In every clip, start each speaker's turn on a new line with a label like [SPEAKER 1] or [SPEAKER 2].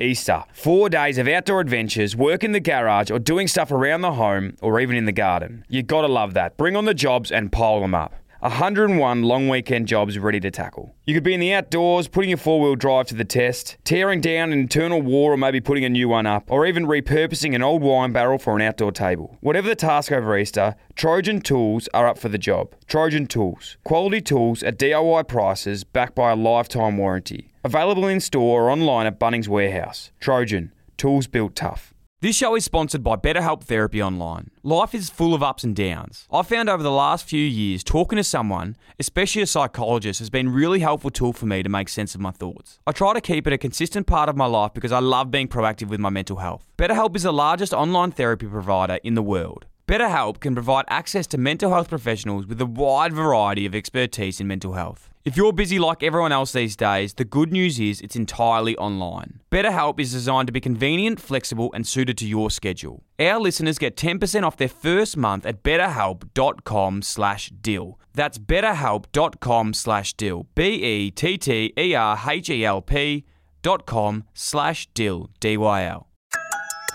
[SPEAKER 1] Easter. Four days of outdoor adventures, work in the garage, or doing stuff around the home, or even in the garden. You gotta love that. Bring on the jobs and pile them up. 101 long weekend jobs ready to tackle. You could be in the outdoors, putting your four wheel drive to the test, tearing down an internal war or maybe putting a new one up, or even repurposing an old wine barrel for an outdoor table. Whatever the task over Easter, Trojan Tools are up for the job. Trojan Tools. Quality tools at DIY prices backed by a lifetime warranty. Available in store or online at Bunnings Warehouse. Trojan. Tools built tough. This show is sponsored by BetterHelp Therapy Online. Life is full of ups and downs. I've found over the last few years, talking to someone, especially a psychologist, has been a really helpful tool for me to make sense of my thoughts. I try to keep it a consistent part of my life because I love being proactive with my mental health. BetterHelp is the largest online therapy provider in the world. BetterHelp can provide access to mental health professionals with a wide variety of expertise in mental health. If you're busy like everyone else these days, the good news is it's entirely online. BetterHelp is designed to be convenient, flexible, and suited to your schedule. Our listeners get 10% off their first month at betterhelp.com slash deal. That's betterhelp.com slash deal. E B-E-T-T-E-R-H-E-L-P E dot com slash deal. D-Y-L.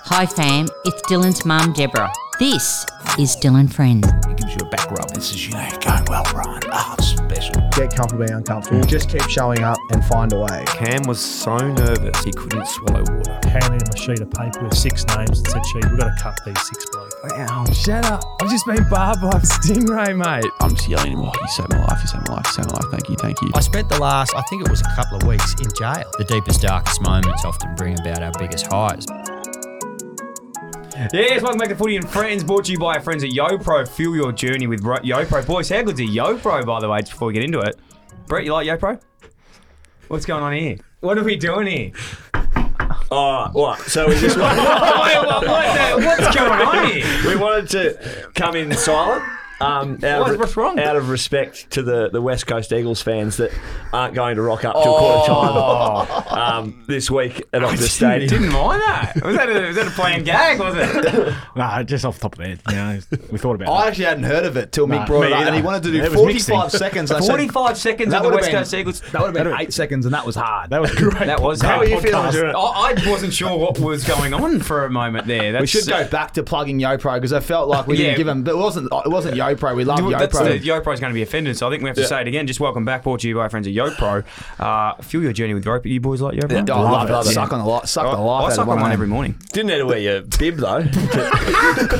[SPEAKER 2] Hi, fam. It's Dylan's mum, Deborah. This is Dylan Friend.
[SPEAKER 3] gives you a back rub and says, you know, you're going well, Ryan. Ah, it's special.
[SPEAKER 4] get comfortable being uncomfortable. Just keep showing up and find a way.
[SPEAKER 5] Cam was so nervous he couldn't swallow water.
[SPEAKER 6] handed him a sheet of paper with six names and said, Chief, we've got to cut these six blokes.
[SPEAKER 5] Wow, shut up. I've just been barred by a stingray, mate.
[SPEAKER 7] I'm just yelling at him, oh, you saved my life, you saved my life, you saved my life, thank you, thank you.
[SPEAKER 8] I spent the last, I think it was a couple of weeks in jail. The deepest, darkest moments often bring about our biggest highs.
[SPEAKER 1] Yes, welcome back to Footy and Friends, brought to you by our friends at YoPro. Fuel your journey with Ro- YoPro. Boys, how good's a YoPro, by the way, just before we get into it? Brett, you like YoPro? What's going on here? What are we doing here?
[SPEAKER 9] Oh, what? So we just
[SPEAKER 1] Oh,
[SPEAKER 9] wanted,
[SPEAKER 1] wait, what- what the- what's going on here?
[SPEAKER 9] we wanted to come in silent. Um, out
[SPEAKER 1] What-
[SPEAKER 9] of,
[SPEAKER 1] what's wrong?
[SPEAKER 9] Out of respect to the, the West Coast Eagles fans that aren't going to rock up to a quarter time um, this week at Optus Stadium.
[SPEAKER 1] Oh. Didn't mind that. Was that a, was that a planned gag, was it?
[SPEAKER 10] Nah, just off the top of the head. You know, we thought about
[SPEAKER 3] I
[SPEAKER 10] it.
[SPEAKER 3] actually hadn't heard of it till Mick
[SPEAKER 10] Nah,
[SPEAKER 3] brought it
[SPEAKER 10] me
[SPEAKER 3] up, and he
[SPEAKER 10] either.
[SPEAKER 3] wanted to do
[SPEAKER 10] It was
[SPEAKER 3] 45
[SPEAKER 10] mixing.
[SPEAKER 3] seconds. I said,
[SPEAKER 1] 45 seconds
[SPEAKER 3] That
[SPEAKER 1] of the
[SPEAKER 3] would've
[SPEAKER 1] West
[SPEAKER 3] been-
[SPEAKER 1] Coast Eagles.
[SPEAKER 10] That would have been eight seconds, and that was hard. That was great.
[SPEAKER 1] That was
[SPEAKER 9] How
[SPEAKER 1] hard.
[SPEAKER 9] are you feeling
[SPEAKER 1] I,
[SPEAKER 9] during it?
[SPEAKER 1] I wasn't sure what was going on for a moment there. That's,
[SPEAKER 3] we should go back to plugging YoPro because I felt like we
[SPEAKER 1] Yeah.
[SPEAKER 3] didn't give him. But it wasn't. It wasn't YoPro. We love
[SPEAKER 1] Well, That's the,
[SPEAKER 3] YoPro.
[SPEAKER 1] YoPro's going to be offended, so I think we have to say it again. Just welcome back, brought to you by our friends at YoPro. Uh, fuel your journey with YoPro. You boys like YoPro?
[SPEAKER 3] Oh, I love, it. Suck on the life. Suck the life
[SPEAKER 1] I
[SPEAKER 3] out
[SPEAKER 1] suck
[SPEAKER 3] of
[SPEAKER 1] on
[SPEAKER 3] one
[SPEAKER 1] one
[SPEAKER 3] eh?
[SPEAKER 1] every morning.
[SPEAKER 9] Didn't need to wear your bib, though.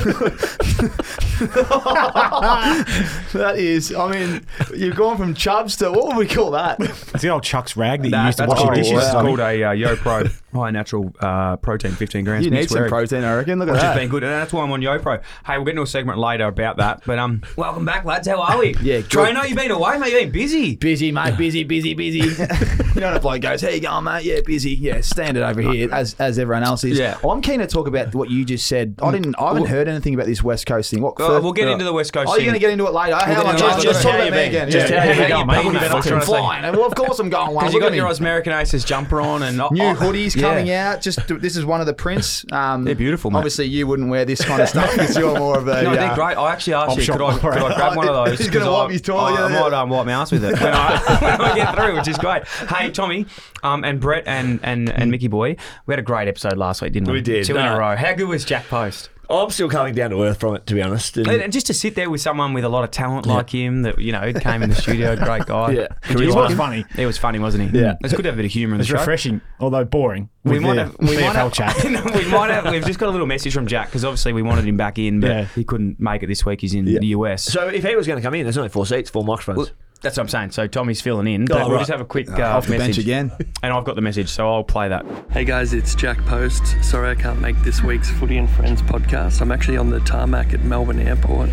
[SPEAKER 3] That is. I mean, you've gone from chubs to what would we call that?
[SPEAKER 10] It's the old Chuck's rag that you
[SPEAKER 1] Nah,
[SPEAKER 10] used to
[SPEAKER 1] that's
[SPEAKER 10] wash your
[SPEAKER 1] what it
[SPEAKER 10] dishes.
[SPEAKER 1] was. It's
[SPEAKER 10] with.
[SPEAKER 1] called a uh, YoPro high natural uh, protein, 15 grams.
[SPEAKER 3] You need
[SPEAKER 1] mixed
[SPEAKER 3] some
[SPEAKER 1] with egg,
[SPEAKER 3] protein, I reckon. Look at
[SPEAKER 1] Which has
[SPEAKER 3] that.
[SPEAKER 1] been good, and that's why I'm on YoPro. Hey, we'll get into a segment later about that. But um, welcome back, lads. How are we?
[SPEAKER 3] Yeah, good.
[SPEAKER 1] Drano, you've been away, mate. You've been busy.
[SPEAKER 3] Busy, mate. Busy, busy, busy. you know, when a bloke goes, "How you going, mate? Yeah, busy. Yeah, standard over here, as as everyone else is."
[SPEAKER 1] Yeah.
[SPEAKER 3] I'm keen to talk about what you just said. I didn't. I haven't heard anything about this West Coast thing. What?
[SPEAKER 1] Uh,
[SPEAKER 3] first-
[SPEAKER 1] we'll get into the West Coast
[SPEAKER 3] Oh, you're
[SPEAKER 1] thing.
[SPEAKER 3] going to get into it later.
[SPEAKER 1] get
[SPEAKER 3] How am I
[SPEAKER 1] into
[SPEAKER 3] just,
[SPEAKER 1] it
[SPEAKER 3] just
[SPEAKER 1] later.
[SPEAKER 3] talk about
[SPEAKER 9] Yeah,
[SPEAKER 3] me
[SPEAKER 9] yeah,
[SPEAKER 3] again.
[SPEAKER 9] yeah. Just how you been
[SPEAKER 1] going, mate?
[SPEAKER 3] I'm
[SPEAKER 1] That's what I'm
[SPEAKER 3] flying. And well, of course, I'm going. well.
[SPEAKER 1] Because you
[SPEAKER 3] Look
[SPEAKER 1] got
[SPEAKER 3] at
[SPEAKER 1] your
[SPEAKER 3] him.
[SPEAKER 1] American Aces jumper on and
[SPEAKER 3] New
[SPEAKER 1] oh,
[SPEAKER 3] hoodies
[SPEAKER 1] yeah.
[SPEAKER 3] coming out. Just this is one of the prints. Um,
[SPEAKER 1] They're beautiful, mate.
[SPEAKER 3] Obviously, you wouldn't wear this kind of stuff because you're more of a.
[SPEAKER 1] No,
[SPEAKER 3] uh,
[SPEAKER 1] they're great. I actually asked
[SPEAKER 10] I'm
[SPEAKER 1] you,
[SPEAKER 10] sure-
[SPEAKER 1] could I, could I grab one of those?
[SPEAKER 3] He's gonna
[SPEAKER 1] 'Cause
[SPEAKER 3] wipe
[SPEAKER 1] I-
[SPEAKER 3] his toilet,
[SPEAKER 1] I,
[SPEAKER 3] yeah,
[SPEAKER 1] might
[SPEAKER 3] yeah.
[SPEAKER 1] um, wipe my ass with it when I, when I get through, which is great. Hey, Tommy, um, and Brett and, and, and Mickey Boy, we had a great episode last week, didn't we?
[SPEAKER 9] We did.
[SPEAKER 1] Two in a
[SPEAKER 9] Uh,
[SPEAKER 1] row. How good was Jack Post?
[SPEAKER 9] I'm still coming down to earth from it, to be honest. And-
[SPEAKER 1] And and just to sit there with someone with a lot of talent like him, that you know came in the studio, great guy.
[SPEAKER 9] Yeah.
[SPEAKER 1] Did
[SPEAKER 10] He
[SPEAKER 1] you
[SPEAKER 10] was
[SPEAKER 1] like him?
[SPEAKER 10] funny.
[SPEAKER 1] He was funny, wasn't he?
[SPEAKER 9] Yeah.
[SPEAKER 1] it's good to have a bit of humour in the
[SPEAKER 10] It's
[SPEAKER 1] show.
[SPEAKER 10] refreshing, although boring.
[SPEAKER 1] We
[SPEAKER 10] with
[SPEAKER 1] might
[SPEAKER 10] the
[SPEAKER 1] have. We might
[SPEAKER 10] VFL
[SPEAKER 1] have,
[SPEAKER 10] chat.
[SPEAKER 1] we might have. We've just got a little message from Jack because obviously we wanted him back in, but
[SPEAKER 10] Yeah.
[SPEAKER 1] he couldn't make it this week. He's in the US.
[SPEAKER 9] so if he was going to come in, there's only four seats, four microphones.
[SPEAKER 1] Well, that's what I'm saying. So Tommy's filling in. But
[SPEAKER 9] Oh,
[SPEAKER 1] we'll
[SPEAKER 9] right.
[SPEAKER 1] just have a quick uh,
[SPEAKER 3] off the
[SPEAKER 1] message
[SPEAKER 3] bench again.
[SPEAKER 1] And I've got the message, so I'll play that.
[SPEAKER 11] Hey guys, it's Jack Post. Sorry I can't make this week's Footy and Friends podcast. I'm actually on the tarmac at Melbourne Airport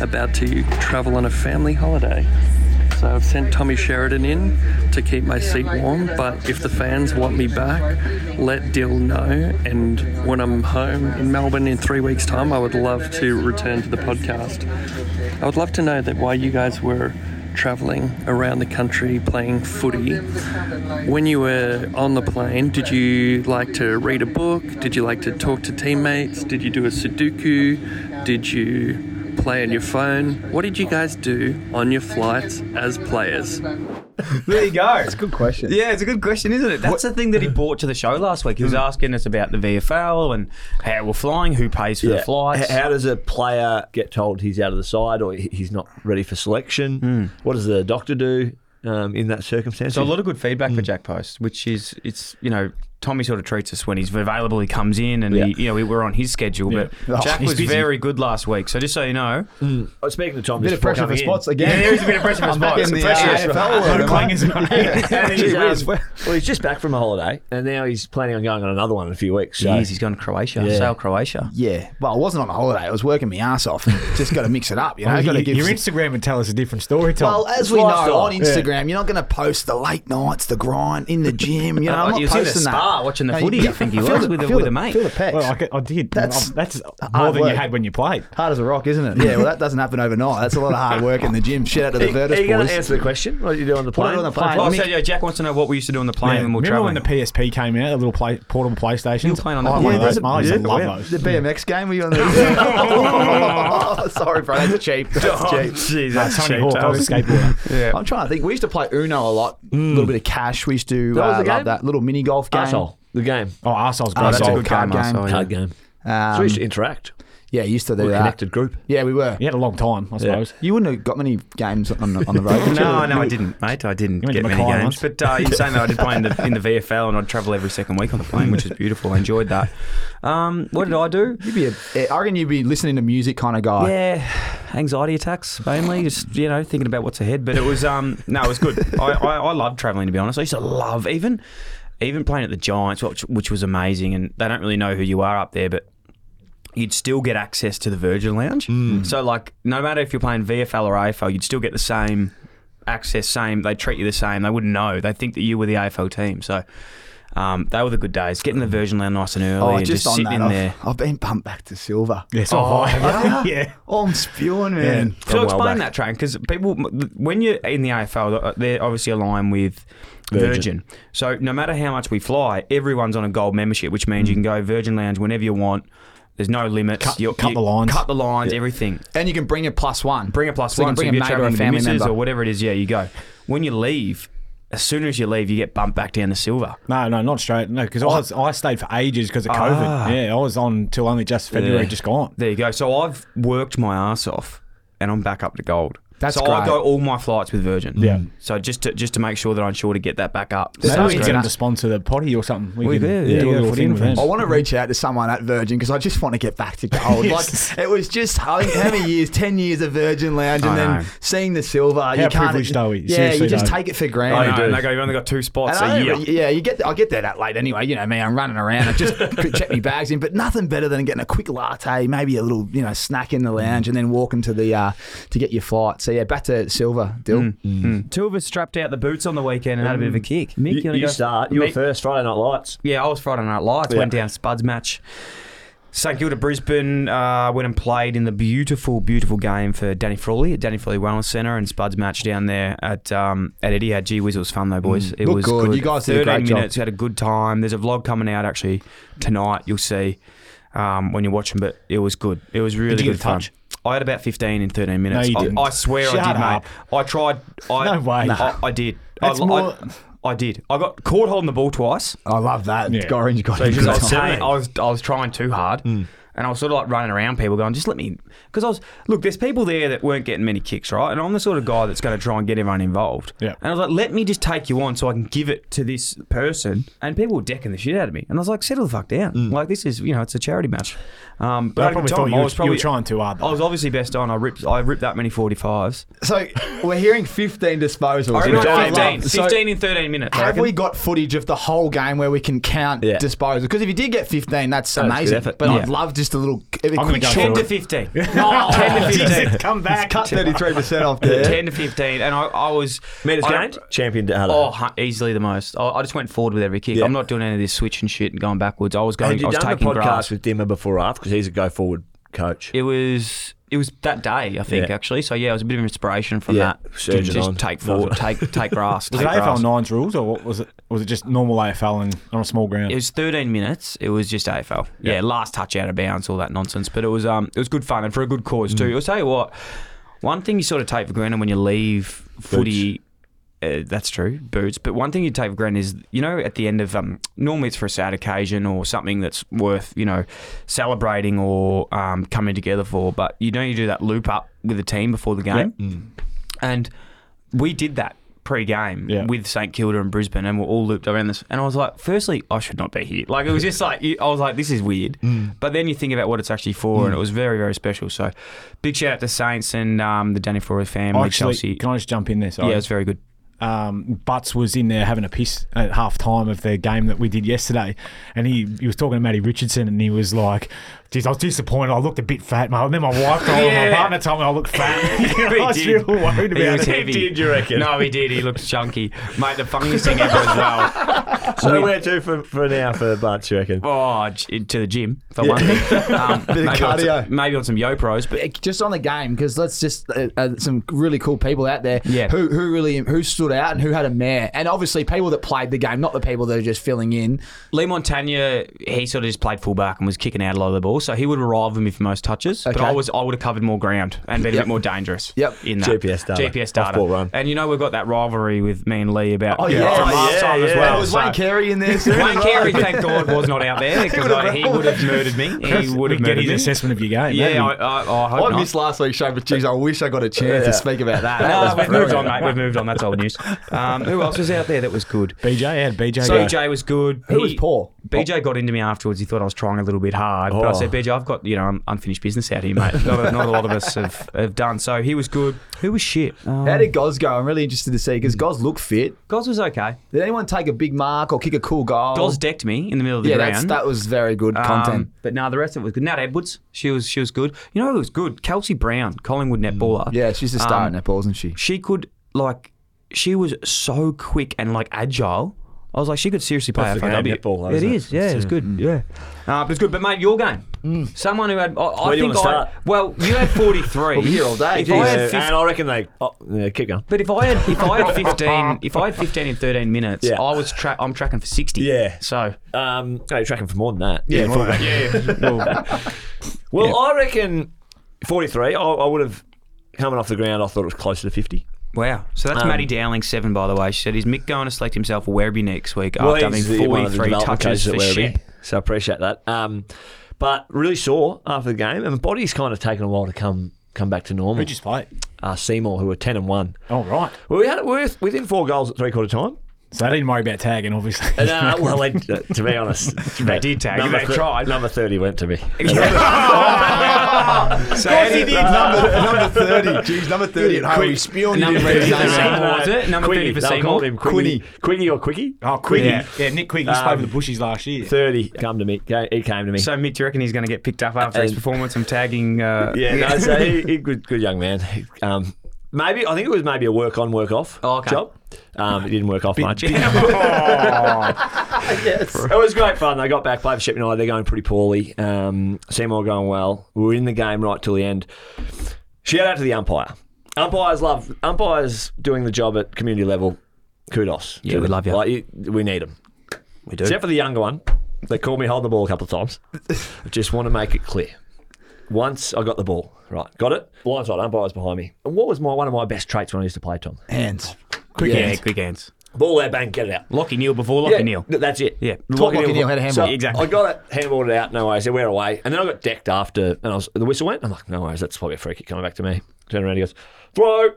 [SPEAKER 11] about to travel on a family holiday. So I've sent Tommy Sheridan in to keep my seat warm, but if the fans want me back, let Dill know. And when I'm home in Melbourne in three weeks' time, I would love to return to the podcast. I would love to know that why you guys were traveling around the country playing footy when you were on the plane, did you like to read a book? Did you like to talk to teammates? Did you do a Sudoku? Did you play on your phone? What did you guys do on your flights as players?
[SPEAKER 3] There you go.
[SPEAKER 1] It's a good question.
[SPEAKER 3] Yeah, it's a good question, isn't it?
[SPEAKER 1] That's the thing that he brought to the show last week. He was asking us about the VFL and how we're flying, who pays for the flights.
[SPEAKER 9] H- How does a player get told he's out of the side or he- he's not ready for selection? What does the doctor do um, in that circumstance?
[SPEAKER 1] Hmm. So a lot of good feedback
[SPEAKER 10] Mm.
[SPEAKER 1] for Jack Post, which is it's you know Tommy sort of treats us when he's available. He comes in and he, you know we we're on his schedule,
[SPEAKER 9] Yeah.
[SPEAKER 1] but
[SPEAKER 9] Oh,
[SPEAKER 1] Jack
[SPEAKER 9] he's
[SPEAKER 1] was
[SPEAKER 9] busy.
[SPEAKER 1] very good last week. So just so you know,
[SPEAKER 10] Mm.
[SPEAKER 9] I was Oh, speaking to Tom.
[SPEAKER 1] Bit
[SPEAKER 9] just
[SPEAKER 1] of pressure
[SPEAKER 9] before
[SPEAKER 1] for
[SPEAKER 9] coming in.
[SPEAKER 1] spots again. Yeah, there is a bit of pressure for
[SPEAKER 9] I'm back
[SPEAKER 1] spots.
[SPEAKER 9] in the,
[SPEAKER 1] Pressure
[SPEAKER 9] uh,
[SPEAKER 1] is-
[SPEAKER 9] AFL
[SPEAKER 1] I'm
[SPEAKER 9] world, am
[SPEAKER 1] playing
[SPEAKER 9] I?
[SPEAKER 1] his- Yeah.
[SPEAKER 9] Gee
[SPEAKER 1] He's,
[SPEAKER 9] whiz.
[SPEAKER 1] um,
[SPEAKER 9] well, he's just back from a holiday, and now he's planning on going on another one in a few weeks. So.
[SPEAKER 1] He is, he's gone to Croatia, Sail Croatia.
[SPEAKER 3] Yeah. Well, I wasn't on a holiday. I was working my ass off. Just got to mix it up, you know.
[SPEAKER 1] Oh,
[SPEAKER 10] Well,
[SPEAKER 3] got to
[SPEAKER 10] you-
[SPEAKER 3] give
[SPEAKER 10] your
[SPEAKER 3] some-
[SPEAKER 10] Instagram would tell us a different story. Tom.
[SPEAKER 3] Well, uh, as we
[SPEAKER 10] Lifestyle.
[SPEAKER 3] know on
[SPEAKER 10] Yeah.
[SPEAKER 3] Instagram, you're not going to post the late nights, the grind in the gym. You know, I'm
[SPEAKER 1] Oh,
[SPEAKER 3] not
[SPEAKER 1] he was in
[SPEAKER 3] posting
[SPEAKER 1] the spa
[SPEAKER 3] that.
[SPEAKER 1] watching the
[SPEAKER 3] No,
[SPEAKER 1] footy, I think he
[SPEAKER 3] feel
[SPEAKER 1] was,
[SPEAKER 3] the-
[SPEAKER 1] with a-
[SPEAKER 3] feel
[SPEAKER 1] with
[SPEAKER 3] the-
[SPEAKER 1] a mate.
[SPEAKER 3] Feel the pecs.
[SPEAKER 10] Well, I, could- I did. That's,
[SPEAKER 3] That's
[SPEAKER 10] that's more
[SPEAKER 3] hard
[SPEAKER 10] than you
[SPEAKER 3] work.
[SPEAKER 10] had when you played.
[SPEAKER 3] Hard as a rock, isn't it? Yeah, well, that doesn't happen overnight. That's a lot of hard work in the gym. Shout out to the
[SPEAKER 9] Are
[SPEAKER 3] Virtus
[SPEAKER 9] you going
[SPEAKER 3] boys.
[SPEAKER 9] to answer the question? What do you do on the
[SPEAKER 3] What do I
[SPEAKER 9] plane?
[SPEAKER 3] do on the plane?
[SPEAKER 1] Oh, so yeah, Jack wants to know what we used to do on the plane
[SPEAKER 10] Yeah.
[SPEAKER 1] when we were
[SPEAKER 10] Remember
[SPEAKER 1] traveling.
[SPEAKER 10] when the PSP came out, the little play, portable PlayStation? You were
[SPEAKER 1] playing on that
[SPEAKER 10] oh,
[SPEAKER 1] one.
[SPEAKER 10] one of
[SPEAKER 1] Yeah,
[SPEAKER 10] those.
[SPEAKER 1] there's a-
[SPEAKER 10] I used to
[SPEAKER 1] yeah,
[SPEAKER 10] love
[SPEAKER 1] yeah.
[SPEAKER 10] those.
[SPEAKER 3] The BMX game were you on the Sorry, bro, that's cheap. That's cheap.
[SPEAKER 10] Jeez, that's Tony cheap, Hawk. I was a skateboarder.
[SPEAKER 3] I'm trying to think. We used to play Uno a lot.
[SPEAKER 1] Hmm.
[SPEAKER 3] A little bit of cash. We used to
[SPEAKER 9] That was
[SPEAKER 3] uh,
[SPEAKER 9] the
[SPEAKER 3] love
[SPEAKER 9] game?
[SPEAKER 3] that little mini golf game.
[SPEAKER 9] Arsehole, the game.
[SPEAKER 10] Oh, arsehole's great.
[SPEAKER 3] Oh, that's a
[SPEAKER 10] Arsehole.
[SPEAKER 3] good card game.
[SPEAKER 1] arsehole, yeah.
[SPEAKER 9] Card game.
[SPEAKER 3] Um,
[SPEAKER 9] so we used to interact.
[SPEAKER 3] yeah, used to do
[SPEAKER 9] We're a
[SPEAKER 3] that.
[SPEAKER 9] connected group.
[SPEAKER 3] Yeah, we were.
[SPEAKER 10] You had a long time, I suppose.
[SPEAKER 3] You wouldn't have got many games on the, on the road. did you?
[SPEAKER 1] No, no, I didn't, mate. I didn't
[SPEAKER 10] went
[SPEAKER 1] get
[SPEAKER 10] to
[SPEAKER 1] many
[SPEAKER 10] Mackay
[SPEAKER 1] games.
[SPEAKER 10] once.
[SPEAKER 1] But uh, in saying that, I did play in the, in the VFL and I'd travel every second week on the plane, which is beautiful. I enjoyed that. Um, what did I do?
[SPEAKER 3] You'd be a, I reckon you'd be listening to music kind of guy.
[SPEAKER 1] Yeah, anxiety attacks mainly. Just you know, thinking about what's ahead. But it was um, no, it was good. I, I, I love traveling to be honest. I used to love even even playing at the Giants, which, which was amazing. And they don't really know who you are up there, but you'd still get access to the Virgin Lounge.
[SPEAKER 3] Mm.
[SPEAKER 1] Mm. So like, no matter if you're playing VFL or AFL, you'd still get the same access. Same, they treat you the same. They wouldn't know. They think that you were the AFL team. So. Um, they were the good days. Getting the Virgin Lounge nice and early,
[SPEAKER 3] Oh,
[SPEAKER 1] and just,
[SPEAKER 3] just, on
[SPEAKER 1] sitting
[SPEAKER 3] that.
[SPEAKER 1] in
[SPEAKER 3] oh, I've,
[SPEAKER 1] there.
[SPEAKER 3] I've been pumped back to silver.
[SPEAKER 10] Yeah, so have I. Yeah.
[SPEAKER 3] Oh, I'm spewing, man.
[SPEAKER 1] So
[SPEAKER 9] Gone well
[SPEAKER 1] explain
[SPEAKER 9] back.
[SPEAKER 1] that train because people, when you're in the AFL, they're uh, obviously aligned with Virgin. So no matter how much we fly, everyone's on a gold membership, which means you can go
[SPEAKER 3] Mm.
[SPEAKER 1] Virgin Lounge whenever you want. There's no limits.
[SPEAKER 10] Cut-
[SPEAKER 1] You're-
[SPEAKER 10] cut the lines.
[SPEAKER 1] Cut the lines. Everything.
[SPEAKER 3] And you can bring a plus one.
[SPEAKER 1] Bring a plus
[SPEAKER 3] So you
[SPEAKER 1] one.
[SPEAKER 3] can
[SPEAKER 1] so
[SPEAKER 3] bring
[SPEAKER 1] if
[SPEAKER 3] a
[SPEAKER 1] you're
[SPEAKER 3] mate or
[SPEAKER 1] traveling
[SPEAKER 3] a
[SPEAKER 1] with the
[SPEAKER 3] family
[SPEAKER 1] missus
[SPEAKER 3] member.
[SPEAKER 1] or whatever it is, yeah, you go. When you leave, as soon as you leave, you get bumped back down to silver.
[SPEAKER 10] No, no, not straight. No, because I, was- I stayed for ages because of COVID.
[SPEAKER 1] Ah.
[SPEAKER 10] Yeah, I was on till only just February, just gone.
[SPEAKER 1] There you go. So I've worked my ass off, and I'm back up to gold.
[SPEAKER 3] That's
[SPEAKER 1] so I
[SPEAKER 3] great.
[SPEAKER 1] go all my flights with Virgin.
[SPEAKER 10] Yeah.
[SPEAKER 1] So just to just to make sure that I'm sure to get that back up.
[SPEAKER 10] Maybe
[SPEAKER 3] Sounds
[SPEAKER 10] we can
[SPEAKER 3] great.
[SPEAKER 10] get them to sponsor the potty or something. We,
[SPEAKER 1] We could,
[SPEAKER 10] could do
[SPEAKER 1] yeah,
[SPEAKER 10] a
[SPEAKER 1] yeah,
[SPEAKER 10] little
[SPEAKER 1] for Oh,
[SPEAKER 10] thing with them.
[SPEAKER 3] I want to reach out to someone at Virgin because I just want to get back to gold.
[SPEAKER 10] Yes.
[SPEAKER 3] Like it was just I think how many years, ten years of Virgin Lounge,
[SPEAKER 1] I
[SPEAKER 3] and then
[SPEAKER 1] know.
[SPEAKER 3] seeing the silver. How you can't,
[SPEAKER 10] privileged are we?
[SPEAKER 3] Yeah,
[SPEAKER 10] Seriously,
[SPEAKER 3] you just
[SPEAKER 10] though.
[SPEAKER 3] take it for granted.
[SPEAKER 1] I know, and they go, you've only got two
[SPEAKER 3] And
[SPEAKER 1] spots
[SPEAKER 3] I
[SPEAKER 1] a
[SPEAKER 3] don't
[SPEAKER 1] year.
[SPEAKER 3] really- yeah, you get I get there that late anyway. You know me, I'm running around. I just check my bags in, but nothing better than getting a quick latte, maybe a little you know snack in the lounge, and then walking to the uh, to get your flight. So yeah, back to silver, Dill.
[SPEAKER 1] Two of us strapped out the boots on the weekend and had a bit of a kick. Mick,
[SPEAKER 9] You,
[SPEAKER 1] wanna
[SPEAKER 9] you
[SPEAKER 1] go?
[SPEAKER 9] start. You were
[SPEAKER 1] Mick-
[SPEAKER 9] first Friday Night Lights.
[SPEAKER 1] Yeah, I was Friday Night Lights. Went down Spuds match. St Kilda Brisbane uh, went and played in the beautiful, beautiful game for Danny Frawley at Danny Frawley Wellness Centre and Spuds match down there at um, at Etihad. Gee whiz, it was fun though,
[SPEAKER 10] Mm,
[SPEAKER 1] boys. it
[SPEAKER 3] Looked
[SPEAKER 1] was
[SPEAKER 3] good. You guys did a great job.
[SPEAKER 1] minutes. Had a good time. There's a vlog coming out actually tonight. You'll see um, when you're watching, but it was good. It was really
[SPEAKER 10] you get
[SPEAKER 1] good
[SPEAKER 10] a
[SPEAKER 1] fun.
[SPEAKER 10] touch?
[SPEAKER 1] I had about 15 in 13 minutes.
[SPEAKER 10] you
[SPEAKER 1] I,
[SPEAKER 10] didn't.
[SPEAKER 1] I swear I
[SPEAKER 10] Shut
[SPEAKER 1] did,
[SPEAKER 10] up.
[SPEAKER 1] mate. I tried. I,
[SPEAKER 10] No way.
[SPEAKER 1] I, I did. I,
[SPEAKER 10] That's more-
[SPEAKER 1] I, I did. I got caught holding the ball twice.
[SPEAKER 3] I love that.
[SPEAKER 10] Yeah.
[SPEAKER 3] Got orange, got
[SPEAKER 1] Because I
[SPEAKER 3] orange.
[SPEAKER 1] was, trying, I was I was trying too hard,
[SPEAKER 10] Hmm.
[SPEAKER 1] and I was sort of like running around people, going, "Just let me." Because I was look, there's people there that weren't getting many kicks, right? And I'm the sort of guy that's going to try and get everyone involved.
[SPEAKER 10] Yeah.
[SPEAKER 1] And I was like, "Let me just take you on, so I can give it to this person." And people were decking the shit out of me, and I was like, "Settle the fuck down! Like this is you know it's a charity match." Um, but
[SPEAKER 10] They
[SPEAKER 1] at the
[SPEAKER 10] Hmm. probably
[SPEAKER 1] time,
[SPEAKER 10] thought you
[SPEAKER 1] I
[SPEAKER 10] were-
[SPEAKER 1] was
[SPEAKER 10] you were
[SPEAKER 1] probably
[SPEAKER 10] trying too hard, though.
[SPEAKER 1] I was obviously best on. I ripped I ripped that many 45s.
[SPEAKER 3] So we're hearing 15 disposals.
[SPEAKER 1] I
[SPEAKER 3] which
[SPEAKER 1] ripped
[SPEAKER 3] I
[SPEAKER 1] 15,
[SPEAKER 3] love. So
[SPEAKER 1] 15 in 13 minutes. I
[SPEAKER 3] have
[SPEAKER 1] reckon.
[SPEAKER 3] we got footage of the whole game where we can count
[SPEAKER 9] Yeah.
[SPEAKER 3] disposals? Because if you did get 15, that's
[SPEAKER 9] good
[SPEAKER 3] amazing.
[SPEAKER 9] effort.
[SPEAKER 3] But
[SPEAKER 1] Yeah.
[SPEAKER 3] I'd love just a little a quick
[SPEAKER 10] gonna go
[SPEAKER 3] shot.
[SPEAKER 10] for
[SPEAKER 1] 10 to
[SPEAKER 10] it.
[SPEAKER 1] 15. 10 to 15.
[SPEAKER 10] Oh, Come back.
[SPEAKER 3] Cut 33% off there.
[SPEAKER 1] 10 to 15. And I, I was.
[SPEAKER 9] Meters
[SPEAKER 1] I-
[SPEAKER 9] gained. Champion to Adelaide.
[SPEAKER 1] Oh, hu- easily the most. I, I just went forward with every kick.
[SPEAKER 9] Yeah.
[SPEAKER 1] I'm not doing any of this switching shit and going backwards. I was going.
[SPEAKER 9] Had you
[SPEAKER 1] I was
[SPEAKER 9] done the
[SPEAKER 1] taking
[SPEAKER 9] podcast
[SPEAKER 1] grass.
[SPEAKER 9] with Dimmer before or after? Because he's a go forward coach.
[SPEAKER 1] it was. It was that day, I think,
[SPEAKER 9] Yeah.
[SPEAKER 1] actually. So yeah, it was a bit of inspiration from
[SPEAKER 9] Yeah,
[SPEAKER 1] that.
[SPEAKER 9] surge
[SPEAKER 1] To
[SPEAKER 9] it
[SPEAKER 1] just
[SPEAKER 9] on.
[SPEAKER 1] take forward, take take grass.
[SPEAKER 10] Was it
[SPEAKER 1] take
[SPEAKER 10] AFL
[SPEAKER 1] grass.
[SPEAKER 10] nines rules or what was it? Was it just normal AFL and on a small ground?
[SPEAKER 1] It was 13 minutes. It was just AFL. Yeah, last touch out of bounds, all that nonsense. But it was um, it was good fun and for a good cause too. I'll tell you what, one thing you sort of take for granted when you leave footy Uh, that's true, boots. But one thing you take for granted is, you know, at the end of um, normally it's for a sad occasion or something that's worth, you know, celebrating or um, coming together for. But you know, you do that loop up with the team before the game, and we did that pre-game
[SPEAKER 10] Yeah.
[SPEAKER 1] with St Kilda and Brisbane, and we're all looped around this. And I was like, firstly, I should not be here. Like it was just like you- I was like, this is weird. But then you think about what it's actually for, and it was very, very special. So, big shout out to Saints and um, the Danny Foray family,
[SPEAKER 10] I actually-
[SPEAKER 1] Chelsea.
[SPEAKER 10] Can I just jump in there? Sorry.
[SPEAKER 1] Yeah, it's very good.
[SPEAKER 10] Um, Butts was in there having a piss at half time of the game that we did yesterday, and he, he was talking to Matty Richardson, and he was like, "Geez, I was disappointed. I looked a bit fat, mate." And then my wife told me, my
[SPEAKER 1] Yeah.
[SPEAKER 10] partner told me I looked fat.
[SPEAKER 1] He
[SPEAKER 10] I was
[SPEAKER 1] did.
[SPEAKER 10] real worried
[SPEAKER 1] He
[SPEAKER 10] about
[SPEAKER 1] was
[SPEAKER 10] it.
[SPEAKER 1] heavy.
[SPEAKER 9] Did you reckon?
[SPEAKER 1] No, he did. He looked chunky, mate. The funniest thing ever as well.
[SPEAKER 9] So
[SPEAKER 1] We-
[SPEAKER 9] where to for, for now for Butts, you reckon?
[SPEAKER 1] Oh, j- to the gym for one thing. Um,
[SPEAKER 12] of
[SPEAKER 1] maybe on some-
[SPEAKER 12] cardio.
[SPEAKER 1] maybe on some yo pros, but
[SPEAKER 3] just on the game because let's just uh, uh, some really cool people out there
[SPEAKER 1] Yeah.
[SPEAKER 3] who who really who stood out and who had a mare and obviously people that played the game not the people that are just filling in
[SPEAKER 1] Lee Montagna, he sort of just played fullback and was kicking out a lot of the ball, so he would rival me for most touches. But
[SPEAKER 3] Okay.
[SPEAKER 1] I was I would have covered more ground and been a bit more dangerous.
[SPEAKER 3] Yep.
[SPEAKER 1] In that.
[SPEAKER 9] GPS data.
[SPEAKER 1] GPS data.
[SPEAKER 9] Off-ball run.
[SPEAKER 1] And you know we've got that rivalry with me and Lee about
[SPEAKER 3] Oh, yeah.
[SPEAKER 1] from
[SPEAKER 3] Oh,
[SPEAKER 1] last
[SPEAKER 9] yeah,
[SPEAKER 1] time as
[SPEAKER 9] yeah.
[SPEAKER 1] well.
[SPEAKER 9] There
[SPEAKER 3] was
[SPEAKER 1] so-
[SPEAKER 3] Wayne Carey in there soon
[SPEAKER 1] Wayne
[SPEAKER 3] as well.
[SPEAKER 1] Carey, thank God, was not out there because he would have murdered me. He would have
[SPEAKER 10] Get
[SPEAKER 1] murdered
[SPEAKER 10] his
[SPEAKER 1] me.
[SPEAKER 10] assessment of your game. that'd be-
[SPEAKER 1] Yeah, I, I, I hope
[SPEAKER 3] I
[SPEAKER 1] not.
[SPEAKER 3] missed last week's show but geez I wish I got a chance to speak about that, That was
[SPEAKER 1] No, we've moved
[SPEAKER 3] brilliant.
[SPEAKER 1] on, mate. We've moved on. That's old news. Um, who else was out there that was good?
[SPEAKER 10] BJ I had BJ.
[SPEAKER 1] So
[SPEAKER 10] go.
[SPEAKER 1] Jay was good.
[SPEAKER 3] Who was poor?
[SPEAKER 1] BJ got into me afterwards. He thought I was trying a little bit hard,
[SPEAKER 3] Oh.
[SPEAKER 1] but I said, BJ, I've got you know un- unfinished business out here, mate. Not a, not a lot of us have, have done. So he was good. Who was shit? Um,
[SPEAKER 3] how did Goz go I'm really interested to see because Goz looked fit
[SPEAKER 1] Goz was okay.
[SPEAKER 3] did anyone take a big mark or kick a cool goal
[SPEAKER 1] Goz decked me in the middle of the
[SPEAKER 3] yeah that's,
[SPEAKER 1] ground.
[SPEAKER 3] that was very good
[SPEAKER 1] Um,
[SPEAKER 3] content
[SPEAKER 1] but no, the rest of it was good. Nat Edwards, she was she was good. You know who was good? Kelsey Brown, Collingwood netballer.
[SPEAKER 3] yeah she's the star
[SPEAKER 1] Um,
[SPEAKER 3] in that ball isn't she
[SPEAKER 1] she could like she was so quick and like agile. I was like, she could seriously play
[SPEAKER 9] That's the
[SPEAKER 1] FAW.
[SPEAKER 9] game, netball, though,
[SPEAKER 1] it
[SPEAKER 9] isn't it? Mm.
[SPEAKER 1] is, yeah, it's good, yeah. Uh, but it's good. But mate, your game. Someone who had, I, I
[SPEAKER 9] Where do you
[SPEAKER 1] think
[SPEAKER 9] wanna
[SPEAKER 1] I.
[SPEAKER 9] start?
[SPEAKER 1] Well, you had forty three.
[SPEAKER 3] We'll be here all day,
[SPEAKER 1] If I had
[SPEAKER 9] Yeah,
[SPEAKER 1] 50
[SPEAKER 9] and I reckon they. Oh, yeah, keep going.
[SPEAKER 1] but if I had if I had fifteen if I had fifteen in thirteen minutes,
[SPEAKER 9] Yeah.
[SPEAKER 1] I was tra- I'm tracking for sixty.
[SPEAKER 9] Yeah.
[SPEAKER 1] So
[SPEAKER 9] Um, no, you're tracking for more than that.
[SPEAKER 10] Yeah, fullback.
[SPEAKER 9] Well, I reckon 43. I, I would have coming off the ground. I thought it was closer to 50.
[SPEAKER 1] wow. So that's
[SPEAKER 9] Um,
[SPEAKER 1] Maddie Dowling seven by the way. She said, "Is Mick going to select himself a Werribee next week after
[SPEAKER 9] he's
[SPEAKER 1] having
[SPEAKER 9] the- one
[SPEAKER 1] forty
[SPEAKER 9] of the
[SPEAKER 1] three
[SPEAKER 9] development
[SPEAKER 1] touches
[SPEAKER 9] coaches
[SPEAKER 1] for
[SPEAKER 9] at Werribee,
[SPEAKER 1] shit?"
[SPEAKER 9] So I appreciate that. Um, but really sore after the game, and the body's kind of taken a while to come come back to normal.
[SPEAKER 10] Who'd you play?
[SPEAKER 9] uh, Seymour, who were 10 and one.
[SPEAKER 10] Oh right.
[SPEAKER 9] Well, we had we're within four goals at three quarter time.
[SPEAKER 10] So I didn't worry about tagging, obviously.
[SPEAKER 9] And, uh, well, they, to be honest, they
[SPEAKER 1] did tag,
[SPEAKER 9] Number
[SPEAKER 1] they tried.
[SPEAKER 9] Number 30 went to me.
[SPEAKER 1] so Eddie did
[SPEAKER 12] number, number 30. Jeez, number 30 at home.
[SPEAKER 9] Quick.
[SPEAKER 12] He's spewing
[SPEAKER 1] Number
[SPEAKER 12] you.
[SPEAKER 1] 30
[SPEAKER 12] He's
[SPEAKER 1] at
[SPEAKER 12] saying,
[SPEAKER 1] home. Seymour, was it? Number 30
[SPEAKER 9] Quiggy.
[SPEAKER 1] for
[SPEAKER 9] They
[SPEAKER 1] Seymour?
[SPEAKER 9] called him Quiggy. Quiggy or Quiggy?
[SPEAKER 10] oh, Quiggy.
[SPEAKER 1] Yeah. Um,
[SPEAKER 10] Yeah, Nick Quiggy. He's played with the Bushies last year.
[SPEAKER 9] 30 come to me. He came to me.
[SPEAKER 1] So, Mick, do you reckon he's going to get picked up after his
[SPEAKER 9] And-
[SPEAKER 1] performance? I'm tagging. Uh,
[SPEAKER 9] Yeah, no, so he, he good, good young man. Um, maybe I think it was maybe a work on, work off
[SPEAKER 1] Oh, okay.
[SPEAKER 9] job. Um, it didn't work off much.
[SPEAKER 1] Oh.
[SPEAKER 9] It was great fun. They got back, played for Shepton United. They're going pretty poorly. Um, Seymour going well. We were in the game right till the end. Shout out to the umpire. Umpires love umpires doing the job at community level. Kudos.
[SPEAKER 1] Yeah,
[SPEAKER 9] to
[SPEAKER 1] we
[SPEAKER 9] them.
[SPEAKER 1] love you.
[SPEAKER 9] Like, we need them. We do. Except for the younger one. They called me holding the ball a couple of times. I just want to make it clear. Once I got the ball, right, got it. Blindside umpires behind me. And what was my one of my best traits when I used to play, Tom?
[SPEAKER 3] hands
[SPEAKER 1] quick
[SPEAKER 3] Yeah.
[SPEAKER 1] hands, quick hands.
[SPEAKER 9] Ball out, bang, get it out.
[SPEAKER 1] Lockie Neal before Lockie Neal.
[SPEAKER 9] th- That's it.
[SPEAKER 1] Yeah.
[SPEAKER 3] Talk like you knew how to handball.
[SPEAKER 9] So
[SPEAKER 1] Exactly.
[SPEAKER 9] I got it, handballed it out, no worries. It went away. And then I got decked after, and I was, the whistle went. I'm like, no worries, that's probably a free kick coming back to me. Turn around, he goes, throw. And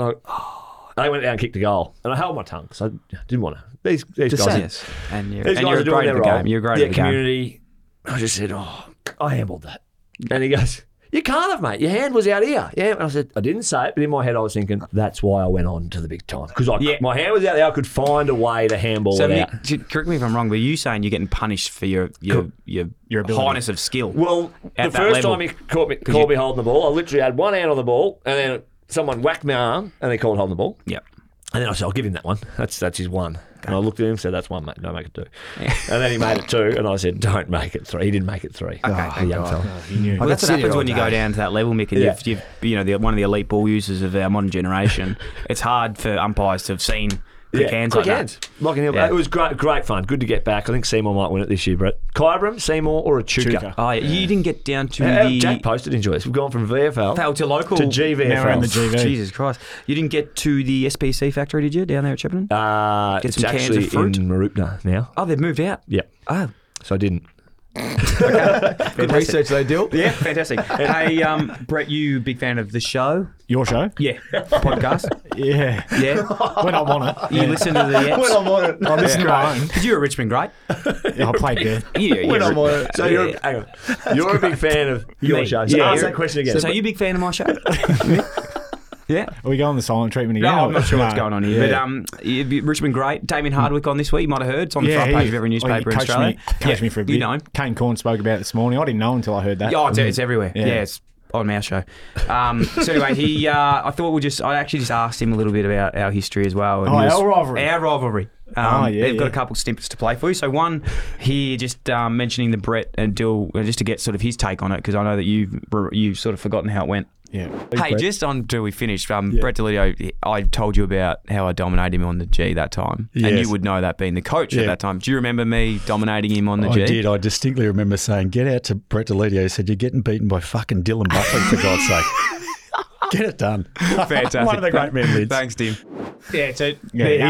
[SPEAKER 9] I, go, "Oh." And I went down and kicked the goal. And I held my tongue because I didn't want to. These, these guys,
[SPEAKER 3] Dissent.
[SPEAKER 1] Yes. And you're,
[SPEAKER 9] these
[SPEAKER 1] and
[SPEAKER 9] guys
[SPEAKER 1] you're
[SPEAKER 9] are doing
[SPEAKER 1] great at
[SPEAKER 9] their
[SPEAKER 1] the
[SPEAKER 9] role.
[SPEAKER 1] game. You're great
[SPEAKER 9] yeah,
[SPEAKER 1] at the game.
[SPEAKER 9] community. I just said, oh, I handballed that. And he goes, you can't have, mate. Your hand was out here. Yeah. And I said, I didn't say it, but in my head, I was thinking, that's why I went on to the big time. Because
[SPEAKER 1] Yeah.
[SPEAKER 9] my hand was out there. I could find a way to handball
[SPEAKER 1] So,
[SPEAKER 9] it out.
[SPEAKER 1] Mick, j- correct me if I'm wrong, but you saying you're getting punished for your your your,
[SPEAKER 10] Your ability.
[SPEAKER 1] highness of skill?
[SPEAKER 9] Well,
[SPEAKER 1] at that
[SPEAKER 9] the first
[SPEAKER 1] level.
[SPEAKER 9] time he caught me, called me holding the ball, I literally had one hand on the ball, and then someone whacked my arm, and they called holding the ball.
[SPEAKER 1] Yep.
[SPEAKER 9] And then I said, "I'll give him that one. That's that's his one." And I looked at him, and said, "That's one, mate. Don't make it two. And then he made it two, and I said, "Don't make it three. He didn't make it three. Okay, the young fella.
[SPEAKER 1] Well, that's
[SPEAKER 3] could
[SPEAKER 1] what
[SPEAKER 3] sit here
[SPEAKER 1] happens
[SPEAKER 3] all
[SPEAKER 1] when you
[SPEAKER 3] day.
[SPEAKER 1] go down to that level, Mick, and
[SPEAKER 9] Yeah.
[SPEAKER 1] you've, you've, you know, the, one of the elite ball users of our modern generation. it's hard for umpires to have seen
[SPEAKER 5] quick hands
[SPEAKER 9] quick
[SPEAKER 5] like that.
[SPEAKER 9] hands. Locking Hill.
[SPEAKER 5] Yeah.
[SPEAKER 9] It was great, great fun. Good to get back. I think Seymour might win it this year, Brett. Kybram, Seymour, or a Chuka.
[SPEAKER 1] Oh, yeah. You didn't get down to
[SPEAKER 9] Uh,
[SPEAKER 1] the
[SPEAKER 9] Jack posted enjoy this. We've gone from VFL
[SPEAKER 1] fail to local
[SPEAKER 9] to GVFL.
[SPEAKER 1] Now we're in the GV. Jesus Christ! You didn't get to the SPC factory, did you? Down there at Chippenham?
[SPEAKER 9] Uh,
[SPEAKER 1] Get
[SPEAKER 9] it's
[SPEAKER 1] some cans
[SPEAKER 9] actually
[SPEAKER 1] of fruit?
[SPEAKER 9] in Marupna now.
[SPEAKER 1] oh, they've moved out.
[SPEAKER 9] Yeah.
[SPEAKER 1] Oh.
[SPEAKER 9] So I didn't.
[SPEAKER 3] Good research they do.
[SPEAKER 1] Yeah,
[SPEAKER 13] fantastic.
[SPEAKER 1] hey, um, Brett, you big fan of the show?
[SPEAKER 10] Your show?
[SPEAKER 1] Yeah, podcast.
[SPEAKER 10] Yeah.
[SPEAKER 1] Yeah,
[SPEAKER 10] when I'm on it.
[SPEAKER 1] you
[SPEAKER 10] Yeah.
[SPEAKER 1] listen to the Oh, apps.
[SPEAKER 10] When I'm on it. I listen to my own.
[SPEAKER 1] Did you a Richmond great?
[SPEAKER 10] Yeah, I played there.
[SPEAKER 1] Yeah,
[SPEAKER 9] When
[SPEAKER 1] yeah.
[SPEAKER 9] I'm on it. So you're, a- hang on. you're a big fan of your
[SPEAKER 1] Me.
[SPEAKER 9] show. So
[SPEAKER 1] Yeah.
[SPEAKER 9] ask that question again.
[SPEAKER 1] So, you big fan of my show? yeah.
[SPEAKER 10] Are we going the silent treatment
[SPEAKER 1] No,
[SPEAKER 10] again?
[SPEAKER 1] I'm not sure what's
[SPEAKER 10] No.
[SPEAKER 1] going on here. But
[SPEAKER 10] Yeah.
[SPEAKER 1] um, it'd be- Richmond great. Damien Hardwick on this week. You might have heard. It's on the
[SPEAKER 10] Yeah,
[SPEAKER 1] front
[SPEAKER 10] he-
[SPEAKER 1] page of every
[SPEAKER 10] oh, he
[SPEAKER 1] newspaper in
[SPEAKER 10] coached
[SPEAKER 1] Australia.
[SPEAKER 10] Me, coached
[SPEAKER 1] Yeah,
[SPEAKER 10] me for a bit.
[SPEAKER 1] You know him.
[SPEAKER 10] Kane Corn spoke about it this morning. I didn't know until I heard that.
[SPEAKER 1] Yeah, oh, it's, it's everywhere. Yeah. it's on our show. Um, so anyway, he. Uh, I thought we'll just. I actually just asked him a little bit about our history as well. and
[SPEAKER 10] Oh,
[SPEAKER 1] he was-
[SPEAKER 10] our rivalry.
[SPEAKER 1] Our rivalry. Um,
[SPEAKER 10] Oh, yeah,
[SPEAKER 1] they've got
[SPEAKER 10] yeah.
[SPEAKER 1] a couple snippets to play for you. So one here, just um, mentioning the Brett and Dill, uh, just to get sort of his take on it, because I know that you've you've sort of forgotten how it went.
[SPEAKER 10] Yeah.
[SPEAKER 1] Hey, just until we finished, um, Brett Delidio, I told you about how I dominated him on the G that time, and
[SPEAKER 4] Yes.
[SPEAKER 1] you would know that being the coach at
[SPEAKER 4] Yeah.
[SPEAKER 1] that time. Do you remember me dominating him on the
[SPEAKER 4] I
[SPEAKER 1] G?
[SPEAKER 4] did. I distinctly remember saying, "Get out to Brett Delidio." He said, "You're getting beaten by fucking Dylan Buckley for God's sake. Get it done."
[SPEAKER 1] Fantastic.
[SPEAKER 4] One of the great memories.
[SPEAKER 1] Thanks, Tim. Yeah, so
[SPEAKER 10] Yeah, he ba-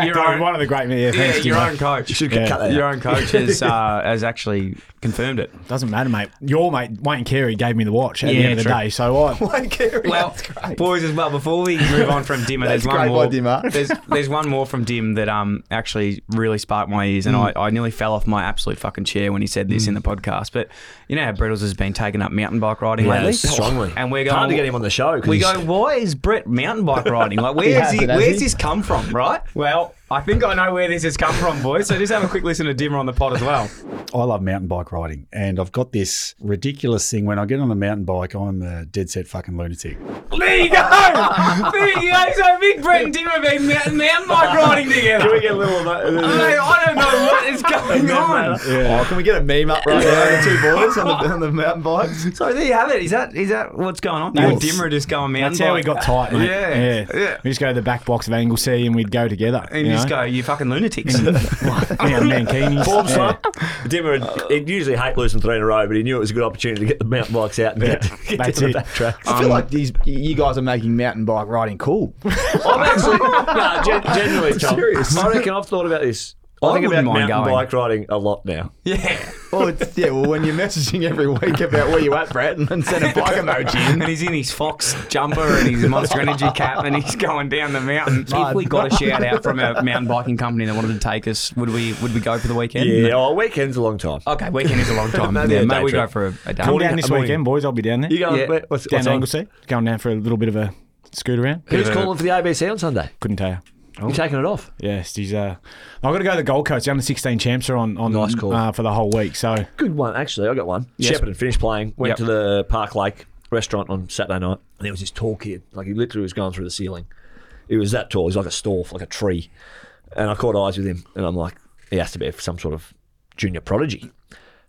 [SPEAKER 10] he backed on one of the great men. Yeah,
[SPEAKER 1] yeah,
[SPEAKER 10] thanks,
[SPEAKER 1] your
[SPEAKER 10] Jimmy.
[SPEAKER 1] own coach.
[SPEAKER 10] You should cut that out.
[SPEAKER 1] Your own coach has, uh, has actually confirmed it.
[SPEAKER 10] Doesn't matter, mate. Your mate Wayne Carey gave me the watch at the
[SPEAKER 1] Yeah,
[SPEAKER 10] end of the
[SPEAKER 1] true.
[SPEAKER 10] day, so I
[SPEAKER 1] Well, boys, as well. Before we move on from Dimmer,
[SPEAKER 10] That's
[SPEAKER 1] there's one
[SPEAKER 10] great
[SPEAKER 1] more.
[SPEAKER 10] by Dimmer.
[SPEAKER 1] There's there's one more from Dim that um actually really sparked my ears, and
[SPEAKER 10] Mm.
[SPEAKER 1] I, I nearly fell off my absolute fucking chair when he said
[SPEAKER 9] Mm.
[SPEAKER 1] this in the podcast. But you know how Brittles has been taking up mountain bike riding
[SPEAKER 9] Yeah,
[SPEAKER 1] lately,
[SPEAKER 9] strongly.
[SPEAKER 1] and we're
[SPEAKER 9] It's
[SPEAKER 1] going
[SPEAKER 9] hard to get him on the show 'cause
[SPEAKER 1] We
[SPEAKER 9] he's-
[SPEAKER 1] go, why is Brett mountain bike riding? Like,
[SPEAKER 9] He
[SPEAKER 1] where's
[SPEAKER 9] has
[SPEAKER 1] he,
[SPEAKER 9] it, has
[SPEAKER 1] where's
[SPEAKER 9] he?
[SPEAKER 1] this come from? Right. Well, I think I know where this has come from, boys. So just have a quick listen to Dimmer on the pod as well.
[SPEAKER 4] I love mountain bike riding, and I've got this ridiculous thing. When I get on a mountain bike, I'm a dead set fucking lunatic.
[SPEAKER 1] There you go. there you go. So Big Brett and Dimmer have been mountain, mountain bike riding together.
[SPEAKER 9] Can we get a little of that?
[SPEAKER 1] I, I don't know what is going on.
[SPEAKER 3] Oh, can we get a meme up right now? The two boys on the, on the mountain bikes.
[SPEAKER 1] So there you have it. Is that is that what's going on?
[SPEAKER 10] That's-
[SPEAKER 1] Your dimmer are just going mountain
[SPEAKER 10] That's how we
[SPEAKER 1] bike.
[SPEAKER 10] got tight, mate.
[SPEAKER 1] Yeah.
[SPEAKER 10] yeah. We just go to the back box of Anglesey and we'd go together.
[SPEAKER 1] And you just go, you fucking lunatics.
[SPEAKER 10] Yeah, mankinis.
[SPEAKER 9] Form
[SPEAKER 10] Yeah.
[SPEAKER 9] slump. Dimmer,
[SPEAKER 1] Uh,
[SPEAKER 9] had- he'd usually hate losing three in a row, but he knew it was a good opportunity to get the mountain bikes out and get, to, get
[SPEAKER 3] That's
[SPEAKER 9] to the
[SPEAKER 3] it.
[SPEAKER 9] back tracks.
[SPEAKER 3] I feel like these you guys are making mountain bike riding cool.
[SPEAKER 9] I'm actually, no, gen- generally,
[SPEAKER 3] I'm
[SPEAKER 9] Tom,
[SPEAKER 3] serious.
[SPEAKER 9] I reckon I've thought about this. I,
[SPEAKER 3] I
[SPEAKER 9] think about
[SPEAKER 3] wouldn't mind
[SPEAKER 9] mountain
[SPEAKER 3] going.
[SPEAKER 9] bike riding a lot now.
[SPEAKER 1] Yeah.
[SPEAKER 3] Well, it's, yeah. Well, when you're messaging every week about where you at, Brett, and then send a bike emoji
[SPEAKER 1] and
[SPEAKER 3] in.
[SPEAKER 1] he's in his fox jumper and his monster energy cap and he's going down the mountain.
[SPEAKER 3] Right.
[SPEAKER 1] If we got a shout out from a mountain biking company that wanted to take us, would we would we go for the weekend?
[SPEAKER 9] Yeah, oh, weekend's a long time.
[SPEAKER 1] Okay, weekend is a long time.
[SPEAKER 9] Maybe
[SPEAKER 1] yeah,
[SPEAKER 9] a
[SPEAKER 1] maybe
[SPEAKER 9] day
[SPEAKER 1] we go
[SPEAKER 9] trip.
[SPEAKER 1] for a, a day.
[SPEAKER 10] Come down this weekend, boys. I'll be down there.
[SPEAKER 9] You go- where- what's-
[SPEAKER 10] down
[SPEAKER 9] what's
[SPEAKER 10] to
[SPEAKER 9] on?
[SPEAKER 10] Anglesey. Going down for a little bit of a scoot around.
[SPEAKER 9] Who's calling for the ABC on Sunday?
[SPEAKER 10] Couldn't tell you.
[SPEAKER 9] You're taking it off.
[SPEAKER 10] Yes, he's. Uh, I've got to go to the Gold Coast. The under sixteen champs are on on nice call. Uh, for the whole week. So
[SPEAKER 9] Good one, actually. I got one.
[SPEAKER 10] Yes.
[SPEAKER 9] Shepparton finished playing, went
[SPEAKER 10] Yep.
[SPEAKER 9] to the Park Lake restaurant on Saturday night, and there was this tall kid. Like, he literally was going through the ceiling. He was that tall. He was like a storf, like a tree. And I caught eyes with him, and I'm like, he has to be some sort of junior prodigy.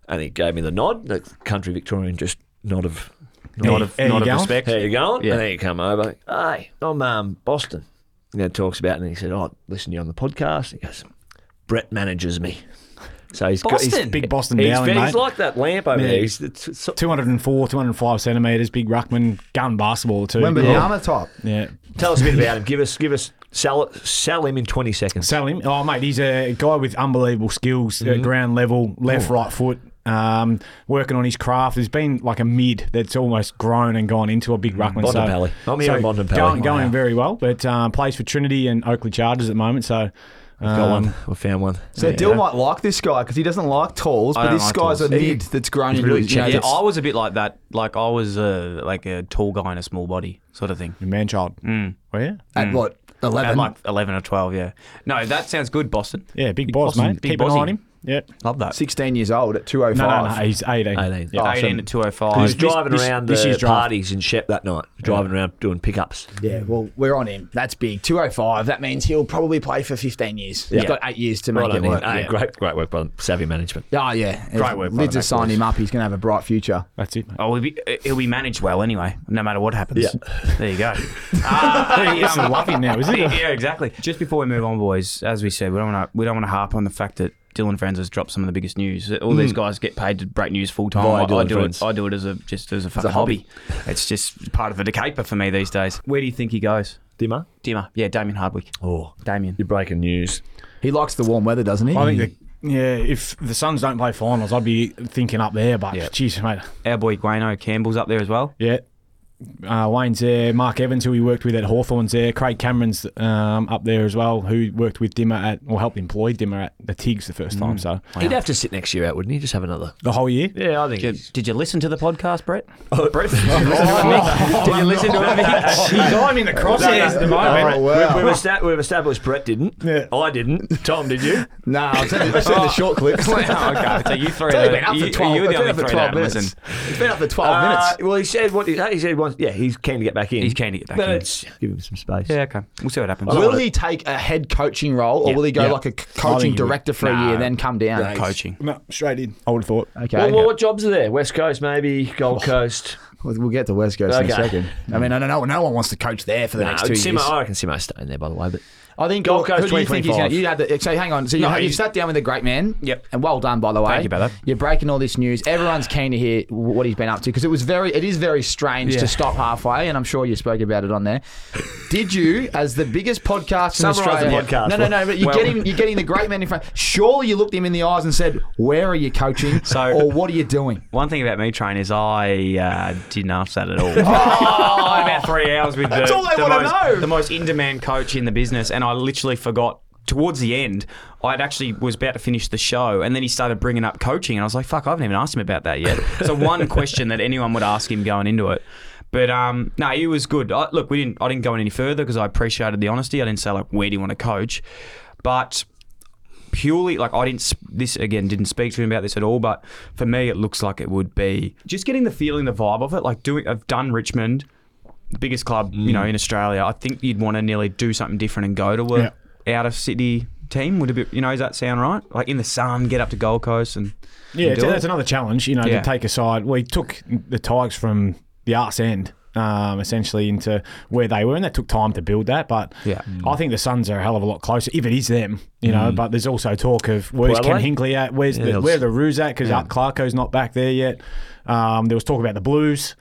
[SPEAKER 9] And he gave me the nod, the country Victorian just nod of.
[SPEAKER 10] How you- how you going?
[SPEAKER 9] How you going?
[SPEAKER 10] Yeah.
[SPEAKER 9] And then you come over. Hey, I'm um, Boston. And then talks about it, and he said, "Oh, listen to you on the podcast." He goes, "Brett manages me." So he's got
[SPEAKER 10] Boston.
[SPEAKER 9] he's,
[SPEAKER 10] Big Boston
[SPEAKER 9] he's,
[SPEAKER 10] Dowling,
[SPEAKER 9] He's
[SPEAKER 10] mate.
[SPEAKER 9] like that lamp over
[SPEAKER 10] Yeah.
[SPEAKER 9] there. He's, it's, so,
[SPEAKER 10] 204, 205 centimeters. Big ruckman, gun basketball too.
[SPEAKER 9] Wembanyama
[SPEAKER 3] type.
[SPEAKER 10] Yeah.
[SPEAKER 9] tell us a bit about him. Give us, give us, sell, sell him in twenty seconds.
[SPEAKER 10] Sell him. Oh, mate, he's a guy with unbelievable skills
[SPEAKER 1] Mm-hmm.
[SPEAKER 10] at ground level, left, right foot. Um, working on his craft. There's been like a mid that's almost grown and gone into a
[SPEAKER 1] Mm.
[SPEAKER 10] big ruckman.
[SPEAKER 9] Bontempelli.
[SPEAKER 10] so,
[SPEAKER 9] I'm hearing
[SPEAKER 10] so
[SPEAKER 9] Bontempelli.
[SPEAKER 10] Going,
[SPEAKER 9] Wow.
[SPEAKER 10] going very well, but um, plays for Trinity and Oakley Chargers at the moment. So, um,
[SPEAKER 9] got one. We found one.
[SPEAKER 3] So Dill might like this guy because he doesn't like talls,
[SPEAKER 1] I
[SPEAKER 3] but
[SPEAKER 1] don't
[SPEAKER 3] this
[SPEAKER 1] like
[SPEAKER 3] guy's
[SPEAKER 1] talls.
[SPEAKER 3] a mid that's grown into his- you know,
[SPEAKER 1] Mm-hmm. yeah,
[SPEAKER 3] that's-
[SPEAKER 1] I was a bit like that. Like I was a like a tall guy in a small body sort of thing.
[SPEAKER 10] Man child. Mm. Where?
[SPEAKER 3] At what, 11?
[SPEAKER 1] At like eleven or twelve. Yeah. No, that sounds good, Boston.
[SPEAKER 10] Yeah, big boss,
[SPEAKER 1] Boston,
[SPEAKER 10] mate.
[SPEAKER 1] Big
[SPEAKER 10] Keep an eye
[SPEAKER 1] bossy.
[SPEAKER 10] on him. Yep.
[SPEAKER 4] Love that.
[SPEAKER 3] 16 years old at
[SPEAKER 10] No,
[SPEAKER 3] 205.
[SPEAKER 10] no, no. He's 18.
[SPEAKER 9] 18.
[SPEAKER 1] Oh,
[SPEAKER 10] Yeah.
[SPEAKER 9] 18
[SPEAKER 10] Awesome.
[SPEAKER 9] at 205. He's driving
[SPEAKER 3] this-
[SPEAKER 9] around
[SPEAKER 3] this
[SPEAKER 9] the
[SPEAKER 3] year's draft.
[SPEAKER 9] parties in Shep that night, driving around doing pickups.
[SPEAKER 3] Yeah, well, we're on him. That's big. 205. That means he'll probably play for 15 years.
[SPEAKER 9] Yeah.
[SPEAKER 3] He's got eight years to make
[SPEAKER 9] Right
[SPEAKER 3] it
[SPEAKER 9] on him.
[SPEAKER 3] work.
[SPEAKER 9] Hey,
[SPEAKER 3] yeah.
[SPEAKER 9] Great, great work, brother. Savvy management.
[SPEAKER 3] Oh, yeah.
[SPEAKER 9] Great
[SPEAKER 3] If
[SPEAKER 9] work,
[SPEAKER 3] Lids
[SPEAKER 9] brother.
[SPEAKER 3] have signed him up. He's going to have a bright future.
[SPEAKER 10] That's it, mate.
[SPEAKER 1] Oh, he'll be, he'll be managed well anyway, no matter what happens. There you go. Ah,
[SPEAKER 10] It's a love him now, isn't it?
[SPEAKER 1] Yeah, exactly. Just before we move on, boys, as we said, we don't want to we don't want to harp on the fact that Dylan Friends has dropped some of the biggest news. All these
[SPEAKER 9] Mm.
[SPEAKER 1] guys get paid to break news full time.
[SPEAKER 9] Via
[SPEAKER 1] I, I
[SPEAKER 9] Dylan
[SPEAKER 1] do
[SPEAKER 9] Friends.
[SPEAKER 1] it. I do it as a just as a fucking
[SPEAKER 9] hobby.
[SPEAKER 1] hobby. it's just part of the decaper for me these days. Where do you think he goes?
[SPEAKER 9] Dimmer.
[SPEAKER 1] Dimmer. Yeah, Damien Hardwick.
[SPEAKER 9] Oh,
[SPEAKER 1] Damien.
[SPEAKER 9] You're breaking news.
[SPEAKER 3] He likes the warm weather, doesn't he?
[SPEAKER 10] I
[SPEAKER 1] Mm.
[SPEAKER 10] think the, yeah, if the Suns don't play finals, I'd be thinking up there. But jeez, mate,
[SPEAKER 1] Our boy Guano Campbell's up there as well.
[SPEAKER 10] yeah. Uh, Wayne's there, Mark Evans, who we worked with at Hawthorn's there, Craig Cameron's um, up there as well, who worked with Dimmer at, or helped employ Dimmer at the Tigs the first time. So
[SPEAKER 9] He'd have to sit next year out, wouldn't he? Just have another.
[SPEAKER 10] the whole year.
[SPEAKER 9] Yeah, I think.
[SPEAKER 1] Did you, did you listen to the podcast, Brett?
[SPEAKER 9] Brett, oh,
[SPEAKER 1] Did you listen to it?
[SPEAKER 10] I'm in the crosshairs at the moment.
[SPEAKER 3] Oh, wow.
[SPEAKER 9] We've, we've, esta- we've established Brett didn't.
[SPEAKER 10] Yeah.
[SPEAKER 9] I didn't. Tom, did you?
[SPEAKER 3] No, I've seen the, I've seen the short clips.
[SPEAKER 1] okay, so you three.
[SPEAKER 3] It's only
[SPEAKER 1] Are,
[SPEAKER 3] been up for
[SPEAKER 1] you,
[SPEAKER 3] twelve-
[SPEAKER 1] you're
[SPEAKER 3] it's
[SPEAKER 1] the only
[SPEAKER 3] been up for
[SPEAKER 1] three that
[SPEAKER 3] 12
[SPEAKER 1] haven't
[SPEAKER 3] minutes.
[SPEAKER 1] listened.
[SPEAKER 3] It's been up for 12
[SPEAKER 9] Uh,
[SPEAKER 3] minutes.
[SPEAKER 9] well, he said what he, he said. Once, yeah, he's keen to get back in.
[SPEAKER 1] He's keen to get back
[SPEAKER 9] But
[SPEAKER 1] in.
[SPEAKER 9] it's- give him some space.
[SPEAKER 1] Yeah, okay. We'll see what happens.
[SPEAKER 3] Will he take a head coaching role, or will he go
[SPEAKER 10] Yeah.
[SPEAKER 3] like a
[SPEAKER 10] I
[SPEAKER 3] c-
[SPEAKER 10] think
[SPEAKER 3] coaching
[SPEAKER 10] he would.
[SPEAKER 3] director for a
[SPEAKER 1] No.
[SPEAKER 3] year, then come down?
[SPEAKER 9] Nice.
[SPEAKER 1] coaching?
[SPEAKER 10] No, straight in. I would have thought.
[SPEAKER 3] Okay.
[SPEAKER 9] Well, well, what jobs are there? West Coast, maybe Gold Coast.
[SPEAKER 3] We'll we'll get to West Coast in a
[SPEAKER 9] Okay.
[SPEAKER 3] second. I mean, I don't know. No one wants to coach there for the
[SPEAKER 9] No,
[SPEAKER 3] next two
[SPEAKER 9] Simo,
[SPEAKER 3] years.
[SPEAKER 9] I reckon Simo's staying there, by the way. But
[SPEAKER 3] I think
[SPEAKER 9] Gold Coast
[SPEAKER 3] Who do you think he's
[SPEAKER 9] 2025.
[SPEAKER 3] going to? You had the, so hang on. So you,
[SPEAKER 9] No,
[SPEAKER 3] you've
[SPEAKER 9] he's-
[SPEAKER 3] sat down with a great man.
[SPEAKER 1] Yep.
[SPEAKER 3] And well done, by the way.
[SPEAKER 1] Thank you, brother.
[SPEAKER 3] You're breaking all this news. Everyone's keen to hear w- what he's been up to because it was very, it is very strange
[SPEAKER 1] Yeah.
[SPEAKER 3] to stop halfway, and I'm sure you spoke about it on there. Did you, as the biggest podcast in
[SPEAKER 9] Summarise
[SPEAKER 3] Australia?
[SPEAKER 9] the podcast.
[SPEAKER 3] No, no, no. But you're
[SPEAKER 1] Well-
[SPEAKER 3] getting, you're getting the great man in front. Surely you looked him in the eyes and said, "Where are you coaching?
[SPEAKER 1] So-
[SPEAKER 3] or what are you doing?"
[SPEAKER 1] One thing about me, train, is I uh, didn't ask that at all. Oh, I'm out three hours with the,
[SPEAKER 3] That's all they
[SPEAKER 1] the,
[SPEAKER 3] wanna
[SPEAKER 1] most,
[SPEAKER 3] know.
[SPEAKER 1] the most in-demand coach in the business, and I literally forgot. Towards the end, I'd actually was about to finish the show, and then he started bringing up coaching, and I was like, "Fuck, I haven't even asked him about that yet." so one question that anyone would ask him going into it, but um, no, he was good. I, look, we didn't. I didn't go any further because I appreciated the honesty. I didn't say like, "Where do you want to coach?" But purely like I didn't sp- this again didn't speak to him about this at all but for me it looks like it would be just getting the feeling the vibe of it like doing I've done Richmond the biggest club you know in Australia I think you'd want to nearly do something different and go to a out of city team would it be you know does that sound right like in the sun get up to Gold Coast and
[SPEAKER 10] Yeah,
[SPEAKER 1] and do
[SPEAKER 10] so
[SPEAKER 1] it.
[SPEAKER 10] that's another challenge. You know,
[SPEAKER 1] Yeah.
[SPEAKER 10] to take aside, we took the Tigers from the arts end. Um, essentially into where they were, and that took time to build that. But
[SPEAKER 1] Yeah. Mm.
[SPEAKER 10] I think the Suns are a hell of a lot closer if it is them, you know. But there's also talk of where's
[SPEAKER 9] Pueblo?
[SPEAKER 10] Ken Hinkley at, where's
[SPEAKER 9] Yeah,
[SPEAKER 10] the,
[SPEAKER 9] it's-
[SPEAKER 10] where are the Roos at because Clarko's not back there yet. Um, there was talk about the Blues,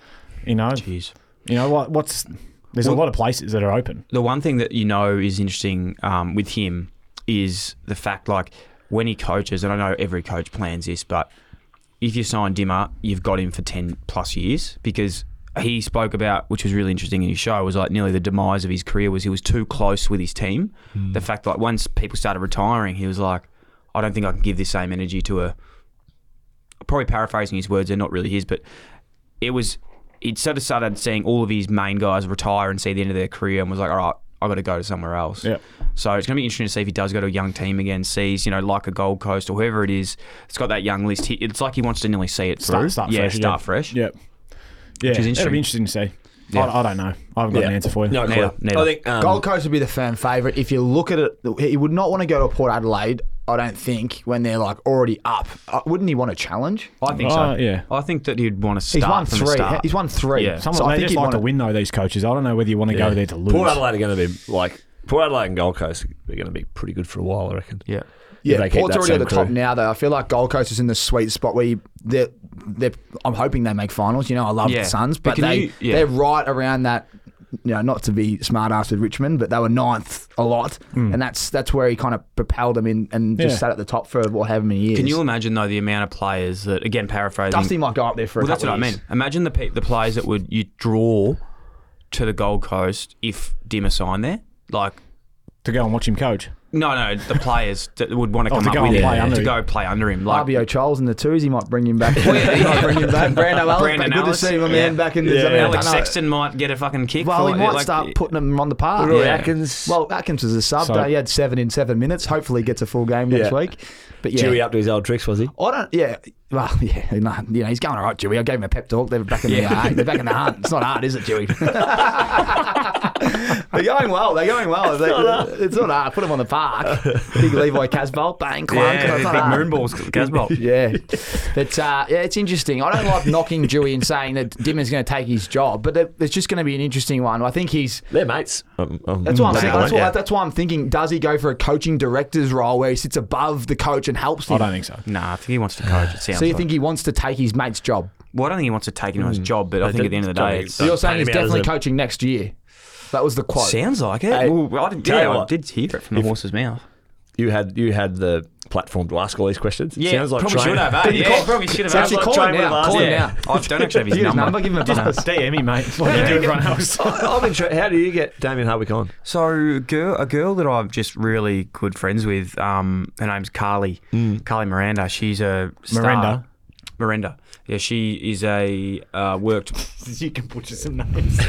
[SPEAKER 10] you know.
[SPEAKER 1] Jeez.
[SPEAKER 10] You know what? What's there's a lot of places that are open.
[SPEAKER 1] the one thing that you know is interesting um, with him is the fact like when he coaches, and I know every coach plans this, but if you sign Dimmer, you've got him for ten plus years because he spoke about, which was really interesting in his show, was like nearly the demise of his career was he was too close with his team. The fact like once people started retiring, he was like, I don't think I can give this same energy to a. Probably paraphrasing his words, they're not really his, but it was he'd sort of started seeing all of his main guys retire and see the end of their career and was like, all right, I got to go to somewhere else.
[SPEAKER 10] Yeah.
[SPEAKER 1] So it's going to be interesting to see if he does go to a young team again, sees, you know, like a Gold Coast or whoever it is, it's got that young list. He, it's like he wants to nearly see it through.
[SPEAKER 10] Start, start
[SPEAKER 1] yeah,
[SPEAKER 10] fresh.
[SPEAKER 1] start
[SPEAKER 10] yeah.
[SPEAKER 1] fresh.
[SPEAKER 10] Yep. Yeah,
[SPEAKER 1] is
[SPEAKER 10] it'll
[SPEAKER 1] interesting.
[SPEAKER 10] be interesting to see.
[SPEAKER 1] Yeah.
[SPEAKER 10] I, I don't know. I haven't got an answer for you.
[SPEAKER 9] No clue.
[SPEAKER 1] Neither, neither.
[SPEAKER 9] I think um,
[SPEAKER 3] Gold Coast would be the firm favourite. If you look at it, he would not want to go to Port Adelaide. I don't think when they're like already up. Uh, Wouldn't he want a challenge?
[SPEAKER 1] I think so.
[SPEAKER 10] Uh, yeah.
[SPEAKER 1] I think that he'd want to start
[SPEAKER 3] He's won
[SPEAKER 1] from the
[SPEAKER 3] three.
[SPEAKER 1] start.
[SPEAKER 3] He's won three.
[SPEAKER 1] Yeah.
[SPEAKER 10] Some
[SPEAKER 3] So
[SPEAKER 10] of
[SPEAKER 3] I
[SPEAKER 10] they
[SPEAKER 3] think
[SPEAKER 10] just
[SPEAKER 3] he'd
[SPEAKER 10] like
[SPEAKER 3] want
[SPEAKER 10] to
[SPEAKER 3] to-
[SPEAKER 10] win though. These coaches. I don't know whether you want to go there to lose.
[SPEAKER 9] Port Adelaide are going to be like Port Adelaide and Gold Coast. They're going to be pretty good for a while, I reckon.
[SPEAKER 1] yeah.
[SPEAKER 9] If
[SPEAKER 3] Yeah,
[SPEAKER 9] they keep
[SPEAKER 3] Port's
[SPEAKER 9] that
[SPEAKER 3] already at the
[SPEAKER 9] same
[SPEAKER 3] top
[SPEAKER 9] crew.
[SPEAKER 3] now, though. I feel like Gold Coast is in the sweet spot where you, they're, they're. I'm hoping they make finals. You know, I love
[SPEAKER 1] Yeah.
[SPEAKER 3] the Suns,
[SPEAKER 1] But
[SPEAKER 3] but
[SPEAKER 1] can
[SPEAKER 3] they
[SPEAKER 1] you- yeah.
[SPEAKER 3] they're right around that. You know, not to be smart ass with Richmond, but they were ninth a lot, and that's that's where he kind of propelled them in and just
[SPEAKER 10] Yeah.
[SPEAKER 3] sat at the top for what however many years.
[SPEAKER 1] Can you imagine though the amount of players that again paraphrasing
[SPEAKER 3] Dusty might go up there for
[SPEAKER 1] Well,
[SPEAKER 3] a
[SPEAKER 1] that's
[SPEAKER 3] couple
[SPEAKER 1] what I
[SPEAKER 3] of years.
[SPEAKER 1] mean. Imagine the pe- the players that would you draw to the Gold Coast if Dimmer signed there. Like
[SPEAKER 10] to go and watch him coach.
[SPEAKER 1] No, no, the players that would want to
[SPEAKER 3] Oh,
[SPEAKER 1] come
[SPEAKER 3] to
[SPEAKER 1] up
[SPEAKER 3] go
[SPEAKER 1] with
[SPEAKER 3] and
[SPEAKER 1] him
[SPEAKER 3] play under
[SPEAKER 1] to
[SPEAKER 3] him.
[SPEAKER 1] go play under him. Like,
[SPEAKER 3] RBO Charles and the twos, he might bring him back. He might bring him back. Brando Allen, but good to see my man back in the I mean, I
[SPEAKER 1] Alex
[SPEAKER 3] don't know.
[SPEAKER 1] Sexton might get a fucking kick.
[SPEAKER 3] Well,
[SPEAKER 1] for
[SPEAKER 3] he
[SPEAKER 1] it,
[SPEAKER 3] might
[SPEAKER 1] like-
[SPEAKER 3] start putting them on the path.
[SPEAKER 1] Roy Yeah. Atkins.
[SPEAKER 3] Well, Atkins was a sub.
[SPEAKER 1] So-
[SPEAKER 3] though. he had seven in seven minutes. Hopefully, he gets a full game next
[SPEAKER 9] Yeah.
[SPEAKER 3] week. But yeah,
[SPEAKER 9] Chewy up to his old tricks, was he?
[SPEAKER 3] I don't. Yeah. Well, yeah. No, you know, he's going all right, Dewey. I gave him a pep talk. They're back in
[SPEAKER 9] Yeah.
[SPEAKER 3] the uh, they're back in the hunt. It's not hard, is it, Dewey? they're going well. They're going well. It's, not, hard. it's not hard. Put them on the park. Big Levi Casbolt, bang, clunk.
[SPEAKER 1] Yeah,
[SPEAKER 3] It's not
[SPEAKER 1] big
[SPEAKER 3] hard.
[SPEAKER 1] moonballs, Casbolt.
[SPEAKER 3] yeah. But uh, yeah, it's interesting. I don't like knocking Dewey and saying that Dimmer's going to take his job, but it- it's just going to be an interesting one. I think he's
[SPEAKER 9] they're mates. Um, um,
[SPEAKER 3] that's what I'm saying. That's,
[SPEAKER 9] yeah.
[SPEAKER 3] what, that's why I'm thinking. Does he go for a coaching director's role where he sits above the coach and helps him?
[SPEAKER 10] so.
[SPEAKER 1] Nah, I think he wants to coach. It sounds.
[SPEAKER 3] So you
[SPEAKER 1] like.
[SPEAKER 3] think he wants to take his mate's job?
[SPEAKER 1] Well, I don't think he wants to take him on his job, but I
[SPEAKER 3] But
[SPEAKER 1] think at the end of the day, it's
[SPEAKER 3] So you're saying he's definitely coaching next year. That was the quote.
[SPEAKER 1] Sounds like it.
[SPEAKER 3] Hey,
[SPEAKER 1] well, I did,
[SPEAKER 9] tell you
[SPEAKER 1] yeah, I
[SPEAKER 9] what,
[SPEAKER 1] did hear it from the
[SPEAKER 9] if-
[SPEAKER 1] horse's mouth.
[SPEAKER 9] You had you had the platform to ask all these questions.
[SPEAKER 1] Yeah,
[SPEAKER 9] Sounds like
[SPEAKER 1] probably
[SPEAKER 9] Train-
[SPEAKER 1] should have. eh? Yeah, probably should have.
[SPEAKER 9] Sounds like Train would have asked.
[SPEAKER 1] Yeah. I don't actually have his number.
[SPEAKER 10] Just DM me, mate. It's what you do everyone else.
[SPEAKER 9] I'm intrigued. How do you get Damien Harwick on?
[SPEAKER 1] So, girl, a girl that I'm just really good friends with. Um, her name's Carly. Carly Miranda. She's a star.
[SPEAKER 10] Miranda?
[SPEAKER 1] Miranda. Yeah, she is a uh, worked.
[SPEAKER 10] you can butcher some names.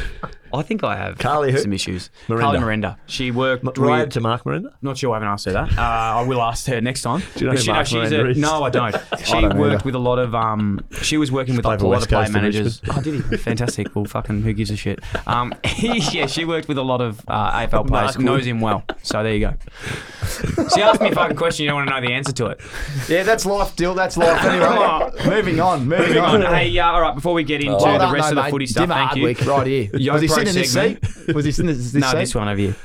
[SPEAKER 1] I think I have
[SPEAKER 9] Carly who?
[SPEAKER 1] some issues.
[SPEAKER 9] Miranda.
[SPEAKER 1] Carly Miranda. She worked.
[SPEAKER 9] related
[SPEAKER 1] with-
[SPEAKER 9] to Mark Miranda?
[SPEAKER 1] Not sure. I haven't asked her that. Uh, I will ask her next time.
[SPEAKER 9] you know
[SPEAKER 1] But
[SPEAKER 9] who
[SPEAKER 1] she- no,
[SPEAKER 9] Mark
[SPEAKER 1] she's
[SPEAKER 9] Miranda
[SPEAKER 1] a,
[SPEAKER 9] is?
[SPEAKER 1] no, I don't. She
[SPEAKER 9] I don't
[SPEAKER 1] worked
[SPEAKER 9] either.
[SPEAKER 1] with a lot of. Um, she was working with like, a
[SPEAKER 9] Played for
[SPEAKER 1] lot
[SPEAKER 9] West
[SPEAKER 1] of player
[SPEAKER 9] Coast in
[SPEAKER 1] managers. Oh, did he? Fantastic. Well, fucking who gives a shit? Um, yeah, she worked with a lot of uh, AFL players.
[SPEAKER 9] Mark would.
[SPEAKER 1] Knows him well. So there you go. She asked me a fucking question. You don't want to know the answer to it.
[SPEAKER 3] Yeah, that's life, Dill. That's life. Anyway, moving on. Moving,
[SPEAKER 1] Moving on.
[SPEAKER 3] on.
[SPEAKER 1] Hey, uh, all right. Before we get into
[SPEAKER 3] Well
[SPEAKER 1] the
[SPEAKER 3] done,
[SPEAKER 1] rest of
[SPEAKER 3] though,
[SPEAKER 1] the
[SPEAKER 3] mate.
[SPEAKER 1] footy stuff,
[SPEAKER 3] Dimmer
[SPEAKER 1] thank you.
[SPEAKER 3] Hardwick, right here. Was he
[SPEAKER 1] Pro
[SPEAKER 3] sitting in this
[SPEAKER 1] segment.
[SPEAKER 3] seat? Was he sitting in this
[SPEAKER 1] No,
[SPEAKER 3] seat?
[SPEAKER 1] this one over here.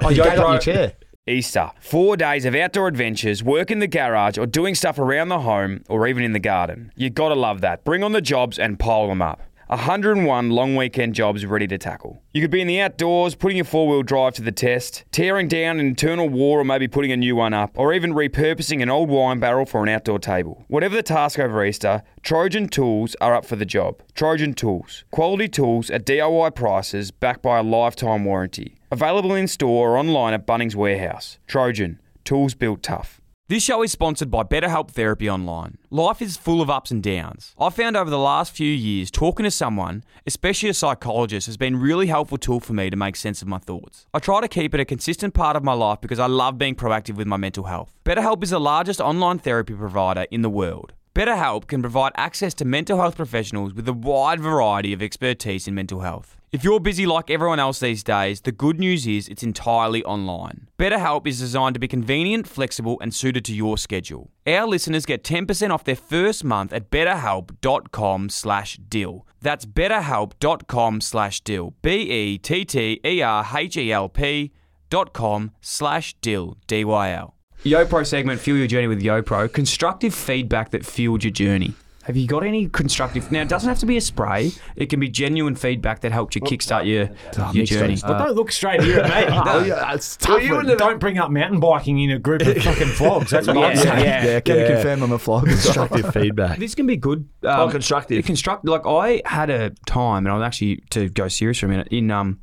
[SPEAKER 3] Oh, you gave up your chair.
[SPEAKER 13] Easter. Four days of outdoor adventures, work in the garage, or doing stuff around the home, or even in the garden. You gotta love that. Bring on the jobs and pile them up. 101 long weekend jobs ready to tackle. You could be in the outdoors, putting your four wheel drive to the test, tearing down an internal wall or maybe putting a new one up, or even repurposing an old wine barrel for an outdoor table. Whatever the task over Easter, Trojan Tools are up for the job. Trojan Tools. Quality tools at DIY prices backed by a lifetime warranty. Available in store or online at Bunnings Warehouse. Trojan. Tools built tough.
[SPEAKER 1] This show is sponsored by BetterHelp Therapy Online. Life is full of ups and downs. I've found over the last few years, talking to someone, especially a psychologist, has been a really helpful tool for me to make sense of my thoughts. I try to keep it a consistent part of my life because I love being proactive with my mental health. BetterHelp is the largest online therapy provider in the world. BetterHelp can provide access to mental health professionals with a wide variety of expertise in mental health. If you're busy like everyone else these days, the good news is it's entirely online. BetterHelp is designed to be convenient, flexible, and suited to your schedule. Our listeners get 10% off their first month at betterhelp.com slash deal. That's betterhelp.com slash deal. E B-E-T-T-E-R-H-E-L-P E dot com slash deal. D-Y-L. YoPro segment, Fuel Your Journey with YoPro. Constructive feedback that fueled your journey. Have you got any constructive? Now, it doesn't have to be a spray. It can be genuine feedback that helped you kickstart your,
[SPEAKER 9] Ah,
[SPEAKER 1] your journey.
[SPEAKER 10] Well, don't look straight here at me.
[SPEAKER 1] No.
[SPEAKER 3] Oh, it's
[SPEAKER 10] Well, you wouldn't have- Oh, don't bring up mountain biking in a group of fucking vlogs. That's what
[SPEAKER 1] Yeah.
[SPEAKER 10] I'm saying.
[SPEAKER 1] Yeah.
[SPEAKER 3] Yeah, can
[SPEAKER 10] Yeah.
[SPEAKER 3] confirm I'm a flog.
[SPEAKER 9] Constructive feedback.
[SPEAKER 1] This can be good. um,
[SPEAKER 9] oh, constructive.
[SPEAKER 1] Construct like I had a time, and I was actually to go serious for a minute in um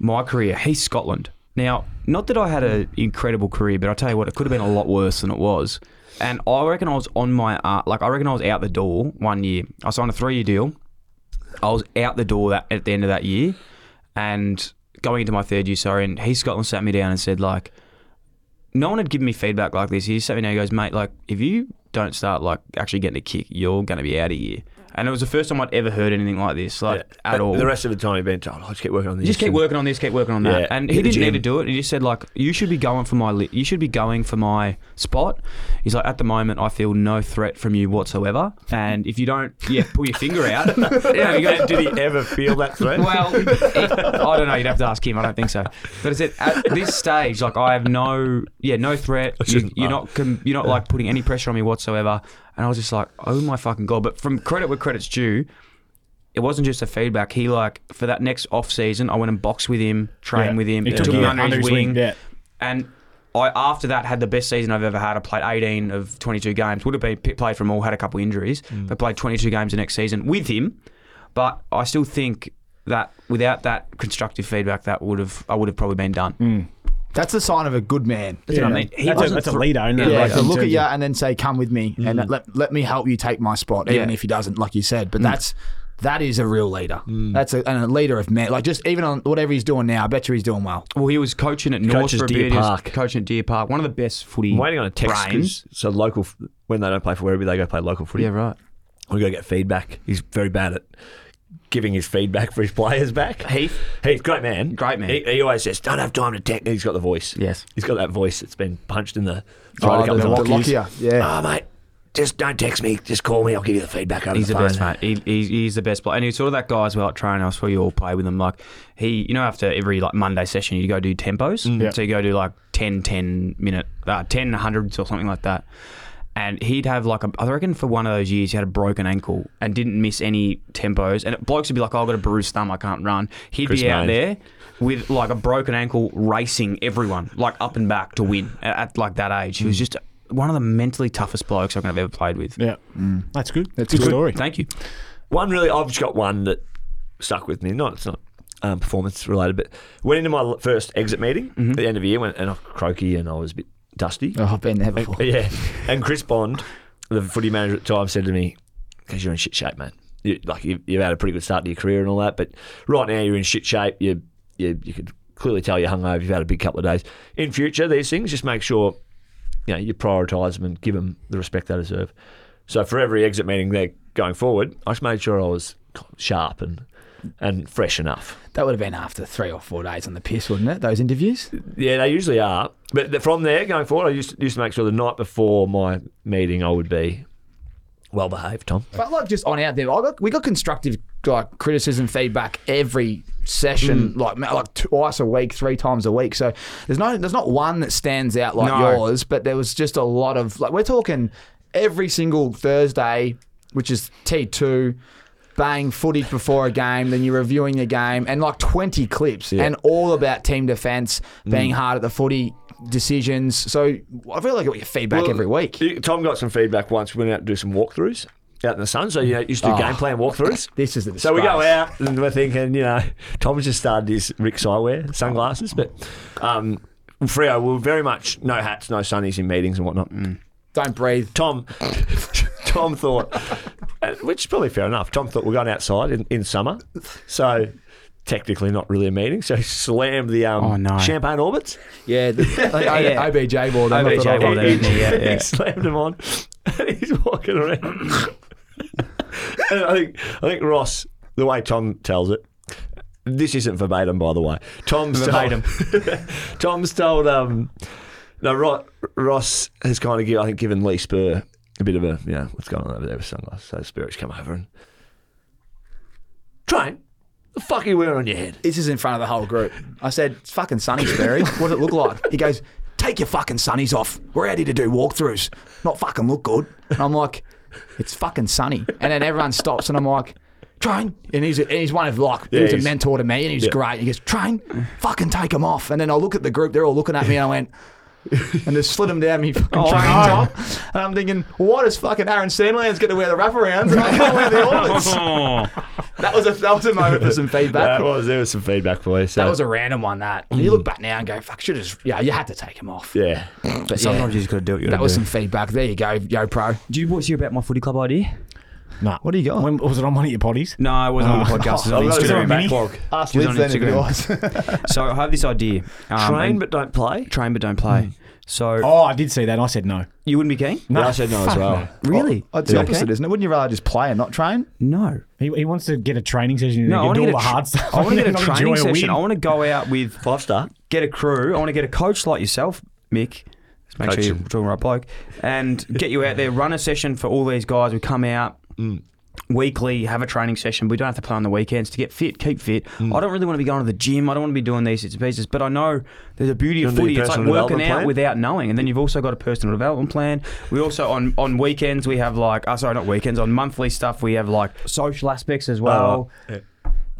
[SPEAKER 1] my career. He's Scotland. Now, not that I had an incredible career, but I tell you what, it could have been a lot worse than it was. And I reckon I was on my uh, like I reckon I was out the door one year. I signed a three year deal. I was out the door that at the end of that year, and going into my third year, sorry. And he Scotland sat me down and said like, no one had given me feedback like this. He just sat me down and goes, mate, like if you don't start like actually getting a kick, you're going to be out of here. And it was the first time I'd ever heard anything like this, like at
[SPEAKER 9] But
[SPEAKER 1] all.
[SPEAKER 9] The rest of the time, you've been told, oh, just keep working on
[SPEAKER 1] You
[SPEAKER 9] this.
[SPEAKER 1] just keep
[SPEAKER 9] and-
[SPEAKER 1] working on this, keep working on that.
[SPEAKER 9] Yeah,
[SPEAKER 1] and
[SPEAKER 9] hit
[SPEAKER 1] he
[SPEAKER 9] the
[SPEAKER 1] didn't need
[SPEAKER 9] gym.
[SPEAKER 1] to do it. He just said like, you should be going for my li- you should be going for my spot. He's like, at the moment, I feel no threat from you whatsoever. And if you don't, yeah, pull your finger out. yeah, you got to do
[SPEAKER 9] Did he ever feel that threat?
[SPEAKER 1] well, I don't know. You'd have to ask him. I don't think so. But I said at this stage, like I have no, yeah, no threat. You,
[SPEAKER 9] shouldn't
[SPEAKER 1] you're
[SPEAKER 9] laugh.
[SPEAKER 1] not, com- you're not like putting any pressure on me whatsoever. And I was just like, oh my fucking god. But from credit where credit's due, it wasn't just the feedback. He like for that next off season, I went and boxed with him, trained
[SPEAKER 10] Yeah.
[SPEAKER 1] with him,
[SPEAKER 10] He took
[SPEAKER 1] him
[SPEAKER 10] you under his wing, yeah.
[SPEAKER 1] and. I, after that, had the best season I've ever had. I played 18 of 22 games. Would have been p- played from all, had a couple injuries,
[SPEAKER 10] Mm.
[SPEAKER 1] but played 22 games the next season with him. But I still think that without that constructive feedback, that would have I would have probably been done.
[SPEAKER 3] That's the sign of a good man.
[SPEAKER 10] That's what I mean. He Mm. That's a- wasn't that's a thr- leader, isn't it?
[SPEAKER 3] Yeah, Mm.
[SPEAKER 10] Like,
[SPEAKER 3] to
[SPEAKER 10] in
[SPEAKER 3] look at
[SPEAKER 10] terms
[SPEAKER 3] you
[SPEAKER 10] of-
[SPEAKER 3] and then say, "Come with me," and let, let me help you take my spot, even
[SPEAKER 10] Yeah.
[SPEAKER 3] if he doesn't, like you said. But that's that is a real leader. That's a, and a leader of men. Like just even on whatever he's doing now, I bet you he's doing well.
[SPEAKER 1] Well, he was coaching at North
[SPEAKER 3] Coaches
[SPEAKER 1] for a
[SPEAKER 3] Deer
[SPEAKER 1] bit. He was
[SPEAKER 3] Park.
[SPEAKER 1] Coaching at Deer Park, one of the best footy.
[SPEAKER 9] I'm waiting on a text
[SPEAKER 1] brains.
[SPEAKER 9] 'cause- so local f- when they don't play for Werribee, they go play local footy.
[SPEAKER 1] Yeah, right.
[SPEAKER 9] We go get feedback. He's very bad at giving his feedback for his players back. Heath, Heath, great man, great man. He, he always says, "Don't have time to tech." He's got the voice. Yes, he's got that voice that's been punched in the throat a couple times.
[SPEAKER 3] yeah.
[SPEAKER 9] Oh, mate, just don't text me. Just call me. I'll give you the feedback over
[SPEAKER 1] He's
[SPEAKER 9] the
[SPEAKER 1] the
[SPEAKER 9] phone.
[SPEAKER 1] best, mate. He, he's, he's the best player, and he's sort of that guy as well at training. I saw you all play with him. Like he, you know, after every like Monday session, you go do tempos.
[SPEAKER 9] Mm. Yeah.
[SPEAKER 1] So you go do like 10, 10 minute, uh, 10 hundreds or something like that. And he'd have like a, I reckon for one of those years he had a broken ankle and didn't miss any tempos. And blokes would be like, oh, "I've got a bruised thumb, I can't run." He'd
[SPEAKER 9] Chris
[SPEAKER 1] be out
[SPEAKER 9] Maine.
[SPEAKER 1] there with like a broken ankle, racing everyone like up and back to win at, at like that age.
[SPEAKER 9] Mm.
[SPEAKER 1] He was just one of the mentally toughest blokes I reckon I've ever played with.
[SPEAKER 10] Yeah, that's good. That's
[SPEAKER 1] Mm. Good. Thank you.
[SPEAKER 9] One really, I've just got one that stuck with me. Not it's not um, performance related, but went into my l- first exit meeting at the end of the year, went and I was croaky and I was a bit dusty.
[SPEAKER 3] Oh, I've been there before.
[SPEAKER 9] yeah, and Chris Bond, the footy manager at the time, said to me, "Because you're in shit shape, man. You, like you, you've had a pretty good start to your career and all that, but right now you're in shit shape. You you, you could clearly tell you're hungover. You've had a big couple of days. In future, these things just make sure." you know, you prioritise them and give them the respect they deserve. So for every exit meeting there going forward, I just made sure I was sharp and and fresh enough.
[SPEAKER 3] That would have been after three or four days on the piss, wouldn't it? Those interviews.
[SPEAKER 9] Yeah, they usually are. But th- from there going forward, I used to, used to make sure the night before my meeting I would be well behaved. Tom,
[SPEAKER 3] But like just on out there, I got, we got constructive like criticism feedback every
[SPEAKER 9] Mm.
[SPEAKER 3] session, like ma- like twice a week, three times a week. So there's no there's not one that stands out like
[SPEAKER 1] No.
[SPEAKER 3] yours, but there was just a lot of like we're talking every single Thursday, which is T two. Bang footage before a game, then you're reviewing your game, and like 20 clips,
[SPEAKER 9] Yeah.
[SPEAKER 3] and all about team defense, being
[SPEAKER 9] Mm.
[SPEAKER 3] hard at the footy, decisions. So I feel like I got your feedback
[SPEAKER 9] Well,
[SPEAKER 3] every week.
[SPEAKER 9] you- Tom got some feedback once. We went out to do some walkthroughs out in the sun. So you know, you used to do
[SPEAKER 3] Oh.
[SPEAKER 9] game plan walkthroughs.
[SPEAKER 3] This is the
[SPEAKER 9] So we go
[SPEAKER 3] disgrace.
[SPEAKER 9] out and we're thinking, you know, Tom's just started his Rick Sywear sunglasses, but um, Freo will very much no hats, no sunnies in meetings and whatnot.
[SPEAKER 3] Don't breathe.
[SPEAKER 9] Tom, Tom thought, and- which is probably fair enough. Tom thought we're going outside in, in summer, so technically not really a meeting. So he slammed the um,
[SPEAKER 1] Oh, no.
[SPEAKER 9] champagne orbits.
[SPEAKER 3] Yeah, the,
[SPEAKER 9] Yeah.
[SPEAKER 3] OBJ board. I'm not
[SPEAKER 9] OBJ
[SPEAKER 3] that
[SPEAKER 9] board,
[SPEAKER 3] old.
[SPEAKER 9] isn't he? Yeah, yeah. slammed him on. And he's walking around. and I think I think Ross, the way Tom tells it, this isn't verbatim, by the way. Tom's
[SPEAKER 1] Verbatim.
[SPEAKER 9] Told, Tom's told um, no Ro- Ross has kind of given, I think given Lee Spur a bit of a yeah, what's going on over there with sunglasses? So Spur's come over and Train, the fuck are you wearing on your head?
[SPEAKER 3] This is in front of the whole group. I said, it's fucking sunnies, Barry. What does it look like? He goes, take your fucking sunnies off. We're out here to do walkthroughs. Not fucking look good. And I'm like, it's fucking sunny. And then everyone stops and I'm like, Train. And he's, and he's one of like,
[SPEAKER 9] Yeah,
[SPEAKER 3] he was a
[SPEAKER 9] he's-
[SPEAKER 3] mentor to me and he was
[SPEAKER 9] Yeah.
[SPEAKER 3] great. He goes, Train, fucking take them off. And then I look at the group, they're all looking at me and I went, and just slid him down me fucking
[SPEAKER 1] Oh, no.
[SPEAKER 3] train top. And I'm thinking, what is fucking Aaron Sandland's going to wear the wraparounds and I can't wear the ornaments? That was a that was a moment for some feedback.
[SPEAKER 9] That was there was some feedback for you. So.
[SPEAKER 3] That was a random one. That And you look back now and go, "Fuck, should have." Yeah, you had to take him off.
[SPEAKER 9] yeah.
[SPEAKER 3] But
[SPEAKER 1] Sometimes
[SPEAKER 3] yeah,
[SPEAKER 1] you just got to do what you
[SPEAKER 3] that
[SPEAKER 1] gotta
[SPEAKER 3] was
[SPEAKER 1] do.
[SPEAKER 3] some feedback. There you go, Yo Pro.
[SPEAKER 1] Do you boys hear about my footy club idea?
[SPEAKER 10] Nah. What do you got? When, was it on one of your potties?
[SPEAKER 1] No, it wasn't on the
[SPEAKER 10] Oh.
[SPEAKER 1] podcast. It was
[SPEAKER 10] Oh,
[SPEAKER 1] on
[SPEAKER 10] that was
[SPEAKER 1] Instagram.
[SPEAKER 10] on Mini?
[SPEAKER 1] It
[SPEAKER 14] Ask
[SPEAKER 1] was
[SPEAKER 14] Liz
[SPEAKER 1] on
[SPEAKER 14] then if it
[SPEAKER 1] Instagram.
[SPEAKER 14] was.
[SPEAKER 1] so I have this idea. Um,
[SPEAKER 9] Train
[SPEAKER 1] and-
[SPEAKER 9] but don't play.
[SPEAKER 1] train but don't play. So
[SPEAKER 10] Oh, I did see that. I said no.
[SPEAKER 1] you wouldn't be keen?
[SPEAKER 10] No,
[SPEAKER 9] Yeah, I said no as
[SPEAKER 10] fuck
[SPEAKER 9] well.
[SPEAKER 10] no.
[SPEAKER 1] Really?
[SPEAKER 14] Oh, it's the opposite, isn't it? Wouldn't you rather just play and not train?
[SPEAKER 1] No.
[SPEAKER 10] He, he wants to get a training session.
[SPEAKER 1] No, I
[SPEAKER 10] No,
[SPEAKER 1] want
[SPEAKER 10] do
[SPEAKER 1] to get a
[SPEAKER 10] all the
[SPEAKER 1] tr-
[SPEAKER 10] hard stuff.
[SPEAKER 1] I want to get
[SPEAKER 10] Not
[SPEAKER 1] a training
[SPEAKER 10] enjoy a
[SPEAKER 1] session.
[SPEAKER 10] win.
[SPEAKER 1] I want to go out with
[SPEAKER 9] Five star.
[SPEAKER 1] get a crew. I want to get a coach like yourself, Mick. Just make
[SPEAKER 9] Coach
[SPEAKER 1] sure
[SPEAKER 9] him.
[SPEAKER 1] you're talking right bloke. And get you out there, run a session for all these guys who come out
[SPEAKER 9] Mm.
[SPEAKER 1] weekly, have a training session. We don't have to play on the weekends to get fit, keep fit.
[SPEAKER 9] Mm.
[SPEAKER 1] I don't really want to be going to the gym. I don't want to be doing these sorts of pieces, but I know there's a beauty
[SPEAKER 9] You
[SPEAKER 1] of
[SPEAKER 9] wanna do
[SPEAKER 1] footy. It's like
[SPEAKER 9] personal
[SPEAKER 1] working
[SPEAKER 9] development
[SPEAKER 1] out
[SPEAKER 9] plan?
[SPEAKER 1] without knowing. And then you've also got a personal development plan. We also, on, on weekends, we have like, oh, sorry, not weekends, on monthly stuff, we have like social aspects
[SPEAKER 9] Oh,
[SPEAKER 1] as well.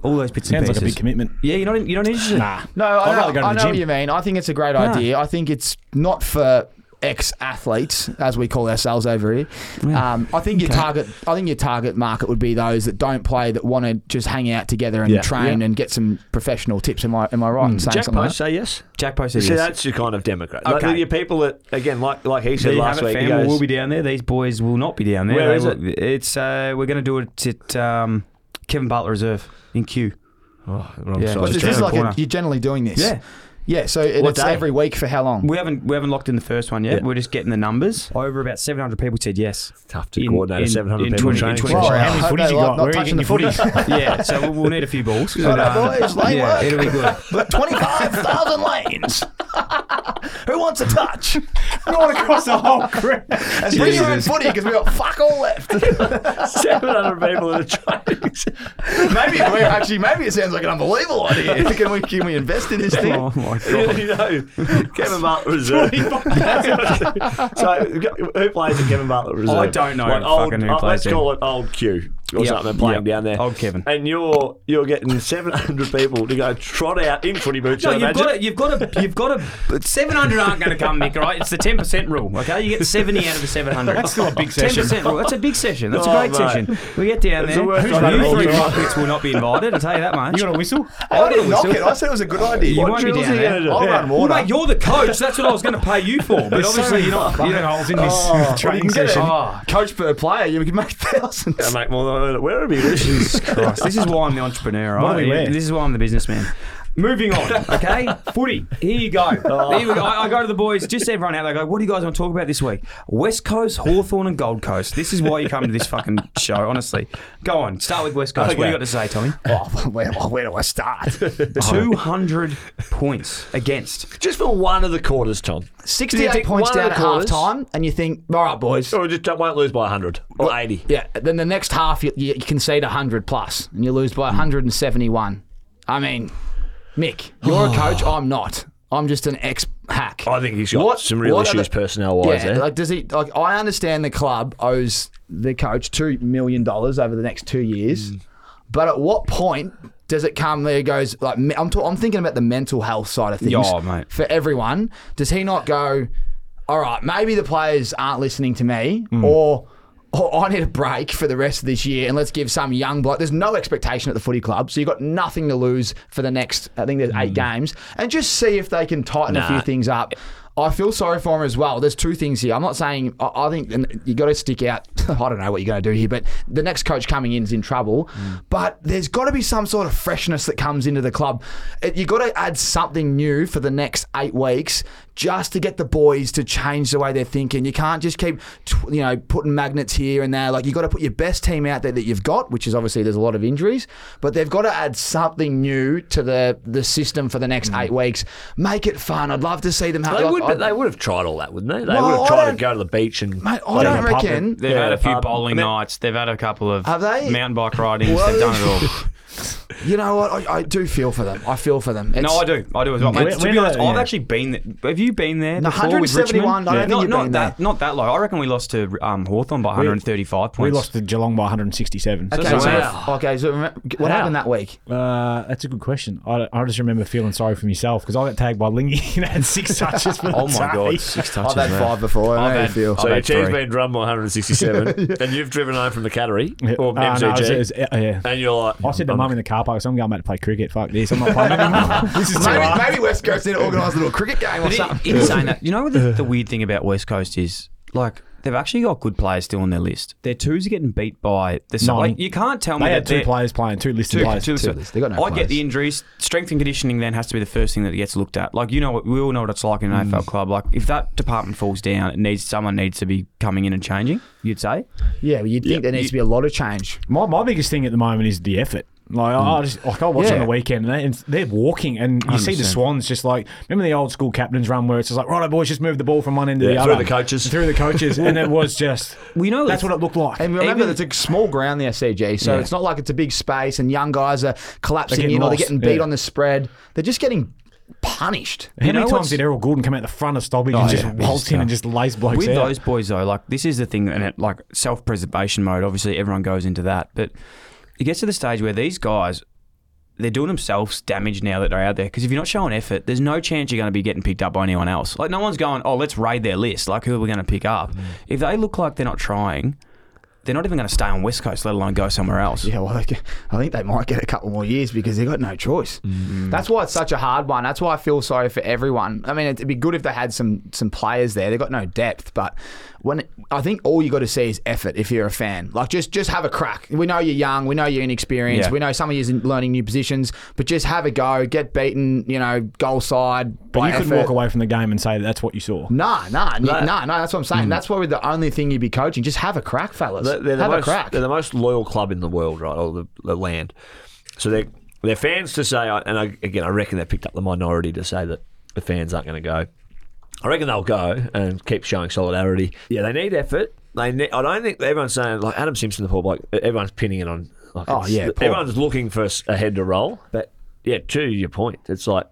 [SPEAKER 1] All those bits and
[SPEAKER 10] Sounds like
[SPEAKER 1] pieces.
[SPEAKER 10] a big commitment.
[SPEAKER 1] yeah, you're not, you're not interested.
[SPEAKER 10] Nah.
[SPEAKER 3] No, I
[SPEAKER 10] I'd
[SPEAKER 3] know,
[SPEAKER 10] rather go to
[SPEAKER 3] I
[SPEAKER 10] the
[SPEAKER 3] know
[SPEAKER 10] gym.
[SPEAKER 3] what you mean. I think it's a great
[SPEAKER 1] No.
[SPEAKER 3] idea. I think it's not for ex-athletes, as we call ourselves over here. Um, I think your
[SPEAKER 15] Okay.
[SPEAKER 3] target, I think your target market would be those that don't play, that want to just hang out together and
[SPEAKER 9] Yeah.
[SPEAKER 3] train
[SPEAKER 9] Yeah.
[SPEAKER 3] and get some professional tips. Am I am I right in saying
[SPEAKER 9] Jack
[SPEAKER 3] something? like
[SPEAKER 9] Post
[SPEAKER 3] that?
[SPEAKER 9] say yes.
[SPEAKER 1] Jack Post says
[SPEAKER 9] See,
[SPEAKER 1] yes.
[SPEAKER 9] that's your kind of Democrat. Like,
[SPEAKER 1] Okay.
[SPEAKER 9] there are people that, again, like like he
[SPEAKER 1] There
[SPEAKER 9] said
[SPEAKER 1] you
[SPEAKER 9] last
[SPEAKER 1] have it,
[SPEAKER 9] week, he
[SPEAKER 1] fam.
[SPEAKER 9] goes,
[SPEAKER 1] We'll be down there. These boys will not be down there.
[SPEAKER 9] Where
[SPEAKER 1] They
[SPEAKER 9] is
[SPEAKER 1] will- It's uh, we're going to do it at um, Kevin Butler Reserve in Q.
[SPEAKER 9] Oh,
[SPEAKER 3] But this is like a, you're generally doing this.
[SPEAKER 1] Yeah.
[SPEAKER 3] Yeah. So and
[SPEAKER 1] What
[SPEAKER 3] it's
[SPEAKER 1] day?
[SPEAKER 3] every week for how long?
[SPEAKER 1] We haven't we haven't locked in the first one yet. We're just getting the numbers. Over about 700 people said yes.
[SPEAKER 9] Tough to coordinate a 700 people training session.
[SPEAKER 1] hours.
[SPEAKER 9] How many Hope footies they you like got? not Where are you touching getting the your footies? footies?
[SPEAKER 1] yeah, so we'll, we'll need a few balls. um,
[SPEAKER 9] Good old boys, lay
[SPEAKER 1] yeah,
[SPEAKER 9] work.
[SPEAKER 1] it'll be good.
[SPEAKER 3] But 25,000 lanes. Who wants a touch?
[SPEAKER 10] We want to cross the whole crowd.
[SPEAKER 3] And bring your own footy because we got fuck all left.
[SPEAKER 9] 700 people in a
[SPEAKER 3] Maybe we're actually maybe it sounds like an unbelievable idea. Can we can we invest in this thing?
[SPEAKER 9] Oh my god! you know, Kevin Butler Reserve. so who plays at Kevin Butler Reserve?
[SPEAKER 1] I don't know
[SPEAKER 9] Like old,
[SPEAKER 1] fucking who
[SPEAKER 9] uh,
[SPEAKER 1] plays
[SPEAKER 9] Let's
[SPEAKER 1] there.
[SPEAKER 9] call it Old Q or
[SPEAKER 1] Yep.
[SPEAKER 9] something. Playing
[SPEAKER 1] Yep.
[SPEAKER 9] down there, Old
[SPEAKER 1] Kevin.
[SPEAKER 9] And you're you're getting 700 people to go trot out in footy boots.
[SPEAKER 1] No,
[SPEAKER 9] I
[SPEAKER 1] you've
[SPEAKER 9] imagine.
[SPEAKER 1] got to, you've got to, you've got to. But 700 aren't going to come, Nick. all Right? It's the 10 percent rule. Okay, you get 70 out of the 700.
[SPEAKER 9] That's still a big session.
[SPEAKER 1] 10 percent rule. That's a big session. That's
[SPEAKER 9] Oh,
[SPEAKER 1] a great
[SPEAKER 9] mate.
[SPEAKER 1] session. We get down
[SPEAKER 9] It's
[SPEAKER 1] there.
[SPEAKER 9] the worst
[SPEAKER 1] you
[SPEAKER 9] I've ever
[SPEAKER 1] three
[SPEAKER 9] been.
[SPEAKER 1] muppets will not be invited. I tell you that much.
[SPEAKER 10] You got a whistle?
[SPEAKER 3] I didn't
[SPEAKER 1] I'll
[SPEAKER 3] knock
[SPEAKER 1] whistle.
[SPEAKER 3] it. I said it was a good idea.
[SPEAKER 1] You
[SPEAKER 3] What
[SPEAKER 1] won't be
[SPEAKER 3] drills are
[SPEAKER 1] down
[SPEAKER 3] you
[SPEAKER 1] there.
[SPEAKER 3] gonna do? I'll run water.
[SPEAKER 1] Well, mate, you're the coach. That's what I was going to pay you for. But
[SPEAKER 3] There's so
[SPEAKER 1] obviously
[SPEAKER 3] many
[SPEAKER 1] you're not.
[SPEAKER 3] fucking
[SPEAKER 1] you know-
[SPEAKER 3] holes in this Oh. training Well, you can get it. session. Oh.
[SPEAKER 9] coach
[SPEAKER 3] per player, you can make thousands.
[SPEAKER 9] Yeah, make more than where are we? Jesus
[SPEAKER 1] Christ. This is why I'm the entrepreneur.
[SPEAKER 9] What do
[SPEAKER 1] Right?
[SPEAKER 9] we wear?
[SPEAKER 1] This is why I'm the businessman. Moving on, okay? Footy. Here you go. Here you go. I, I go to the boys, just everyone out there, I go, what do you guys want to talk about this week? West Coast, Hawthorn, and Gold Coast. This is why you come to this fucking show, honestly. Go on, start with West Coast. What do
[SPEAKER 3] Okay.
[SPEAKER 1] you got to say, Tommy?
[SPEAKER 3] Oh, where, where do I start?
[SPEAKER 1] 200 points against.
[SPEAKER 9] Just for one of the quarters, Tom.
[SPEAKER 3] 68 points down at half time, and you think, all right, boys.
[SPEAKER 9] Or just don't- won't lose by 100 or 80.
[SPEAKER 3] Yeah, then the next half you, you, you concede 100 plus, and you lose by
[SPEAKER 9] Hmm.
[SPEAKER 3] 171. I mean, Mick, you're a coach. I'm not. I'm just an ex hack.
[SPEAKER 9] I think he's got some real
[SPEAKER 3] what are
[SPEAKER 9] issues
[SPEAKER 3] the-
[SPEAKER 9] personnel wise eh?
[SPEAKER 3] Yeah,
[SPEAKER 9] there.
[SPEAKER 3] like does he? Like I understand the club owes the coach two million dollars over the next two years,
[SPEAKER 9] Hmm.
[SPEAKER 3] but at what point does it come? There goes like me- I'm. Ta- I'm thinking about the mental health side of things
[SPEAKER 1] Yeah, mate.
[SPEAKER 3] for everyone. Does he not go? All right, maybe the players aren't listening to me, or. Or I need a break for the rest of this year, and let's give some young bloke. There's no expectation at the footy club, so you've got nothing to lose for the next. I think there's eight games, and just see if they can tighten a few
[SPEAKER 9] Nah.
[SPEAKER 3] things things up. I feel sorry for him as well. There's two things here. I'm not saying I, I think and you got to stick out. I don't know what you're going to do here, but the next coach coming in is in trouble. But there's got to be some sort of freshness that comes into the club. It, you got to add something new for the next eight weeks just to get the boys to change the way they're thinking. You can't just keep tw- you know putting magnets here and there. Like you got to put your best team out there that you've got, which is obviously there's a lot of injuries, but they've got to add something new to the the system for the next eight weeks. Make it fun. I'd love to see them have.
[SPEAKER 9] They
[SPEAKER 3] like,
[SPEAKER 9] would,
[SPEAKER 3] I-
[SPEAKER 9] but they would have tried all that, wouldn't they? They
[SPEAKER 3] Well,
[SPEAKER 9] would
[SPEAKER 3] I
[SPEAKER 9] have tried to
[SPEAKER 3] don't-
[SPEAKER 9] go to the beach and.
[SPEAKER 3] Mate, I don't reckon.
[SPEAKER 1] They've had a few bowling
[SPEAKER 9] nights.
[SPEAKER 1] nights. They've had a couple of
[SPEAKER 3] Have they?
[SPEAKER 1] mountain bike ridings.
[SPEAKER 3] Well,
[SPEAKER 1] They've done it all.
[SPEAKER 3] You know what? I, I do feel for them. I feel for them. It's-
[SPEAKER 1] no, I do. I do as well.
[SPEAKER 3] Where-
[SPEAKER 1] Mate, to
[SPEAKER 3] where
[SPEAKER 1] be
[SPEAKER 3] do
[SPEAKER 1] honest,
[SPEAKER 3] they-
[SPEAKER 1] I've
[SPEAKER 3] yeah.
[SPEAKER 1] actually been there. Have you been there?
[SPEAKER 3] No,
[SPEAKER 1] before with
[SPEAKER 3] 171,
[SPEAKER 1] Richmond?
[SPEAKER 3] I don't think
[SPEAKER 1] not,
[SPEAKER 3] you've
[SPEAKER 1] not
[SPEAKER 3] been
[SPEAKER 1] that, Not that low. I reckon we lost to um, Hawthorn by 135 points.
[SPEAKER 10] We lost to Geelong by 167.
[SPEAKER 3] Okay, so, okay, so remember, what
[SPEAKER 10] How?
[SPEAKER 3] happened that week?
[SPEAKER 10] Uh, that's a good question. I, I just remember feeling sorry for myself because I got tagged by Lingy and had six touches for the
[SPEAKER 1] Oh my
[SPEAKER 10] day.
[SPEAKER 1] God, six touches,
[SPEAKER 3] I've had man. five before, I I've know how you had- feel.
[SPEAKER 9] So
[SPEAKER 10] I've
[SPEAKER 9] your
[SPEAKER 10] had
[SPEAKER 9] team's
[SPEAKER 10] three.
[SPEAKER 9] been drummed by 167, and you've driven home from the Cattery
[SPEAKER 10] Yeah.
[SPEAKER 9] or
[SPEAKER 10] Ah,
[SPEAKER 9] MCG,
[SPEAKER 10] no, it was- it was- uh, yeah.
[SPEAKER 9] and you're like,
[SPEAKER 10] I said to mum in the car park, so I'm going back to play cricket. Fuck this. I'm not playing anymore. this is too
[SPEAKER 3] maybe,
[SPEAKER 10] hard.
[SPEAKER 3] maybe West Coast need to organise a little cricket game or
[SPEAKER 1] But
[SPEAKER 3] something.
[SPEAKER 1] in, in saying that, you know what the, the weird thing about West Coast is like they've actually got good players still on their list. Their twos are getting beat by the side.
[SPEAKER 10] Nine.
[SPEAKER 1] Like, you can't tell me
[SPEAKER 10] They had
[SPEAKER 1] that
[SPEAKER 10] two
[SPEAKER 1] they're-
[SPEAKER 10] players playing, two listed
[SPEAKER 1] Two,
[SPEAKER 10] players.
[SPEAKER 1] two, so- I get the injuries. Strength and conditioning then has to be the first thing that gets looked at. Like you know, what we all know what it's like in an AFL club. Like if that department falls down, it needs someone needs to be coming in and changing. You'd say.
[SPEAKER 3] Yeah, well, you'd think there needs to be a lot of change.
[SPEAKER 10] My, my biggest thing at the moment is the effort. Like I I just like I watch on
[SPEAKER 3] Yeah.
[SPEAKER 10] the weekend and they- and they're walking and you see the
[SPEAKER 1] 100%.
[SPEAKER 10] Swans just like remember the old school captain's run where it's just like right boys just move the ball from one end to the
[SPEAKER 9] Yeah,
[SPEAKER 10] other
[SPEAKER 9] through the coaches.
[SPEAKER 10] through the coaches and it was just
[SPEAKER 1] we know
[SPEAKER 10] that's what it looked like
[SPEAKER 3] And remember,
[SPEAKER 10] Even-
[SPEAKER 3] it's a small ground, the SCG, so
[SPEAKER 10] Yeah.
[SPEAKER 3] it's not like it's a big space and young guys are collapsing
[SPEAKER 10] They're getting
[SPEAKER 3] in or they're
[SPEAKER 10] lost,
[SPEAKER 3] getting beat
[SPEAKER 10] yeah.
[SPEAKER 3] on the spread. They're just getting punished.
[SPEAKER 10] how
[SPEAKER 1] you know
[SPEAKER 10] many times
[SPEAKER 1] what's-
[SPEAKER 10] did Errol Gordon come out the front of Stobbage
[SPEAKER 1] Oh,
[SPEAKER 10] and just
[SPEAKER 1] yeah.
[SPEAKER 10] waltz in and just lace blokes
[SPEAKER 1] With
[SPEAKER 10] out?
[SPEAKER 1] those boys though, like this is the thing, and it like self-preservation mode. Obviously, everyone goes into that, but it gets to the stage where these guys they're doing themselves damage now that they're out there. Because if you're not showing effort, there's no chance you're going to be getting picked up by anyone else. Like no one's going, oh, let's raid their list. Like who are we going to pick up? If they look like they're not trying, they're not even going to stay on West Coast, let alone go somewhere else.
[SPEAKER 3] Yeah, well, they, I think they might get a couple more years because they got no choice. That's why it's such a hard one. That's why I feel sorry for everyone. I mean, it'd be good if they had some some players there. They got no depth, but when I think all you got to see is effort if you're a fan. Like just just have a crack. We know you're young. We know you're inexperienced.
[SPEAKER 1] Yeah.
[SPEAKER 3] We know some of you're learning new positions, but just have a go. Get beaten. You know, goal side.
[SPEAKER 10] But
[SPEAKER 3] by
[SPEAKER 10] you could
[SPEAKER 3] effort. Mm.
[SPEAKER 10] walk away from the game and say that that's what you saw.
[SPEAKER 3] Nah, nah,
[SPEAKER 10] No.
[SPEAKER 3] nah, nah, nah. That's what I'm saying.
[SPEAKER 10] Mm.
[SPEAKER 3] That's probably the only thing you'd be coaching. Just have a crack, fellas.
[SPEAKER 9] They're, they're the
[SPEAKER 3] have
[SPEAKER 9] most,
[SPEAKER 3] a crack.
[SPEAKER 9] They're the most loyal club in the world, right, or the, the land. So their their fans to say, and I, again, I reckon they picked up the minority to say that the fans aren't going to go. I reckon they'll go and keep showing solidarity. Yeah, they need effort. They need, I don't think everyone's saying like Adam Simpson, the poor bloke. Everyone's pinning it on. Like
[SPEAKER 3] Oh,
[SPEAKER 9] it's-
[SPEAKER 3] yeah, poor.
[SPEAKER 9] everyone's looking for s- a head to roll. But yeah, to your point, it's like.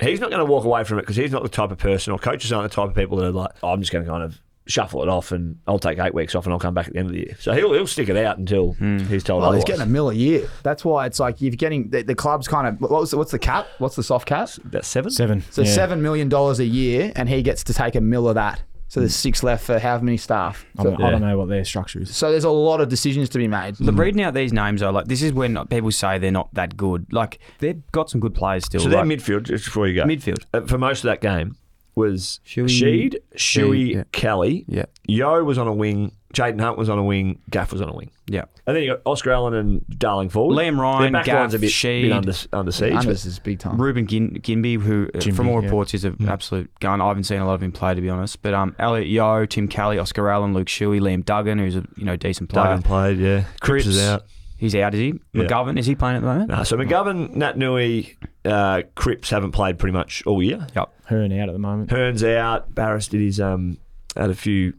[SPEAKER 9] He's not going to walk away from it because he's not the type of person, or coaches aren't the type of people that are like, oh, I'm just going to kind of shuffle it off and I'll take eight weeks off and I'll come back at the end of the year. So he'll, he'll stick it out until he's told
[SPEAKER 3] Hmm. Well,
[SPEAKER 9] otherwise.
[SPEAKER 3] he's getting a mill a year. That's why it's like you're getting the, the club's kind of what was, what's the cap? What's the soft cap?
[SPEAKER 9] That's seven.
[SPEAKER 10] Seven.
[SPEAKER 3] So seven million dollars a year, and he gets to take a mill of that. So there's six left for how many staff?
[SPEAKER 10] I
[SPEAKER 3] So,
[SPEAKER 10] don't, I don't know what their structure is.
[SPEAKER 3] so there's a lot of decisions to be made.
[SPEAKER 9] Mm.
[SPEAKER 1] But reading out these names, though, like this is when people say they're not that good. Like they've got some good players still.
[SPEAKER 9] So their
[SPEAKER 1] like-
[SPEAKER 9] midfield, just before you go,
[SPEAKER 1] Midfield.
[SPEAKER 9] uh, for most of that game was
[SPEAKER 1] Shuey-
[SPEAKER 9] Sheed, Shuey,
[SPEAKER 1] Sheed, yeah.
[SPEAKER 9] Kelly.
[SPEAKER 1] Yeah.
[SPEAKER 9] Yo was on a wing. Jaden Hunt was on a wing. Gaff was on a wing.
[SPEAKER 1] Yeah.
[SPEAKER 9] And then you got Oscar Allen and Darling Ford.
[SPEAKER 1] Liam Ryan,
[SPEAKER 9] Their back
[SPEAKER 1] Gaff,
[SPEAKER 9] line's a bit,
[SPEAKER 1] Sheed.
[SPEAKER 9] bit under, under siege.
[SPEAKER 3] Unders
[SPEAKER 9] but-
[SPEAKER 3] is big time.
[SPEAKER 1] Ruben Gin- Ginby, who uh,
[SPEAKER 9] Ginby,
[SPEAKER 1] from all
[SPEAKER 9] yeah.
[SPEAKER 1] reports is an absolute gun. I haven't seen a lot of him play to be honest. But um, Elliot Yo, Tim Kelly, Oscar Allen, Luke Shuey, Liam Duggan, who's a you know decent player.
[SPEAKER 9] Duggan played, yeah. Cripps is out.
[SPEAKER 1] He's out, is he?
[SPEAKER 9] Yeah.
[SPEAKER 1] McGovern, is he playing at the moment?
[SPEAKER 9] Nah, so McGovern, Nat Nui, uh, Cripps haven't played pretty much all year.
[SPEAKER 1] Yep.
[SPEAKER 10] Hearn out at the moment.
[SPEAKER 9] Hearn's out. Barris did his um had a few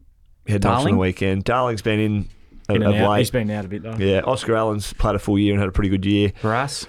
[SPEAKER 9] head knocks on
[SPEAKER 10] Darling?
[SPEAKER 9] the weekend. Darling's been in of,
[SPEAKER 10] In and
[SPEAKER 9] of
[SPEAKER 10] out.
[SPEAKER 9] late.
[SPEAKER 10] He's been out a bit, though.
[SPEAKER 9] Yeah, Oscar Allen's played a full year and had a pretty good year.
[SPEAKER 1] Brass.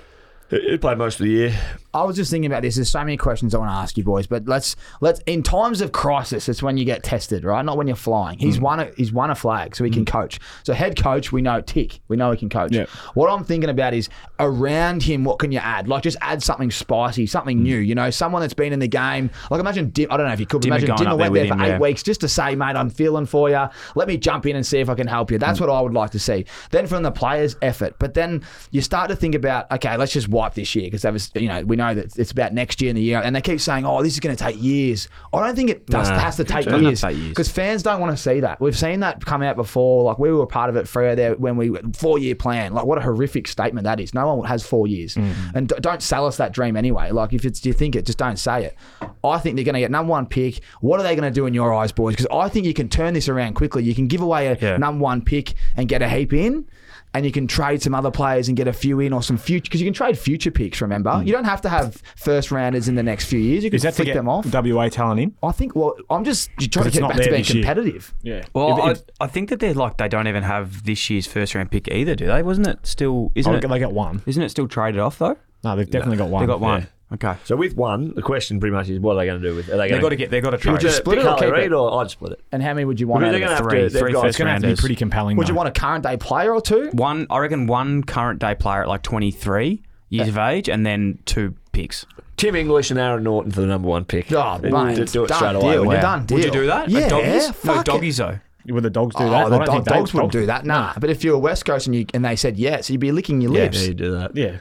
[SPEAKER 9] He he played most of the year.
[SPEAKER 3] I was just thinking about this. There's so many questions I want to ask you boys, but let's let's in times of crisis, it's when you get tested, right? Not when you're flying. He's won a, he's won a flag, so he can coach. So head coach, we know tick, we know he can coach. What I'm thinking about is around him, what can you add? Like just add something spicy, something new. You know, someone that's been in the game. Like imagine, Dim, I don't know if you could but
[SPEAKER 1] Dimmer
[SPEAKER 3] imagine
[SPEAKER 1] going
[SPEAKER 3] Dimmer
[SPEAKER 1] up
[SPEAKER 3] went
[SPEAKER 1] there
[SPEAKER 3] there
[SPEAKER 1] with
[SPEAKER 3] for
[SPEAKER 1] him,
[SPEAKER 3] eight
[SPEAKER 1] yeah.
[SPEAKER 3] weeks just to say, mate, I'm feeling for you. Let me jump in and see if I can help you.
[SPEAKER 1] Mm.
[SPEAKER 3] That's what I would like to see. Then from the players' effort, but then you start to think about, okay, let's just wipe this year because that was, you know, we know that it's about next year and the year, and they keep saying, oh, this is going to take years. I don't think it does,
[SPEAKER 1] Nah,
[SPEAKER 3] has to
[SPEAKER 1] it
[SPEAKER 3] take
[SPEAKER 1] doesn't
[SPEAKER 3] years
[SPEAKER 1] take years.
[SPEAKER 3] because fans don't want to see that. We've seen that come out before. Like we were a part of it, Freo, there when we four year plan. Like what a horrific statement that is. No one has four years,
[SPEAKER 10] Mm.
[SPEAKER 3] and d- don't sell us that dream anyway. Like if it's you think it, just don't say it. I think they're going to get number one pick. What are they going to do in your eyes, boys? Because I think you can turn this around quickly. You can give away a number one pick and get a heap in. And you can trade some other players and get a few in or some future because you can trade future picks. Remember, you don't have to have first rounders in the next few years. You
[SPEAKER 10] Mm.
[SPEAKER 3] can
[SPEAKER 10] Is that to
[SPEAKER 3] flick
[SPEAKER 10] get
[SPEAKER 3] them off.
[SPEAKER 10] WA talent in?
[SPEAKER 3] I think. Well, I'm just trying to
[SPEAKER 10] it's
[SPEAKER 3] get
[SPEAKER 10] not
[SPEAKER 3] back to
[SPEAKER 10] there
[SPEAKER 3] being
[SPEAKER 10] this year.
[SPEAKER 3] competitive.
[SPEAKER 10] Yeah.
[SPEAKER 1] Well,
[SPEAKER 10] If- if-
[SPEAKER 1] I, I think that they're like they don't even have this year's first round pick either, do they? Wasn't it still? Isn't
[SPEAKER 10] Oh,
[SPEAKER 1] it?
[SPEAKER 10] they got one.
[SPEAKER 1] Isn't it still traded off though?
[SPEAKER 10] No, they've definitely got one.
[SPEAKER 1] They got one. Okay.
[SPEAKER 9] So with one, the question pretty much is what are they going to do with? Are they
[SPEAKER 1] They've
[SPEAKER 9] going
[SPEAKER 1] got to get. They've got to trade.
[SPEAKER 3] Would you split it or keep it?
[SPEAKER 9] or I'd split it?
[SPEAKER 3] And how many would you want?
[SPEAKER 9] Because
[SPEAKER 3] Out
[SPEAKER 9] they're
[SPEAKER 3] of
[SPEAKER 9] going to have
[SPEAKER 3] it?
[SPEAKER 1] three-
[SPEAKER 9] to. They've
[SPEAKER 1] three
[SPEAKER 9] got
[SPEAKER 1] first
[SPEAKER 10] gonna have to be
[SPEAKER 1] rounders.
[SPEAKER 10] pretty compelling.
[SPEAKER 3] Would you
[SPEAKER 10] though.
[SPEAKER 3] want a current day player or two?
[SPEAKER 1] One, I reckon, one current day player at like 23 years of age, and then two picks.
[SPEAKER 9] Tim English and Aaron Norton for the number one pick.
[SPEAKER 3] Oh,
[SPEAKER 9] Do-
[SPEAKER 3] mate,
[SPEAKER 9] do, it
[SPEAKER 3] done
[SPEAKER 9] straight away.
[SPEAKER 3] deal.
[SPEAKER 9] would you?
[SPEAKER 3] You're done.
[SPEAKER 1] Would you
[SPEAKER 3] Deal.
[SPEAKER 1] do that?
[SPEAKER 3] Yeah,
[SPEAKER 1] At doggies? no,
[SPEAKER 3] fuck it.
[SPEAKER 1] doggies though.
[SPEAKER 10] Would the dogs do
[SPEAKER 3] Oh,
[SPEAKER 10] that?
[SPEAKER 3] the
[SPEAKER 10] I don't
[SPEAKER 3] dog,
[SPEAKER 10] think they-
[SPEAKER 3] dogs wouldn't do that. Nah, but if you're a West Coast and you and they said yes, you'd be licking your lips.
[SPEAKER 9] Yeah, you do that.
[SPEAKER 10] Yeah.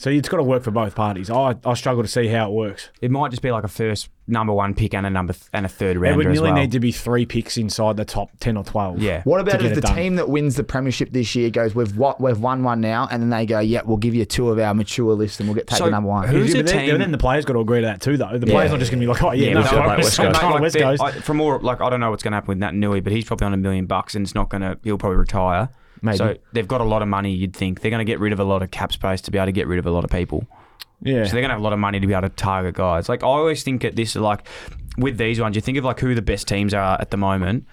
[SPEAKER 10] So it's got to work for both parties. I, I struggle to see how it works.
[SPEAKER 1] It might just be like a first number one pick and a number th- and a third
[SPEAKER 10] There
[SPEAKER 1] rounder
[SPEAKER 10] would
[SPEAKER 1] as
[SPEAKER 10] nearly
[SPEAKER 1] well.
[SPEAKER 10] need to be three picks inside the top 10 or 12.
[SPEAKER 1] yeah.
[SPEAKER 3] What about
[SPEAKER 10] to get
[SPEAKER 3] if the
[SPEAKER 10] it done.
[SPEAKER 3] team that wins the premiership this year goes, we've what we've won one now, and then they go, yeah, we'll give you two of our mature list and we'll get take
[SPEAKER 1] So
[SPEAKER 3] the number one.
[SPEAKER 1] who- Who's
[SPEAKER 10] yeah,
[SPEAKER 1] the
[SPEAKER 10] but then,
[SPEAKER 1] team-
[SPEAKER 10] then the players got to agree to that too, though. The players not just going to be like, oh, yeah, no,
[SPEAKER 1] we've
[SPEAKER 10] no,
[SPEAKER 1] got
[SPEAKER 10] West Coast.
[SPEAKER 1] Mate, like,
[SPEAKER 10] West
[SPEAKER 1] they're-
[SPEAKER 10] Coast.
[SPEAKER 1] I, from all like I don't know what's going to happen with Nat Nui, but he's probably on a million bucks and it's not going to. He'll probably retire.
[SPEAKER 10] Maybe.
[SPEAKER 1] So they've got a lot of money. You'd think they're going to get rid of a lot of cap space to be able to get rid of a lot of people.
[SPEAKER 10] Yeah.
[SPEAKER 1] So they're going to have a lot of money to be able to target guys. Like I always think at this like with these ones, you think of like who the best teams are at the moment,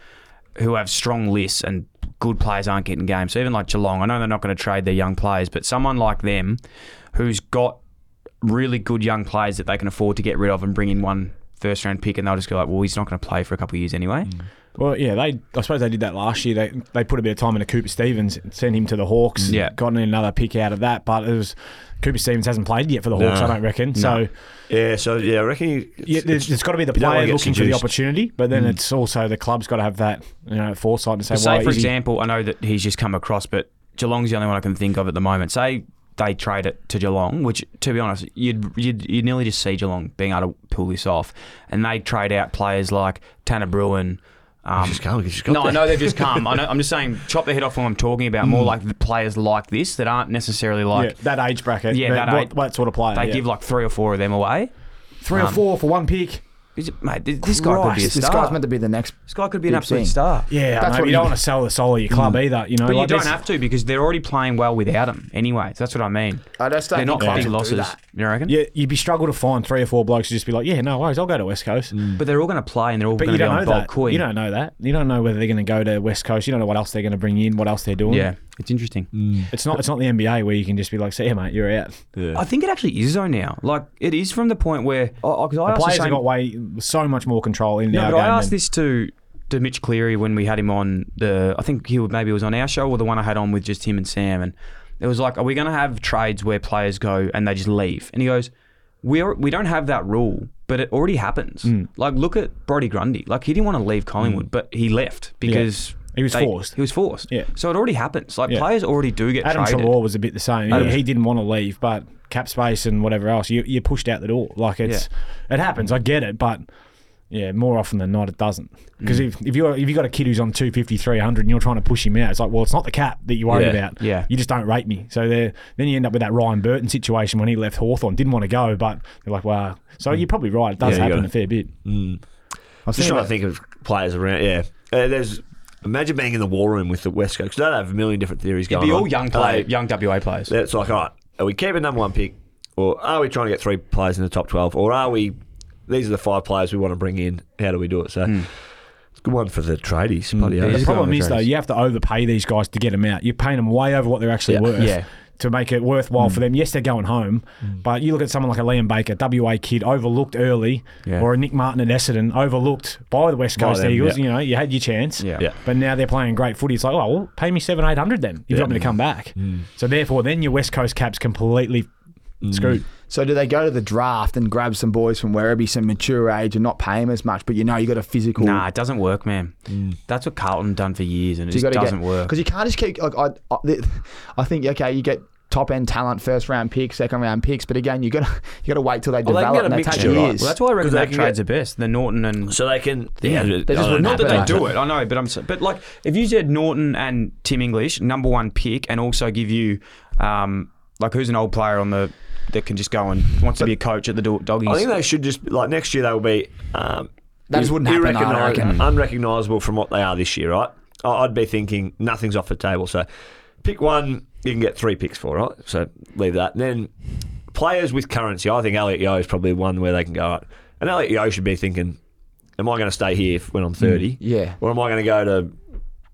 [SPEAKER 1] who have strong lists and good players aren't getting games. So even like Geelong, I know they're not going to trade their young players, but someone like them who's got really good young players that they can afford to get rid of and bring in one first round pick, and they'll just go like, well, he's not going to play for a couple of years anyway.
[SPEAKER 10] Well, yeah, they. I suppose they did that last year. They they put a bit of time into Cooper Stevens, sent him to the Hawks.
[SPEAKER 1] Yeah.
[SPEAKER 10] gotten another pick out of that, but it was Cooper Stevens hasn't played yet for the Hawks.
[SPEAKER 9] No.
[SPEAKER 10] I don't reckon.
[SPEAKER 9] No.
[SPEAKER 10] So
[SPEAKER 9] yeah, so yeah, I reckon you-
[SPEAKER 10] yeah, there's, there's got to be the
[SPEAKER 9] you don't wanna
[SPEAKER 10] player
[SPEAKER 9] get
[SPEAKER 10] looking for the
[SPEAKER 9] seduced.
[SPEAKER 10] opportunity, but then
[SPEAKER 9] Mm.
[SPEAKER 10] it's also the club's got to have that you know foresight and say,
[SPEAKER 1] say,
[SPEAKER 10] well,
[SPEAKER 1] for
[SPEAKER 10] is he-
[SPEAKER 1] example, I know that he's just come across, but Geelong's the only one I can think of at the moment. Say they trade it to Geelong, which, to be honest, you'd you'd, you'd nearly just see Geelong being able to pull this off, and they trade out players like Tanner Bruin. Um,
[SPEAKER 9] just come, just got
[SPEAKER 1] no, I
[SPEAKER 9] there.
[SPEAKER 1] know they've just come. I know, I'm just saying, chop the head off what I'm talking about. More like the players like this that aren't necessarily like
[SPEAKER 10] yeah, that age bracket,
[SPEAKER 1] Yeah, that,
[SPEAKER 10] what,
[SPEAKER 1] age-
[SPEAKER 10] what sort of player?
[SPEAKER 1] They
[SPEAKER 10] yeah.
[SPEAKER 1] give like three or four of them away.
[SPEAKER 10] three or
[SPEAKER 1] um,
[SPEAKER 10] four for one pick.
[SPEAKER 1] Is it- Mate, th- this guy could be a
[SPEAKER 3] Christ,
[SPEAKER 1] star.
[SPEAKER 3] This guy's meant to be the next.
[SPEAKER 1] This guy could be an
[SPEAKER 3] big
[SPEAKER 1] absolute
[SPEAKER 3] thing.
[SPEAKER 1] star.
[SPEAKER 10] Yeah,
[SPEAKER 3] That's
[SPEAKER 10] that's
[SPEAKER 3] what
[SPEAKER 10] what you
[SPEAKER 3] you-
[SPEAKER 10] don't want to sell the soul of your club either. You know,
[SPEAKER 1] But you
[SPEAKER 10] like
[SPEAKER 1] don't
[SPEAKER 10] this-
[SPEAKER 1] have to because they're already playing well without him anyway. So that's what I mean.
[SPEAKER 3] I just don't
[SPEAKER 1] they're not
[SPEAKER 3] think clubs
[SPEAKER 1] big
[SPEAKER 3] will do
[SPEAKER 1] losses.
[SPEAKER 3] that.
[SPEAKER 1] You reckon?
[SPEAKER 10] Yeah, you'd be struggle to find three or four blokes who just be like, yeah, no worries, I'll go to West Coast.
[SPEAKER 1] But they're all going to play and they're all
[SPEAKER 10] But
[SPEAKER 1] going
[SPEAKER 10] you
[SPEAKER 1] to be
[SPEAKER 10] don't
[SPEAKER 1] on
[SPEAKER 10] know
[SPEAKER 1] Bob
[SPEAKER 10] that.
[SPEAKER 1] Coy.
[SPEAKER 10] You don't know that. You don't know whether they're going to go to West Coast. You don't know what else they're going to bring in, what else they're doing.
[SPEAKER 1] Yeah, it's interesting.
[SPEAKER 10] It's not. It's not the NBA where you can just be like, "See, ya, mate, you're out."
[SPEAKER 1] I think it actually is though now. Like it is from the point where oh, 'cause I
[SPEAKER 10] The
[SPEAKER 1] asked the
[SPEAKER 10] players
[SPEAKER 1] same-
[SPEAKER 10] have got way so much more control in
[SPEAKER 1] No,
[SPEAKER 10] our
[SPEAKER 1] but I
[SPEAKER 10] game
[SPEAKER 1] asked
[SPEAKER 10] than-
[SPEAKER 1] this to to Mitch Cleary when we had him on the. I think he would, maybe it was on our show or the one I had on with just him and Sam, and it was like, are we going to have trades where players go and they just leave? And he goes, we are, we don't have that rule, but it already happens.
[SPEAKER 10] Hmm.
[SPEAKER 1] Like look at Brody Grundy. Like he didn't want to leave Collingwood, but he left because.
[SPEAKER 10] He was forced.
[SPEAKER 1] He was forced. Yeah. So it already happens. Like
[SPEAKER 10] Yeah.
[SPEAKER 1] players already do get
[SPEAKER 10] Adam
[SPEAKER 1] traded.
[SPEAKER 10] Trelaw was a bit the same. He,
[SPEAKER 1] Adam-
[SPEAKER 10] he didn't want to leave, but cap space and whatever else, you, you're pushed out the door. Like it's, it happens. I get it, but yeah, more often than not, it doesn't.
[SPEAKER 9] Mm.
[SPEAKER 10] Because if, if you're if you got a kid who's on 250, 300 and you're trying to push him out, it's like, well, it's not the cap that you worry
[SPEAKER 1] Yeah,
[SPEAKER 10] about.
[SPEAKER 1] yeah.
[SPEAKER 10] you just don't rate me. So there, then you end up with that Ryan Burton situation when he left Hawthorn, didn't want to go, but they're like, wow. So you're probably right. It does
[SPEAKER 9] Mm. Yeah, you
[SPEAKER 10] happen
[SPEAKER 9] gotta-
[SPEAKER 10] a fair bit.
[SPEAKER 9] Mm. I'm
[SPEAKER 10] seen
[SPEAKER 9] just trying
[SPEAKER 10] that.
[SPEAKER 9] to think of players around. Yeah, uh, there's. Imagine being in the war room with the West Coast. 'cause They'd have a million different theories
[SPEAKER 1] It'd
[SPEAKER 9] going
[SPEAKER 1] be
[SPEAKER 9] on.
[SPEAKER 1] all young play,
[SPEAKER 9] Like,
[SPEAKER 1] young WA players.
[SPEAKER 9] It's like, all right, are we keeping number one pick, or are we trying to get three players in the top twelve, or are we? These are the five players we want to bring in. How do we do it? So,
[SPEAKER 1] Hmm.
[SPEAKER 9] it's a good one for the tradies. bloody hell.
[SPEAKER 10] the problem is though, you have to overpay these guys to get them out. You're paying them way over what they're actually
[SPEAKER 9] Yeah.
[SPEAKER 10] worth.
[SPEAKER 9] Yeah.
[SPEAKER 10] To make it worthwhile for them, yes, they're going home, but you look at someone like a Liam Baker, WA kid, overlooked early,
[SPEAKER 1] Yeah.
[SPEAKER 10] or a Nick Martin at Essendon, overlooked by the West
[SPEAKER 1] By
[SPEAKER 10] Coast
[SPEAKER 1] them,
[SPEAKER 10] Eagles.
[SPEAKER 1] yeah.
[SPEAKER 10] You know, you had your chance,
[SPEAKER 1] Yeah. Yeah.
[SPEAKER 10] but now they're playing great footy. It's like, oh, well, pay me seven, eight hundred then if you
[SPEAKER 1] Yeah.
[SPEAKER 10] want me to come back. So therefore, then your West Coast caps completely screwed.
[SPEAKER 3] So do they go to the draft and grab some boys from Werribee, some mature age, and not pay them as much? But you know you got a physical.
[SPEAKER 1] Nah, it doesn't work, man.
[SPEAKER 10] Hmm.
[SPEAKER 1] That's what Carlton done for years, and it just doesn't work.
[SPEAKER 3] because you can't just keep. Like I, I, the- I think okay, you get top end talent, first round picks, second round picks, but again, you got to you got to wait till they
[SPEAKER 9] Well, they can get
[SPEAKER 3] develop.
[SPEAKER 9] a
[SPEAKER 3] and they take
[SPEAKER 9] mixture, right?
[SPEAKER 3] years.
[SPEAKER 1] Well, that's why I reckon
[SPEAKER 9] 'Cause they
[SPEAKER 1] that
[SPEAKER 9] can
[SPEAKER 1] trade's
[SPEAKER 9] get-
[SPEAKER 1] the best. The Norton and
[SPEAKER 9] so they can.
[SPEAKER 1] yeah,
[SPEAKER 9] Yeah,
[SPEAKER 1] they
[SPEAKER 9] oh,
[SPEAKER 1] just
[SPEAKER 9] no,
[SPEAKER 1] not
[SPEAKER 9] they
[SPEAKER 1] that they
[SPEAKER 9] don't.
[SPEAKER 1] do it. I know, but I'm s- but like if you said Norton and Tim English number one pick, and also give you um like who's an old player on the that can just go and wants to be a coach at the do- doggies.
[SPEAKER 9] I think they should just like next year they will be. Um,
[SPEAKER 3] That just wouldn't happen, though, I reckon.
[SPEAKER 9] unrecognizable from what they are this year, right? I- I'd be thinking nothing's off the table. So pick one, you can get three picks for, right? So leave that. And then players with currency, I think Elliot Yo is probably one where they can go. Right, and Elliot Yo should be thinking, am I going to stay here f- when I'm thirty?
[SPEAKER 3] Mm, yeah.
[SPEAKER 9] Or am I going to go to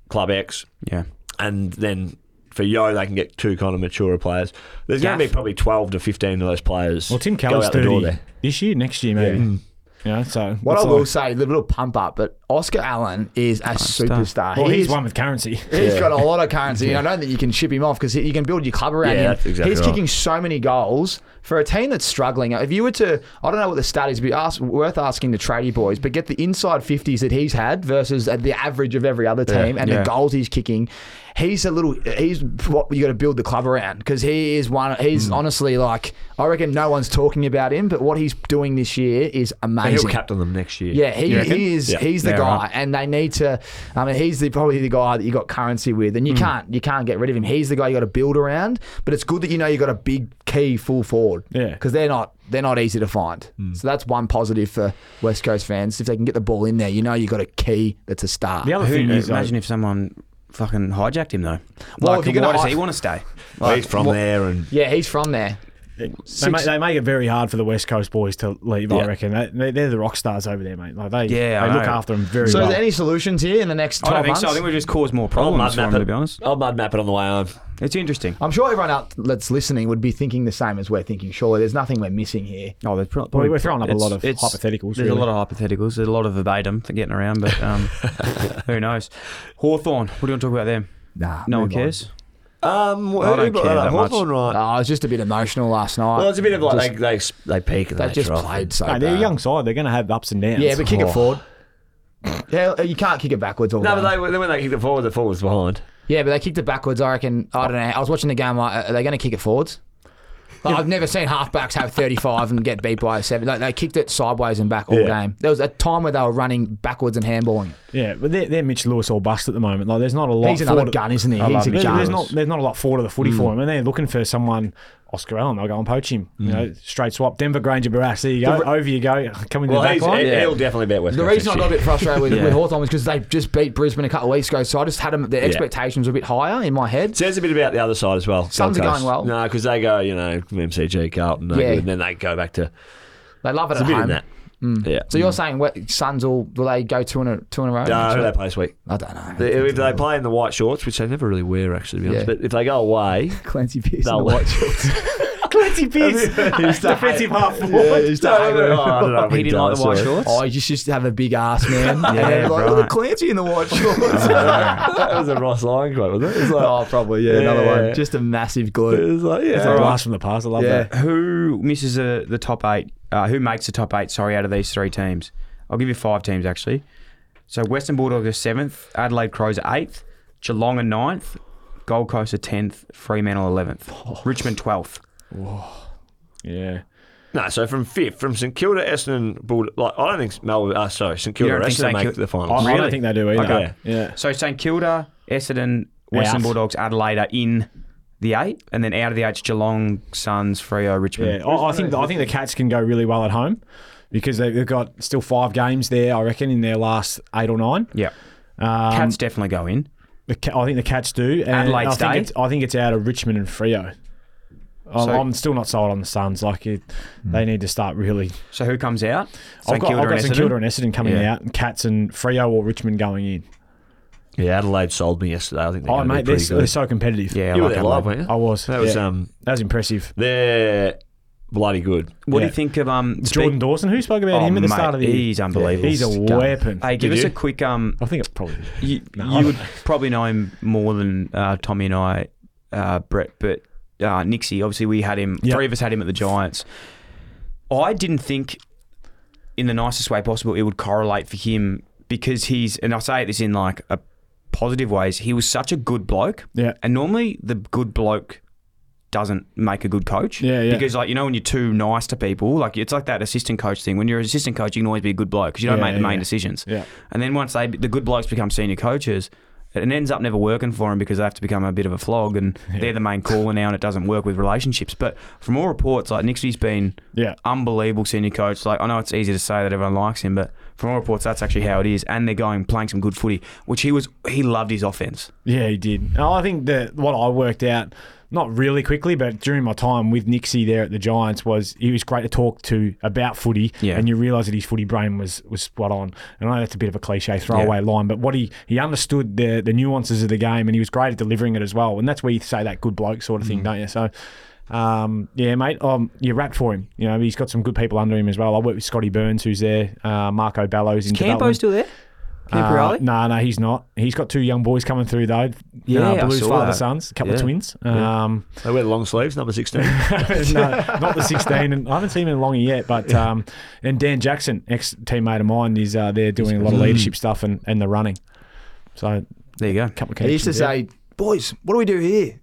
[SPEAKER 9] Club X?
[SPEAKER 1] Yeah.
[SPEAKER 9] And then. For Yo, they can get two kind of maturer players. There's going to
[SPEAKER 10] Gaff.
[SPEAKER 9] be probably 12 to 15 of those players.
[SPEAKER 10] Well, Tim
[SPEAKER 9] go
[SPEAKER 10] Kelly's
[SPEAKER 9] out the door
[SPEAKER 10] thirty
[SPEAKER 9] there.
[SPEAKER 10] this year, next year maybe. You know, so
[SPEAKER 3] What
[SPEAKER 10] it's
[SPEAKER 3] I will
[SPEAKER 10] like-
[SPEAKER 3] say, the little pump up, but Oscar Allen is a superstar.
[SPEAKER 10] well, he's
[SPEAKER 3] He's
[SPEAKER 10] one with currency.
[SPEAKER 3] He's got a lot of currency. and I don't think you can ship him off because you can build your club around
[SPEAKER 10] Yeah,
[SPEAKER 3] him.
[SPEAKER 10] that's exactly
[SPEAKER 3] he's
[SPEAKER 10] right.
[SPEAKER 3] kicking so many goals for a team that's struggling. If you were to, I don't know what the stat is, but ask, worth asking the tradie boys. But get the inside fifties that he's had versus the average of every other
[SPEAKER 1] Yeah,
[SPEAKER 3] team, and
[SPEAKER 1] yeah.
[SPEAKER 3] the goals he's kicking. He's a little. He's what you got to build the club around because he is one. He's
[SPEAKER 10] Hmm.
[SPEAKER 3] honestly like I reckon no one's talking about him, but what he's doing this year is
[SPEAKER 9] And he'll
[SPEAKER 3] amazing.
[SPEAKER 9] captain them next year.
[SPEAKER 3] Yeah, he,
[SPEAKER 9] You reckon?
[SPEAKER 3] he is.
[SPEAKER 9] Yeah.
[SPEAKER 3] He's the
[SPEAKER 9] Yeah,
[SPEAKER 3] guy,
[SPEAKER 9] right.
[SPEAKER 3] and they need to. I mean, he's the probably the guy that you got currency with, and you
[SPEAKER 10] Hmm.
[SPEAKER 3] can't you can't get rid of him. He's the guy you got to build around. But it's good that you know you got a big key full forward. Yeah, because they're not they're not easy to find.
[SPEAKER 10] Hmm.
[SPEAKER 3] So that's one positive for West Coast fans if they can get the ball in there. You know you got a key that's a star.
[SPEAKER 1] Who- imagine if someone fucking hijacked him though.
[SPEAKER 3] Well,
[SPEAKER 1] Well,
[SPEAKER 3] if you're gonna
[SPEAKER 1] why does
[SPEAKER 3] hi-
[SPEAKER 1] he want to stay?
[SPEAKER 9] Well, he's from there and
[SPEAKER 3] yeah, he's from there.
[SPEAKER 10] They make, they make it very hard for the West Coast boys to leave. I
[SPEAKER 3] Yeah.
[SPEAKER 10] reckon they, they, they're the rock stars over there, mate. Like they,
[SPEAKER 3] Yeah, I
[SPEAKER 10] they look
[SPEAKER 3] know.
[SPEAKER 10] after them very
[SPEAKER 3] So
[SPEAKER 10] well.
[SPEAKER 3] are there any solutions here in the next
[SPEAKER 10] I don't
[SPEAKER 3] 12
[SPEAKER 10] think
[SPEAKER 3] months?
[SPEAKER 10] so. I think
[SPEAKER 1] we just cause more
[SPEAKER 10] problems for 'em, to
[SPEAKER 9] be honest. I'll mud map it on the way home.
[SPEAKER 1] It's interesting.
[SPEAKER 3] I'm sure everyone out that's listening would be thinking the same as we're thinking. Surely there's nothing we're missing here.
[SPEAKER 10] Oh, there's probably we're throwing up a lot of hypotheticals.
[SPEAKER 1] There's a lot of hypotheticals. There's a lot of verbatim for getting around, but um, who knows? Hawthorn. What do you want to talk about them?
[SPEAKER 3] Nah,
[SPEAKER 1] no one
[SPEAKER 3] move on.
[SPEAKER 1] cares.
[SPEAKER 9] Um,
[SPEAKER 1] I don't care that much.
[SPEAKER 9] right?
[SPEAKER 3] I oh, was just a bit emotional last night.
[SPEAKER 9] Well, it's a bit of like
[SPEAKER 3] Just-
[SPEAKER 9] they, they they peak. and
[SPEAKER 3] They
[SPEAKER 9] they
[SPEAKER 3] just
[SPEAKER 9] drop.
[SPEAKER 3] played so
[SPEAKER 10] Mate, they're a
[SPEAKER 3] bad.
[SPEAKER 10] young side. They're going to have ups and downs.
[SPEAKER 3] yeah, but kick
[SPEAKER 10] Oh.
[SPEAKER 3] it forward. Yeah, you can't kick it backwards all
[SPEAKER 9] No,
[SPEAKER 3] day.
[SPEAKER 9] but they, when when they kicked it forward, the forward was behind.
[SPEAKER 3] Yeah, but they kicked it backwards. I reckon. I don't know. I was watching the game. Like, are they going to kick it forwards? Like, I've never seen halfbacks have 35 and get beat by seven. Like, they kicked it sideways and back all
[SPEAKER 10] Yeah.
[SPEAKER 3] game. There was a time where they were running backwards and handballing.
[SPEAKER 10] Yeah, but they're, they're Mitch Lewis all bust at the moment. Like, there's not a lot.
[SPEAKER 3] He's another
[SPEAKER 10] forward-
[SPEAKER 3] gun, isn't he?
[SPEAKER 10] I
[SPEAKER 3] He's
[SPEAKER 10] love
[SPEAKER 3] a
[SPEAKER 10] him. There's-
[SPEAKER 3] gun.
[SPEAKER 10] There's not there's not a lot forward of the footy for
[SPEAKER 3] Mm.
[SPEAKER 10] him, and they're looking for someone. Oscar Allen, they'll go and poach him. You
[SPEAKER 3] Mm.
[SPEAKER 10] know, straight swap. Denver Granger Barras. There you go.
[SPEAKER 3] The re-
[SPEAKER 10] Over you go. Coming to
[SPEAKER 3] Well,
[SPEAKER 10] the back
[SPEAKER 3] he's-
[SPEAKER 10] line.
[SPEAKER 3] he- he'll
[SPEAKER 9] definitely bet
[SPEAKER 3] The reason I got a bit frustrated with,
[SPEAKER 10] Yeah.
[SPEAKER 3] with Hawthorn was because they just beat Brisbane a couple of weeks ago. So I just had them, the
[SPEAKER 9] Yeah.
[SPEAKER 3] expectations were a bit higher in my head.
[SPEAKER 9] Says a bit about the other side as well.
[SPEAKER 3] Suns
[SPEAKER 9] Gold
[SPEAKER 3] are
[SPEAKER 9] Coast.
[SPEAKER 3] going well.
[SPEAKER 9] No, because they go, you know, MCG Carlton, they
[SPEAKER 3] Yeah.
[SPEAKER 9] and then they go back to.
[SPEAKER 3] They love it
[SPEAKER 9] It's a
[SPEAKER 3] at
[SPEAKER 9] bit in
[SPEAKER 3] home. Mm.
[SPEAKER 9] that. Yeah.
[SPEAKER 3] So you're saying what, Suns will, will they go two in a, two in a row?
[SPEAKER 9] Hmm. No, who they play this week?
[SPEAKER 3] I don't know.
[SPEAKER 9] They, if they play in the white shorts, which they never really wear, actually, to be honest,
[SPEAKER 3] Yeah.
[SPEAKER 9] but if they go away,
[SPEAKER 3] Clancy Pierce
[SPEAKER 9] they'll
[SPEAKER 3] in the white
[SPEAKER 9] shorts.
[SPEAKER 10] Clancy Pierce,
[SPEAKER 3] defensive
[SPEAKER 10] half
[SPEAKER 3] Yeah, he's
[SPEAKER 9] No, no, no, I don't know.
[SPEAKER 3] He didn't like the white shorts. Oh, you just used to have a big ass man. yeah, and then like, look at Clancy in the white shorts.
[SPEAKER 9] that was a Ross Lyon quote, wasn't it? It's like,
[SPEAKER 3] oh, probably, yeah, another one. Just a massive glue.
[SPEAKER 9] It's like, yeah.
[SPEAKER 10] It's a blast from the past. I love
[SPEAKER 3] Yeah.
[SPEAKER 10] that.
[SPEAKER 1] Who misses the, the top eight? Uh, who makes the top eight? Sorry, out of these three teams, I'll give you five teams actually. So Western Bulldogs are seventh, Adelaide Crows are eighth, Geelong are ninth, Gold Coast are tenth, Fremantle eleventh, Richmond twelfth.
[SPEAKER 10] Yeah.
[SPEAKER 9] No, so from fifth, from St Kilda, Essendon, Bull, like I don't think Melbourne. Uh, sorry, St Kilda,
[SPEAKER 1] don't think
[SPEAKER 9] Essendon
[SPEAKER 1] St.
[SPEAKER 9] make
[SPEAKER 1] Kil-
[SPEAKER 9] the finals.
[SPEAKER 10] I, I don't think they do either.
[SPEAKER 9] Okay.
[SPEAKER 10] Yeah.
[SPEAKER 1] So St Kilda, Essendon, Western
[SPEAKER 10] Out.
[SPEAKER 1] Bulldogs, Adelaide are in the eight, and then out of the eight, Geelong, Suns, Freo, Richmond.
[SPEAKER 10] Yeah, I, I think I think the Cats can go really well at home because they- they've got still five games there. I reckon in their last eight or nine.
[SPEAKER 1] Yeah.
[SPEAKER 10] Um,
[SPEAKER 1] Cats definitely go in.
[SPEAKER 10] The, Ca- I think the Cats do. And
[SPEAKER 1] Adelaide
[SPEAKER 10] I
[SPEAKER 1] stay?
[SPEAKER 10] think, it's, I think it's out of Richmond and Frio. I'm,
[SPEAKER 1] So-
[SPEAKER 10] I'm still not sold on the Suns. Like it, they need to start really.
[SPEAKER 1] So who comes out?
[SPEAKER 10] I've got, I've got St Kilda and Essendon coming
[SPEAKER 1] Yeah.
[SPEAKER 10] out, and Cats and Frio or Richmond going in.
[SPEAKER 9] Yeah, Adelaide sold me yesterday. I think they're
[SPEAKER 10] Oh
[SPEAKER 9] gonna be
[SPEAKER 10] mate, they're,
[SPEAKER 9] pretty
[SPEAKER 10] so-
[SPEAKER 9] good.
[SPEAKER 10] they're so competitive.
[SPEAKER 1] Yeah, I
[SPEAKER 9] You were
[SPEAKER 1] like
[SPEAKER 9] there live,
[SPEAKER 1] Adelaide.
[SPEAKER 9] weren't you?
[SPEAKER 10] I was.
[SPEAKER 9] That was
[SPEAKER 10] yeah.
[SPEAKER 9] um,
[SPEAKER 10] that was impressive.
[SPEAKER 9] they're bloody good.
[SPEAKER 1] What do
[SPEAKER 10] Yeah.
[SPEAKER 1] you think of um? speak-
[SPEAKER 10] Jordan Dawson, who spoke about
[SPEAKER 1] Oh,
[SPEAKER 10] him at the
[SPEAKER 1] mate,
[SPEAKER 10] start of the year?
[SPEAKER 1] he's unbelievable.
[SPEAKER 10] He's a weapon.
[SPEAKER 1] Hey, give
[SPEAKER 10] Did
[SPEAKER 1] us
[SPEAKER 10] you?
[SPEAKER 1] a quick um.
[SPEAKER 10] I think it probably.
[SPEAKER 1] You,
[SPEAKER 10] No, I
[SPEAKER 1] you
[SPEAKER 10] don't
[SPEAKER 1] would probably know him more than uh, Tommy and I, uh, Brett, but uh, Nixie. Obviously, we had him.
[SPEAKER 10] Yep.
[SPEAKER 1] Three of us had him at the Giants. I didn't think, in the nicest way possible, it would correlate for him because he's, and I say this in like a positive ways. He was such a good bloke.
[SPEAKER 10] Yeah.
[SPEAKER 1] And normally the good bloke doesn't make a good coach.
[SPEAKER 10] Yeah, yeah.
[SPEAKER 1] Because like you know when you're too nice to people, like it's like that assistant coach thing. When you're an assistant coach, you can always be a good bloke because you don't
[SPEAKER 10] Yeah,
[SPEAKER 1] make the main
[SPEAKER 10] yeah.
[SPEAKER 1] decisions.
[SPEAKER 10] Yeah.
[SPEAKER 1] And then once they the good blokes become senior coaches, it ends up never working for them because they have to become a bit of a flog and they're the main caller now and it doesn't work with relationships. But from all reports, like Nixie's been
[SPEAKER 10] Yeah.
[SPEAKER 1] unbelievable senior coach. Like I know it's easy to say that everyone likes him, but from all reports, that's actually how it is. And they're going playing some good footy, which he was he loved his offense.
[SPEAKER 10] Yeah, he did. And I think that what I worked out, not really quickly, but during my time with Nixie there at the Giants, was he was great to talk to about footy,
[SPEAKER 1] Yeah.
[SPEAKER 10] and you realise that his footy brain was was spot on. And I know that's a bit of a cliche throwaway line, but what he he understood the the nuances of the game, and he was great at delivering it as well. And that's where you say that good bloke sort of
[SPEAKER 1] Mm.
[SPEAKER 10] thing, don't you? So. Um, yeah, mate. Um, you're wrapped for him. You know he's got some good people under him as well. I worked with Scotty Burns, who's there. Uh, Marco Bellows in
[SPEAKER 1] Campo
[SPEAKER 10] development.
[SPEAKER 1] still there? Campo Riley?
[SPEAKER 10] No, no, Uh, he's not. He's got two young boys coming through though.
[SPEAKER 1] Yeah,
[SPEAKER 10] Yeah,
[SPEAKER 1] I
[SPEAKER 10] uh, Blues
[SPEAKER 1] saw
[SPEAKER 10] father
[SPEAKER 1] that.
[SPEAKER 10] sons, a couple of
[SPEAKER 1] Yeah.
[SPEAKER 10] twins.
[SPEAKER 1] Yeah.
[SPEAKER 10] Um,
[SPEAKER 9] They wear the long sleeves, number sixteen.
[SPEAKER 10] no, not the sixteen, and I haven't seen him in Longy yet. But um, and Dan Jackson, ex teammate of mine, is uh, there doing a lot of
[SPEAKER 1] Mm.
[SPEAKER 10] leadership stuff and, and the running. So
[SPEAKER 1] There you go.
[SPEAKER 10] couple of
[SPEAKER 3] He used to
[SPEAKER 10] connections there.
[SPEAKER 3] say, "Boys, what do we do here?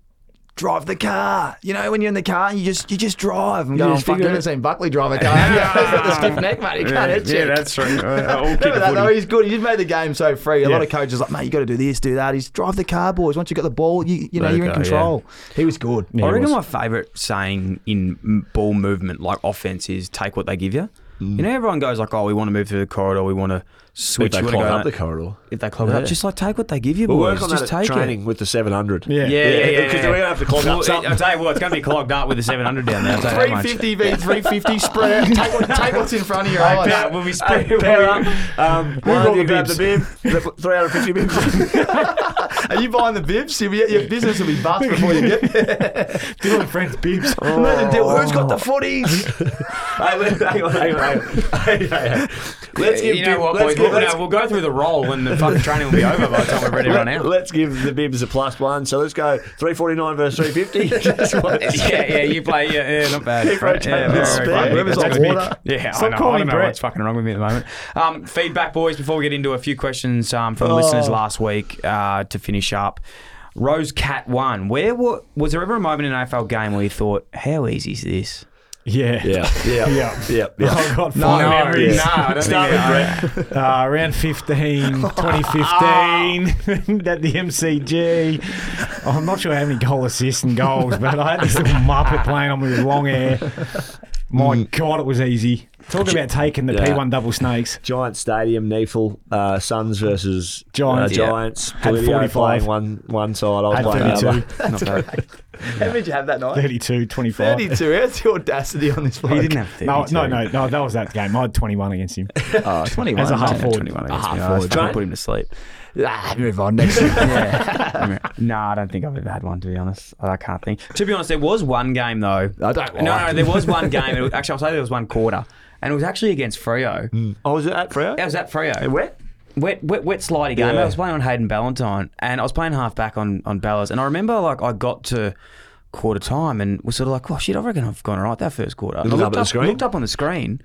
[SPEAKER 3] Drive the car. You know, when you're in the car, you just you just drive." I'm
[SPEAKER 1] You
[SPEAKER 3] going,
[SPEAKER 1] just
[SPEAKER 3] "Fuck, I
[SPEAKER 1] figure
[SPEAKER 3] haven't
[SPEAKER 1] it-
[SPEAKER 3] seen Buckley drive a car. the stiff neck, mate. He can't head check.
[SPEAKER 1] right.
[SPEAKER 3] Remember that, though, he's good. He just made the game so free. A lot of coaches like, mate, you got to do this, do that. He's drive the car, boys. Once you got the ball, you you know
[SPEAKER 1] Let it
[SPEAKER 3] you're in
[SPEAKER 1] go, yeah.
[SPEAKER 3] control. He was good.
[SPEAKER 1] I reckon my favourite saying in m- ball movement, like offense, is take what they give you. You know, everyone goes like, "Oh, we want to move through the corridor. We want to switch.
[SPEAKER 9] they
[SPEAKER 1] we wanna
[SPEAKER 9] clog
[SPEAKER 1] go
[SPEAKER 9] up
[SPEAKER 1] that-"
[SPEAKER 9] the corridor.
[SPEAKER 1] If they clog it
[SPEAKER 9] Yeah.
[SPEAKER 1] up, just like take what they give you,
[SPEAKER 9] We'll
[SPEAKER 1] boys.
[SPEAKER 9] work on
[SPEAKER 1] just
[SPEAKER 9] that at
[SPEAKER 1] take
[SPEAKER 9] training
[SPEAKER 1] it.
[SPEAKER 9] with the 700.
[SPEAKER 1] Yeah, yeah, yeah.
[SPEAKER 9] Because we're going to have to clog up
[SPEAKER 1] Well,
[SPEAKER 9] something.
[SPEAKER 1] I'll tell you what, it's going to be clogged up with the 700 down there. I'll tell you that much.
[SPEAKER 3] 350 v 350 spread. Take, what, take what's in front of you.
[SPEAKER 9] Hey,
[SPEAKER 3] eh?
[SPEAKER 9] Pat, we'll be spread pair up. Um, one
[SPEAKER 3] all
[SPEAKER 9] of you
[SPEAKER 3] the
[SPEAKER 9] grab the
[SPEAKER 3] bibs?
[SPEAKER 9] bib, the 350 bibs.
[SPEAKER 3] Are you buying the bibs? You'll be, your business will be bust before you get there.
[SPEAKER 10] Dylan Friend's bibs.
[SPEAKER 9] Imagine Dil-
[SPEAKER 3] Oh.
[SPEAKER 9] Who's got the footies? hey, let, hang on, hang on, hang on. Hey, hey, hey. Let's give
[SPEAKER 1] you know
[SPEAKER 9] Bib-
[SPEAKER 1] what,
[SPEAKER 9] let's
[SPEAKER 1] boys?
[SPEAKER 9] give-
[SPEAKER 1] We'll,
[SPEAKER 9] let's-
[SPEAKER 1] no, we'll go through the roll when the fucking training will be over by the time we're ready to run out.
[SPEAKER 9] Let's give the bibs a plus one. So let's go 349 versus 350. That's what it is.
[SPEAKER 1] yeah, yeah, you play. Yeah, yeah not bad.
[SPEAKER 9] Keep
[SPEAKER 1] Right,
[SPEAKER 9] rotating
[SPEAKER 1] yeah,
[SPEAKER 9] the
[SPEAKER 1] very,
[SPEAKER 9] spin.
[SPEAKER 1] very good.
[SPEAKER 9] Whoever's
[SPEAKER 1] That's
[SPEAKER 9] on
[SPEAKER 1] good.
[SPEAKER 9] water.
[SPEAKER 1] Yeah,
[SPEAKER 9] Stop
[SPEAKER 1] I know.
[SPEAKER 9] calling
[SPEAKER 1] I
[SPEAKER 9] me
[SPEAKER 1] don't know
[SPEAKER 9] Brett.
[SPEAKER 1] what's fucking wrong with me at the moment. Um, feedback, boys. Before we get into a few questions um, from
[SPEAKER 9] Oh.
[SPEAKER 1] listeners last week uh, to finish up. Rose Cat one. Where wa- was there ever a moment in an AFL game where you thought, "How easy is this?"
[SPEAKER 10] Yeah. Oh,
[SPEAKER 9] Yeah, yeah,
[SPEAKER 10] Yeah.
[SPEAKER 9] yeah, yeah.
[SPEAKER 10] I've got
[SPEAKER 1] No,
[SPEAKER 10] fond
[SPEAKER 1] no,
[SPEAKER 10] memories.
[SPEAKER 1] no, I don't
[SPEAKER 10] Start
[SPEAKER 1] think
[SPEAKER 10] with Brett. Uh, around 15, 2015, at the MCG. Oh, I'm not sure how many goal assists and goals, but I had this little muppet playing on me with long hair. My
[SPEAKER 1] Mm.
[SPEAKER 10] God, it was easy. Talk about taking the
[SPEAKER 9] Yeah.
[SPEAKER 10] P1 double snakes.
[SPEAKER 9] Giant Stadium, Neefle, uh, Suns versus
[SPEAKER 10] Giants,
[SPEAKER 9] uh,
[SPEAKER 10] yeah.
[SPEAKER 9] Giants.
[SPEAKER 10] Had
[SPEAKER 9] Polilio
[SPEAKER 10] 45.
[SPEAKER 9] playing one one side. I was
[SPEAKER 10] Had
[SPEAKER 9] playing the other.
[SPEAKER 10] 32,
[SPEAKER 1] Not bad.
[SPEAKER 3] How many did you have that night?
[SPEAKER 10] 32, 25.
[SPEAKER 3] 32. How's the audacity on this bloke?
[SPEAKER 1] He didn't have
[SPEAKER 10] No,
[SPEAKER 1] 32.
[SPEAKER 10] no, no, no, that was that game. I had 21 against him.
[SPEAKER 1] Oh, 21.
[SPEAKER 10] As a half
[SPEAKER 1] Yeah,
[SPEAKER 10] forward.
[SPEAKER 1] 21 against
[SPEAKER 3] half
[SPEAKER 1] me. I
[SPEAKER 3] forward.
[SPEAKER 1] fucking
[SPEAKER 3] Giant?
[SPEAKER 1] put him to sleep.
[SPEAKER 3] Ah, move on next.
[SPEAKER 1] No, I don't think I've ever had one. To be honest, I can't think. To be honest, there was one game though.
[SPEAKER 3] I don't
[SPEAKER 1] No,
[SPEAKER 3] lie.
[SPEAKER 1] no, there was one game. It was- actually, I'll say there was one quarter, and it was actually against Freo.
[SPEAKER 9] Oh, was it at Freo?
[SPEAKER 1] Yeah, it was at Freo.
[SPEAKER 9] Wet?
[SPEAKER 1] Wet, wet, wet slidey game.
[SPEAKER 9] Yeah.
[SPEAKER 1] I was playing on Hayden Ballantyne, and I was playing half back on on Ballas, and I remember like I got to quarter time and was sort of like, oh shit, I reckon I've gone all right that first quarter. And I
[SPEAKER 9] Looked up at the screen?
[SPEAKER 1] Looked up on the screen,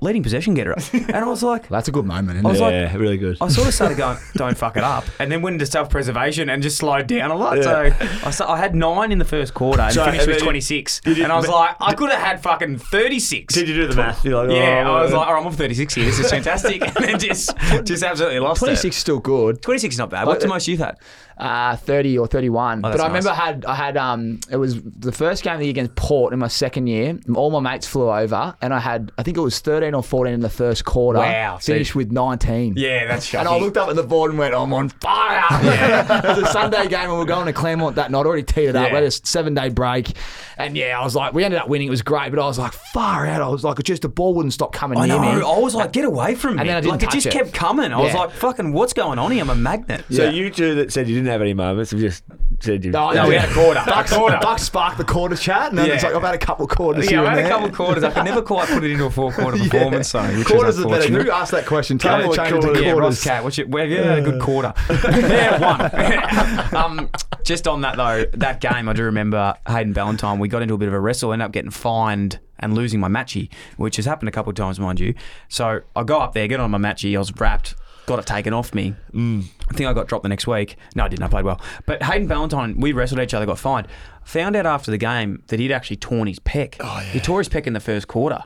[SPEAKER 1] leading possession getter, and I was like.
[SPEAKER 3] That's a good moment,
[SPEAKER 1] I
[SPEAKER 3] isn't
[SPEAKER 1] was
[SPEAKER 3] it?
[SPEAKER 1] like,
[SPEAKER 9] Yeah, really good.
[SPEAKER 1] I sort of started going, don't fuck it up, and then went into self preservation and just slowed down a lot. So I, sa- I had nine in the first quarter and
[SPEAKER 9] So,
[SPEAKER 1] finished
[SPEAKER 9] and
[SPEAKER 1] with
[SPEAKER 9] then-
[SPEAKER 1] 26.
[SPEAKER 9] did you-
[SPEAKER 1] and I was like, I could have had fucking 36.
[SPEAKER 9] Did you do the math? You're like,
[SPEAKER 1] yeah,
[SPEAKER 9] oh,
[SPEAKER 1] I was like, all right, I'm on 36 here. This is fantastic. and then just, just absolutely lost
[SPEAKER 3] 26
[SPEAKER 1] it.
[SPEAKER 3] is still good.
[SPEAKER 1] 26 is not bad. What's the most you've had?
[SPEAKER 3] Uh, 30 or 31.
[SPEAKER 1] Oh,
[SPEAKER 3] but
[SPEAKER 1] that's
[SPEAKER 3] I remember I
[SPEAKER 1] nice.
[SPEAKER 3] had I had um it was the first game of the year against Port in my second year. All my mates flew over and I had I think it was 13 or 14 in the first quarter.
[SPEAKER 1] Wow, see-
[SPEAKER 3] Finished with 19.
[SPEAKER 1] Yeah, that's
[SPEAKER 3] And
[SPEAKER 1] shocking.
[SPEAKER 3] I looked up at the board and went, I'm on fire. it was a Sunday game and we were going to Claremont that night. Already teed it up.
[SPEAKER 1] Yeah.
[SPEAKER 3] We had a seven day break. And yeah, I was like, we ended up winning. It was great. But I was like, far out. I was like, just the ball wouldn't stop coming
[SPEAKER 1] I
[SPEAKER 3] near
[SPEAKER 1] know. Oh,
[SPEAKER 3] me.
[SPEAKER 1] I was like, get away from me.
[SPEAKER 3] And then I didn't
[SPEAKER 1] like, it
[SPEAKER 3] touch
[SPEAKER 1] just
[SPEAKER 3] it.
[SPEAKER 1] kept coming. I was
[SPEAKER 3] Yeah.
[SPEAKER 1] like, fucking, what's going on here? I'm a magnet.
[SPEAKER 9] So
[SPEAKER 3] Yeah.
[SPEAKER 9] you two that said you didn't have any moments, have just said you.
[SPEAKER 3] No,
[SPEAKER 1] No, we had a quarter.
[SPEAKER 3] Bucks,
[SPEAKER 1] A quarter.
[SPEAKER 3] Bucks sparked the quarter chat, and then
[SPEAKER 1] Yeah.
[SPEAKER 3] it's like I've had a couple of quarters.
[SPEAKER 1] Yeah,
[SPEAKER 3] here
[SPEAKER 1] I
[SPEAKER 3] and
[SPEAKER 1] had a
[SPEAKER 3] there.
[SPEAKER 1] couple of quarters. I could never quite put it into a four quarter performance, so which
[SPEAKER 3] Quarters
[SPEAKER 1] is
[SPEAKER 3] is better.
[SPEAKER 1] unfortunate.
[SPEAKER 3] Who asked that question? Tell
[SPEAKER 9] Couple
[SPEAKER 3] me
[SPEAKER 9] of
[SPEAKER 3] to change it to
[SPEAKER 9] quarters.
[SPEAKER 1] Yeah, Ross
[SPEAKER 3] quarters.
[SPEAKER 1] Cat. What's it? Well, yeah, had a good quarter. there, one. um, just on that though, that game I do remember Hayden Ballantyne. We got into a bit of a wrestle, ended up getting fined and losing my matchy, which has happened a couple of times, mind you. So I go up there, get on my matchy, I was wrapped. Got it taken off me. Mm. I think I got dropped the next week. No, I didn't. I played well. But Hayden Ballantyne, we wrestled each other, got fined. Found out after the game that he'd actually torn his pec. He tore his pec in the first quarter.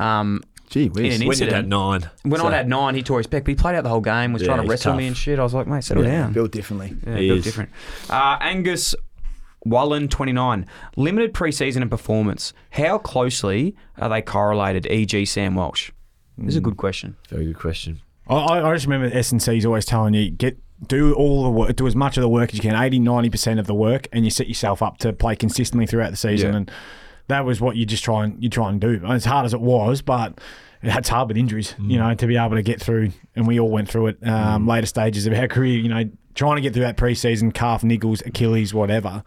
[SPEAKER 1] Um,
[SPEAKER 3] Gee
[SPEAKER 1] in an
[SPEAKER 3] whiz.
[SPEAKER 9] When you
[SPEAKER 1] incident.
[SPEAKER 9] had nine.
[SPEAKER 1] When
[SPEAKER 9] So-
[SPEAKER 1] I had nine, he tore his pec, but he played out the whole game, was
[SPEAKER 9] Yeah,
[SPEAKER 1] trying to
[SPEAKER 9] he's
[SPEAKER 1] wrestle me
[SPEAKER 9] tough.
[SPEAKER 1] and shit. I was like, mate, settle down.
[SPEAKER 3] Built differently.
[SPEAKER 1] yeah,
[SPEAKER 9] He
[SPEAKER 1] built
[SPEAKER 9] is.
[SPEAKER 1] different. Uh, Angus Wallen, 29. Limited preseason and performance. How closely are they correlated, e.g. Sam Welsh? This
[SPEAKER 9] Mm.
[SPEAKER 1] is a good question.
[SPEAKER 9] Very good question.
[SPEAKER 10] I- I, I just remember S and C's always telling you get do all the work, do as much of the work as you can, 80 90 percent of the work, and you set yourself up to play consistently throughout the season.
[SPEAKER 1] Yeah.
[SPEAKER 10] And that was what you just try and you try and do. As hard as it was, but it's hard with injuries,
[SPEAKER 1] Mm.
[SPEAKER 10] you know, to be able to get through. And we all went through it um, later stages of our career, you know, trying to get through that preseason calf niggles, Achilles, whatever.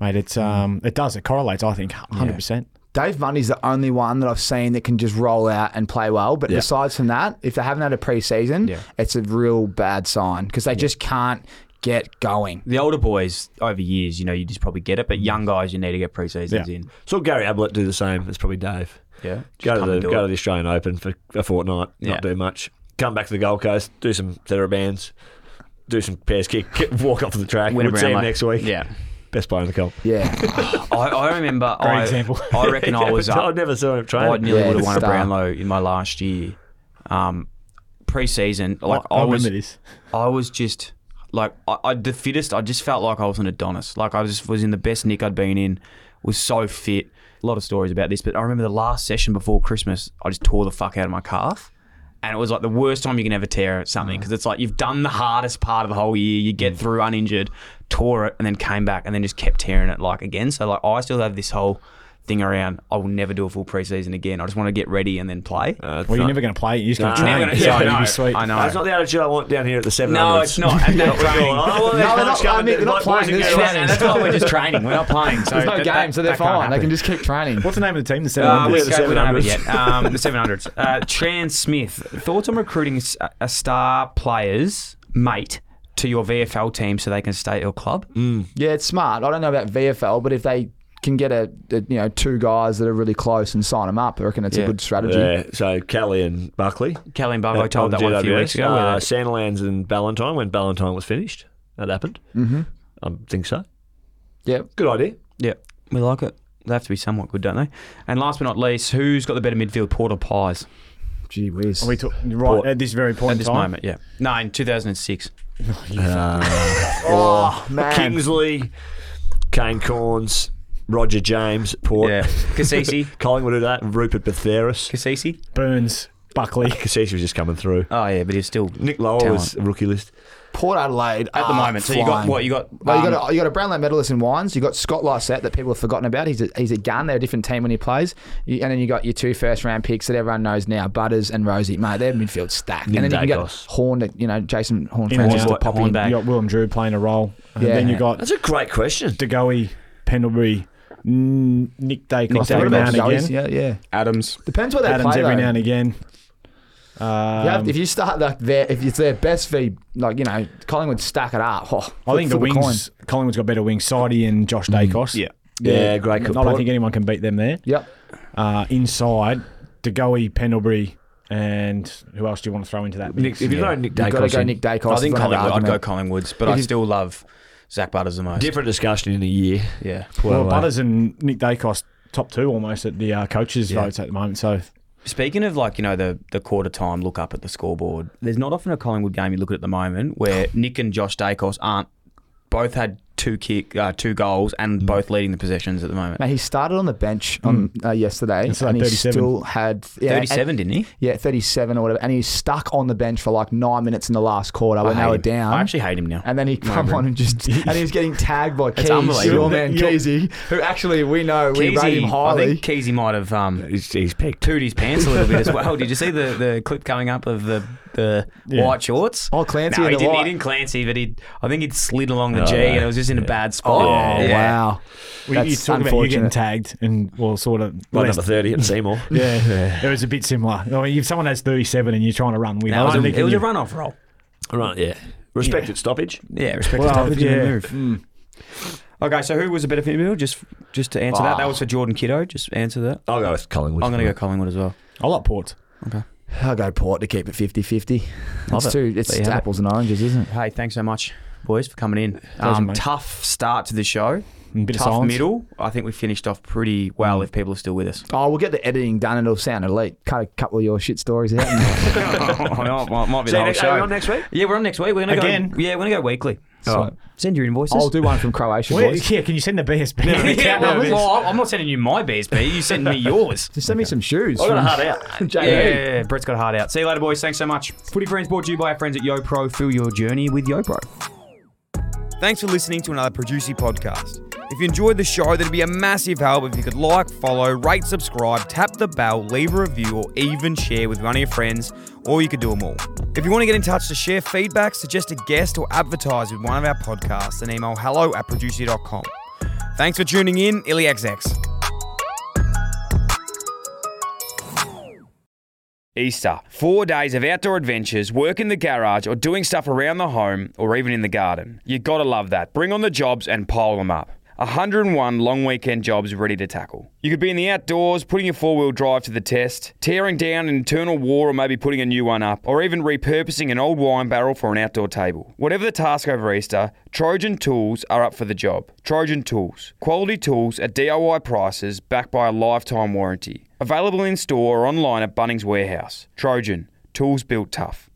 [SPEAKER 10] Mate, it's
[SPEAKER 1] Mm.
[SPEAKER 10] um, it does it correlates. I think 100. percent
[SPEAKER 3] Dave Mundy's the only one that I've seen that can just roll out and play well. But
[SPEAKER 9] Yeah.
[SPEAKER 3] besides from that, if they haven't had a preseason,
[SPEAKER 1] Yeah.
[SPEAKER 3] it's a real bad sign because they just can't get going.
[SPEAKER 1] The older boys over years, you know, you just probably get it, but
[SPEAKER 9] Mm.
[SPEAKER 1] young guys, you need to get preseasons
[SPEAKER 10] Yeah.
[SPEAKER 1] in.
[SPEAKER 9] Saw Gary Ablett do the same. It's probably Dave.
[SPEAKER 1] Yeah.
[SPEAKER 9] Go to
[SPEAKER 1] come
[SPEAKER 9] the
[SPEAKER 1] and do
[SPEAKER 9] go
[SPEAKER 1] it.
[SPEAKER 9] to the Australian Open for a fortnight.
[SPEAKER 1] Yeah.
[SPEAKER 9] Not do much. Come back to the Gold Coast. Do some therabands. Do some pairs kick. kick- Walk off the track.
[SPEAKER 1] Win a
[SPEAKER 9] We'll see
[SPEAKER 1] round,
[SPEAKER 9] him
[SPEAKER 1] mate.
[SPEAKER 9] next week.
[SPEAKER 1] Yeah.
[SPEAKER 9] Best player in the comp.
[SPEAKER 3] Yeah.
[SPEAKER 1] I, I remember.
[SPEAKER 10] Great
[SPEAKER 1] I,
[SPEAKER 10] example.
[SPEAKER 1] I reckon I was
[SPEAKER 9] I
[SPEAKER 1] up.
[SPEAKER 9] never saw him train.
[SPEAKER 1] I nearly
[SPEAKER 3] Yeah,
[SPEAKER 1] would have won a
[SPEAKER 3] star.
[SPEAKER 1] Brownlow in my last year. Um, pre-season, like I,
[SPEAKER 10] I,
[SPEAKER 1] was,
[SPEAKER 10] remember this.
[SPEAKER 1] I was just like I, I the fittest. I just felt like I was an Adonis. Like I just was in the best nick I'd been in. was so fit. A lot of stories about this, but I remember the last session before Christmas, I just tore the fuck out of my calf. And it was like the worst time you can ever tear at something because it's like you've done the hardest part of the whole year. You get through uninjured, tore it, and then came back and then just kept tearing it like again. So, like, I still have this whole thing around I will never do a full preseason again. I just want to get ready and then play.
[SPEAKER 10] Well, you're never going to play. You're just going
[SPEAKER 1] Nah.
[SPEAKER 10] to train.
[SPEAKER 1] Never gonna-
[SPEAKER 10] So
[SPEAKER 1] yeah, I
[SPEAKER 10] it'd
[SPEAKER 1] know.
[SPEAKER 10] be sweet.
[SPEAKER 1] I know.
[SPEAKER 9] That's not the attitude I want down here at the seven.
[SPEAKER 1] No, it's not. And they're training.
[SPEAKER 9] no,
[SPEAKER 1] No,
[SPEAKER 9] they're
[SPEAKER 1] they're
[SPEAKER 9] not.
[SPEAKER 1] not- I mean, they're not playing, they're training. That's why we're just training. We're not playing, so
[SPEAKER 5] There's no
[SPEAKER 1] that-
[SPEAKER 5] game,
[SPEAKER 1] that-
[SPEAKER 5] so they're
[SPEAKER 1] that can't
[SPEAKER 5] fine. They
[SPEAKER 1] happen.
[SPEAKER 5] can just keep training.
[SPEAKER 10] What's the name of the team? The
[SPEAKER 1] Uh,
[SPEAKER 10] 700s.
[SPEAKER 1] we haven't done it yet. Um, the 700s. Uh, Tran Smith, thoughts on recruiting s- a star player's mate to your VFL team so they can stay at your club?
[SPEAKER 3] Yeah, it's smart. I don't know about VFL, but if they can get a, a you know two guys that are really close and sign them up, I reckon it's a good strategy.
[SPEAKER 9] Yeah, so Kelly and Buckley.
[SPEAKER 1] Kelly and Buckley told that one a few weeks ago, where
[SPEAKER 9] Uh,
[SPEAKER 1] they-
[SPEAKER 9] Sandilands and Ballantyne when Ballantyne was finished. That happened.
[SPEAKER 1] Mm-hmm.
[SPEAKER 3] Mhm.
[SPEAKER 9] I think so.
[SPEAKER 3] Yeah.
[SPEAKER 9] Good idea.
[SPEAKER 1] Yeah, we like it. They have to be somewhat good, don't they? And last but not least, who's got the better midfield, Port or Pies?
[SPEAKER 3] Gee whiz.
[SPEAKER 10] Are we talk- right at this very point
[SPEAKER 1] At
[SPEAKER 10] in
[SPEAKER 1] this
[SPEAKER 10] time?
[SPEAKER 1] moment, yeah. No, in 2006.
[SPEAKER 9] Oh,
[SPEAKER 3] man.
[SPEAKER 9] Kingsley, Kane Corns, Roger James, Port.
[SPEAKER 1] Yeah. Cassisi.
[SPEAKER 9] Collingwood do that. Rupert Betheris.
[SPEAKER 1] Cassisi.
[SPEAKER 10] Burns. Buckley.
[SPEAKER 9] Cassisi was just coming through.
[SPEAKER 1] Oh, yeah, but he's still.
[SPEAKER 9] Nick Lowell was
[SPEAKER 1] talent.
[SPEAKER 9] rookie list.
[SPEAKER 3] Port Adelaide
[SPEAKER 1] At the
[SPEAKER 3] are
[SPEAKER 1] moment, so you got-
[SPEAKER 3] Ah, flying.
[SPEAKER 1] what, you got,
[SPEAKER 3] Well, you
[SPEAKER 1] um,
[SPEAKER 3] got a, you got a Brownlow medalist in Wines. You got Scott Lysette that people have forgotten about. He's a, he's a gun. They're a different team when he plays. You, and then you got your two first round picks that everyone knows now: Butters and Rosie. Mate, their midfield stacked. And then you can get
[SPEAKER 9] Nimdakos.
[SPEAKER 3] Horn. that, You know, Jason Horn
[SPEAKER 10] In
[SPEAKER 3] Francis
[SPEAKER 10] Horn-
[SPEAKER 3] to pop
[SPEAKER 10] Hornback.
[SPEAKER 3] in.
[SPEAKER 10] You got Willem Drew playing a role. And
[SPEAKER 3] Yeah.
[SPEAKER 10] then you got
[SPEAKER 9] That's a great question.
[SPEAKER 10] DeGoey, Pendlebury, N- Nick Dacos
[SPEAKER 3] Nick
[SPEAKER 10] every now
[SPEAKER 3] Dacos.
[SPEAKER 10] and
[SPEAKER 3] Goes,
[SPEAKER 10] again.
[SPEAKER 3] Yeah, yeah.
[SPEAKER 1] Adams.
[SPEAKER 3] Depends what they
[SPEAKER 10] Adams
[SPEAKER 3] play
[SPEAKER 10] every
[SPEAKER 3] though.
[SPEAKER 10] now and again.
[SPEAKER 3] You have-
[SPEAKER 10] Um,
[SPEAKER 3] if you start like their if it's their best v like you know Collingwood stack it up. Oh,
[SPEAKER 10] I think the
[SPEAKER 3] flip a coin.
[SPEAKER 10] wings, Collingwood's got better wings. Sidey and Josh Dacos.
[SPEAKER 1] Yeah.
[SPEAKER 9] Yeah, great
[SPEAKER 10] I don't
[SPEAKER 9] call.
[SPEAKER 10] think anyone can beat them there.
[SPEAKER 3] Yep.
[SPEAKER 10] Uh, inside, DeGoey, Pendlebury, and who else do you want to throw into that?
[SPEAKER 9] Nick,
[SPEAKER 10] mix?
[SPEAKER 9] if you
[SPEAKER 10] Yeah.
[SPEAKER 9] throw Nick
[SPEAKER 3] You've got to
[SPEAKER 9] Dacos
[SPEAKER 3] go
[SPEAKER 9] in,
[SPEAKER 3] Nick Dacos.
[SPEAKER 1] I think
[SPEAKER 3] for another
[SPEAKER 1] Collingwood. I'd go
[SPEAKER 3] argument.
[SPEAKER 1] Collingwood, but
[SPEAKER 3] If
[SPEAKER 1] I
[SPEAKER 3] you-
[SPEAKER 1] still love Zach Butters the most.
[SPEAKER 9] different discussion in a year.
[SPEAKER 1] Yeah.
[SPEAKER 10] Well, uh,
[SPEAKER 9] Well,
[SPEAKER 10] Butters and Nick Dacos, top two almost at the uh, coaches'
[SPEAKER 1] Yeah.
[SPEAKER 10] votes at the moment. So
[SPEAKER 1] Speaking of like you know the the quarter time look up at the scoreboard, there's not often a Collingwood game you look at at the moment where Nick and Josh Dacos aren't both had two kick uh, two goals and both leading the possessions at the moment.
[SPEAKER 3] Mm-hmm. Mate, he started on the bench on uh, yesterday,
[SPEAKER 10] Hmm. It's like
[SPEAKER 3] and he
[SPEAKER 10] 37.
[SPEAKER 3] still had yeah, and-
[SPEAKER 1] 37, didn't he?
[SPEAKER 3] Yeah, 37 or whatever. And he was stuck on the bench for like nine minutes in the last quarter when
[SPEAKER 1] I
[SPEAKER 3] they
[SPEAKER 1] hate
[SPEAKER 3] were
[SPEAKER 1] him.
[SPEAKER 3] down.
[SPEAKER 1] I actually hate him now.
[SPEAKER 3] and then he come on and just and he was getting tagged by Keys,
[SPEAKER 1] unbelievable.
[SPEAKER 3] your man
[SPEAKER 10] You're-
[SPEAKER 3] Keezy, who actually we know we rate him
[SPEAKER 1] Keezy, I
[SPEAKER 3] highly.
[SPEAKER 1] think Keezy might have um,
[SPEAKER 9] He's, he's picked.
[SPEAKER 1] pooed his pants a little bit as well. Did you see the, the clip coming up of the the
[SPEAKER 10] Yeah.
[SPEAKER 1] white shorts?
[SPEAKER 3] Oh, Clancy
[SPEAKER 1] No,
[SPEAKER 3] in
[SPEAKER 1] he
[SPEAKER 3] the
[SPEAKER 1] didn't, he
[SPEAKER 3] white.
[SPEAKER 1] didn't Clancy, but he I think he'd slid along the
[SPEAKER 9] Oh,
[SPEAKER 1] G
[SPEAKER 9] right.
[SPEAKER 1] and it was just in a bad
[SPEAKER 3] Oh
[SPEAKER 1] spot.
[SPEAKER 3] wow,
[SPEAKER 10] we, you
[SPEAKER 3] that's
[SPEAKER 10] talk about you getting
[SPEAKER 3] unfortunate.
[SPEAKER 10] tagged, and well, sort of.
[SPEAKER 9] Well,
[SPEAKER 10] less-
[SPEAKER 9] number 30 at Seymour.
[SPEAKER 10] yeah, it was a bit similar. I mean, if someone has 37 and you're trying to run with,
[SPEAKER 1] That
[SPEAKER 10] I
[SPEAKER 1] was
[SPEAKER 10] don't
[SPEAKER 1] a,
[SPEAKER 10] think
[SPEAKER 1] it was
[SPEAKER 10] you-
[SPEAKER 1] a runoff roll.
[SPEAKER 9] Right, yeah. Respected stoppage.
[SPEAKER 1] Yeah, respect
[SPEAKER 10] Well,
[SPEAKER 1] well,
[SPEAKER 10] yeah.
[SPEAKER 1] move. Okay, so who was a better midfielder? Just just to answer that, that was for Jordan Kiddo. Just answer that.
[SPEAKER 9] I'll go with Collingwood.
[SPEAKER 1] I'm going to go Collingwood as well.
[SPEAKER 10] I like Port.
[SPEAKER 3] I'll go Port to keep it 50-50.
[SPEAKER 1] Love
[SPEAKER 3] It's
[SPEAKER 1] it.
[SPEAKER 3] too, it's
[SPEAKER 1] There you have it.
[SPEAKER 3] apples and oranges, isn't it?
[SPEAKER 1] Hey, thanks so much, boys, for coming in.
[SPEAKER 10] Pleasure,
[SPEAKER 1] um,
[SPEAKER 10] mate.
[SPEAKER 1] tough start to the show.
[SPEAKER 10] Mm, bit of
[SPEAKER 1] tough
[SPEAKER 10] silence.
[SPEAKER 1] middle. I think we finished off pretty well. If people are still with us,
[SPEAKER 3] Oh, we'll get the editing done and it'll sound elite. Cut a couple of your shit stories out.
[SPEAKER 1] Oh, might, might be
[SPEAKER 9] See
[SPEAKER 1] the whole
[SPEAKER 9] you next, are we on
[SPEAKER 1] show.
[SPEAKER 9] next week?
[SPEAKER 1] Yeah, we're on next week. We're gonna
[SPEAKER 10] Again?
[SPEAKER 1] go. Yeah, we're gonna go weekly.
[SPEAKER 3] All
[SPEAKER 1] So,
[SPEAKER 3] right.
[SPEAKER 1] Send your invoices.
[SPEAKER 3] I'll do one from Croatia,
[SPEAKER 10] Where,
[SPEAKER 3] boys.
[SPEAKER 10] yeah, can you send the BSB?
[SPEAKER 1] yeah, well,
[SPEAKER 10] Countdown
[SPEAKER 1] well, I'm not sending you my BSB. You send me yours.
[SPEAKER 3] Just send me some shoes.
[SPEAKER 9] I've got a
[SPEAKER 3] from-
[SPEAKER 9] hard out.
[SPEAKER 1] Yeah, yeah, yeah, yeah. Brett's got a heart out. See you later, boys. Thanks so much. Footy Friends brought to you by our friends at YoPro. Fill your journey with YoPro.
[SPEAKER 13] Thanks for listening to another Producy podcast. If you enjoyed the show, that'd be a massive help if you could like, follow, rate, subscribe, tap the bell, leave a review, or even share with one of your friends, or you could do them all. If you want to get in touch to share feedback, suggest a guest, or advertise with one of our podcasts, then email hello at producer.com. Thanks for tuning in, IllyXX. Easter. Four days of outdoor adventures, work in the garage, or doing stuff around the home or even in the garden. You gotta love that. Bring on the jobs and pile them up. 101 long weekend jobs ready to tackle. You could be in the outdoors, putting your four wheel drive to the test, tearing down an internal wall or maybe putting a new one up, or even repurposing an old wine barrel for an outdoor table. Whatever the task over Easter, Trojan Tools are up for the job. Trojan Tools. Quality tools at DIY prices backed by a lifetime warranty. Available in store or online at Bunnings Warehouse. Trojan, tools built tough.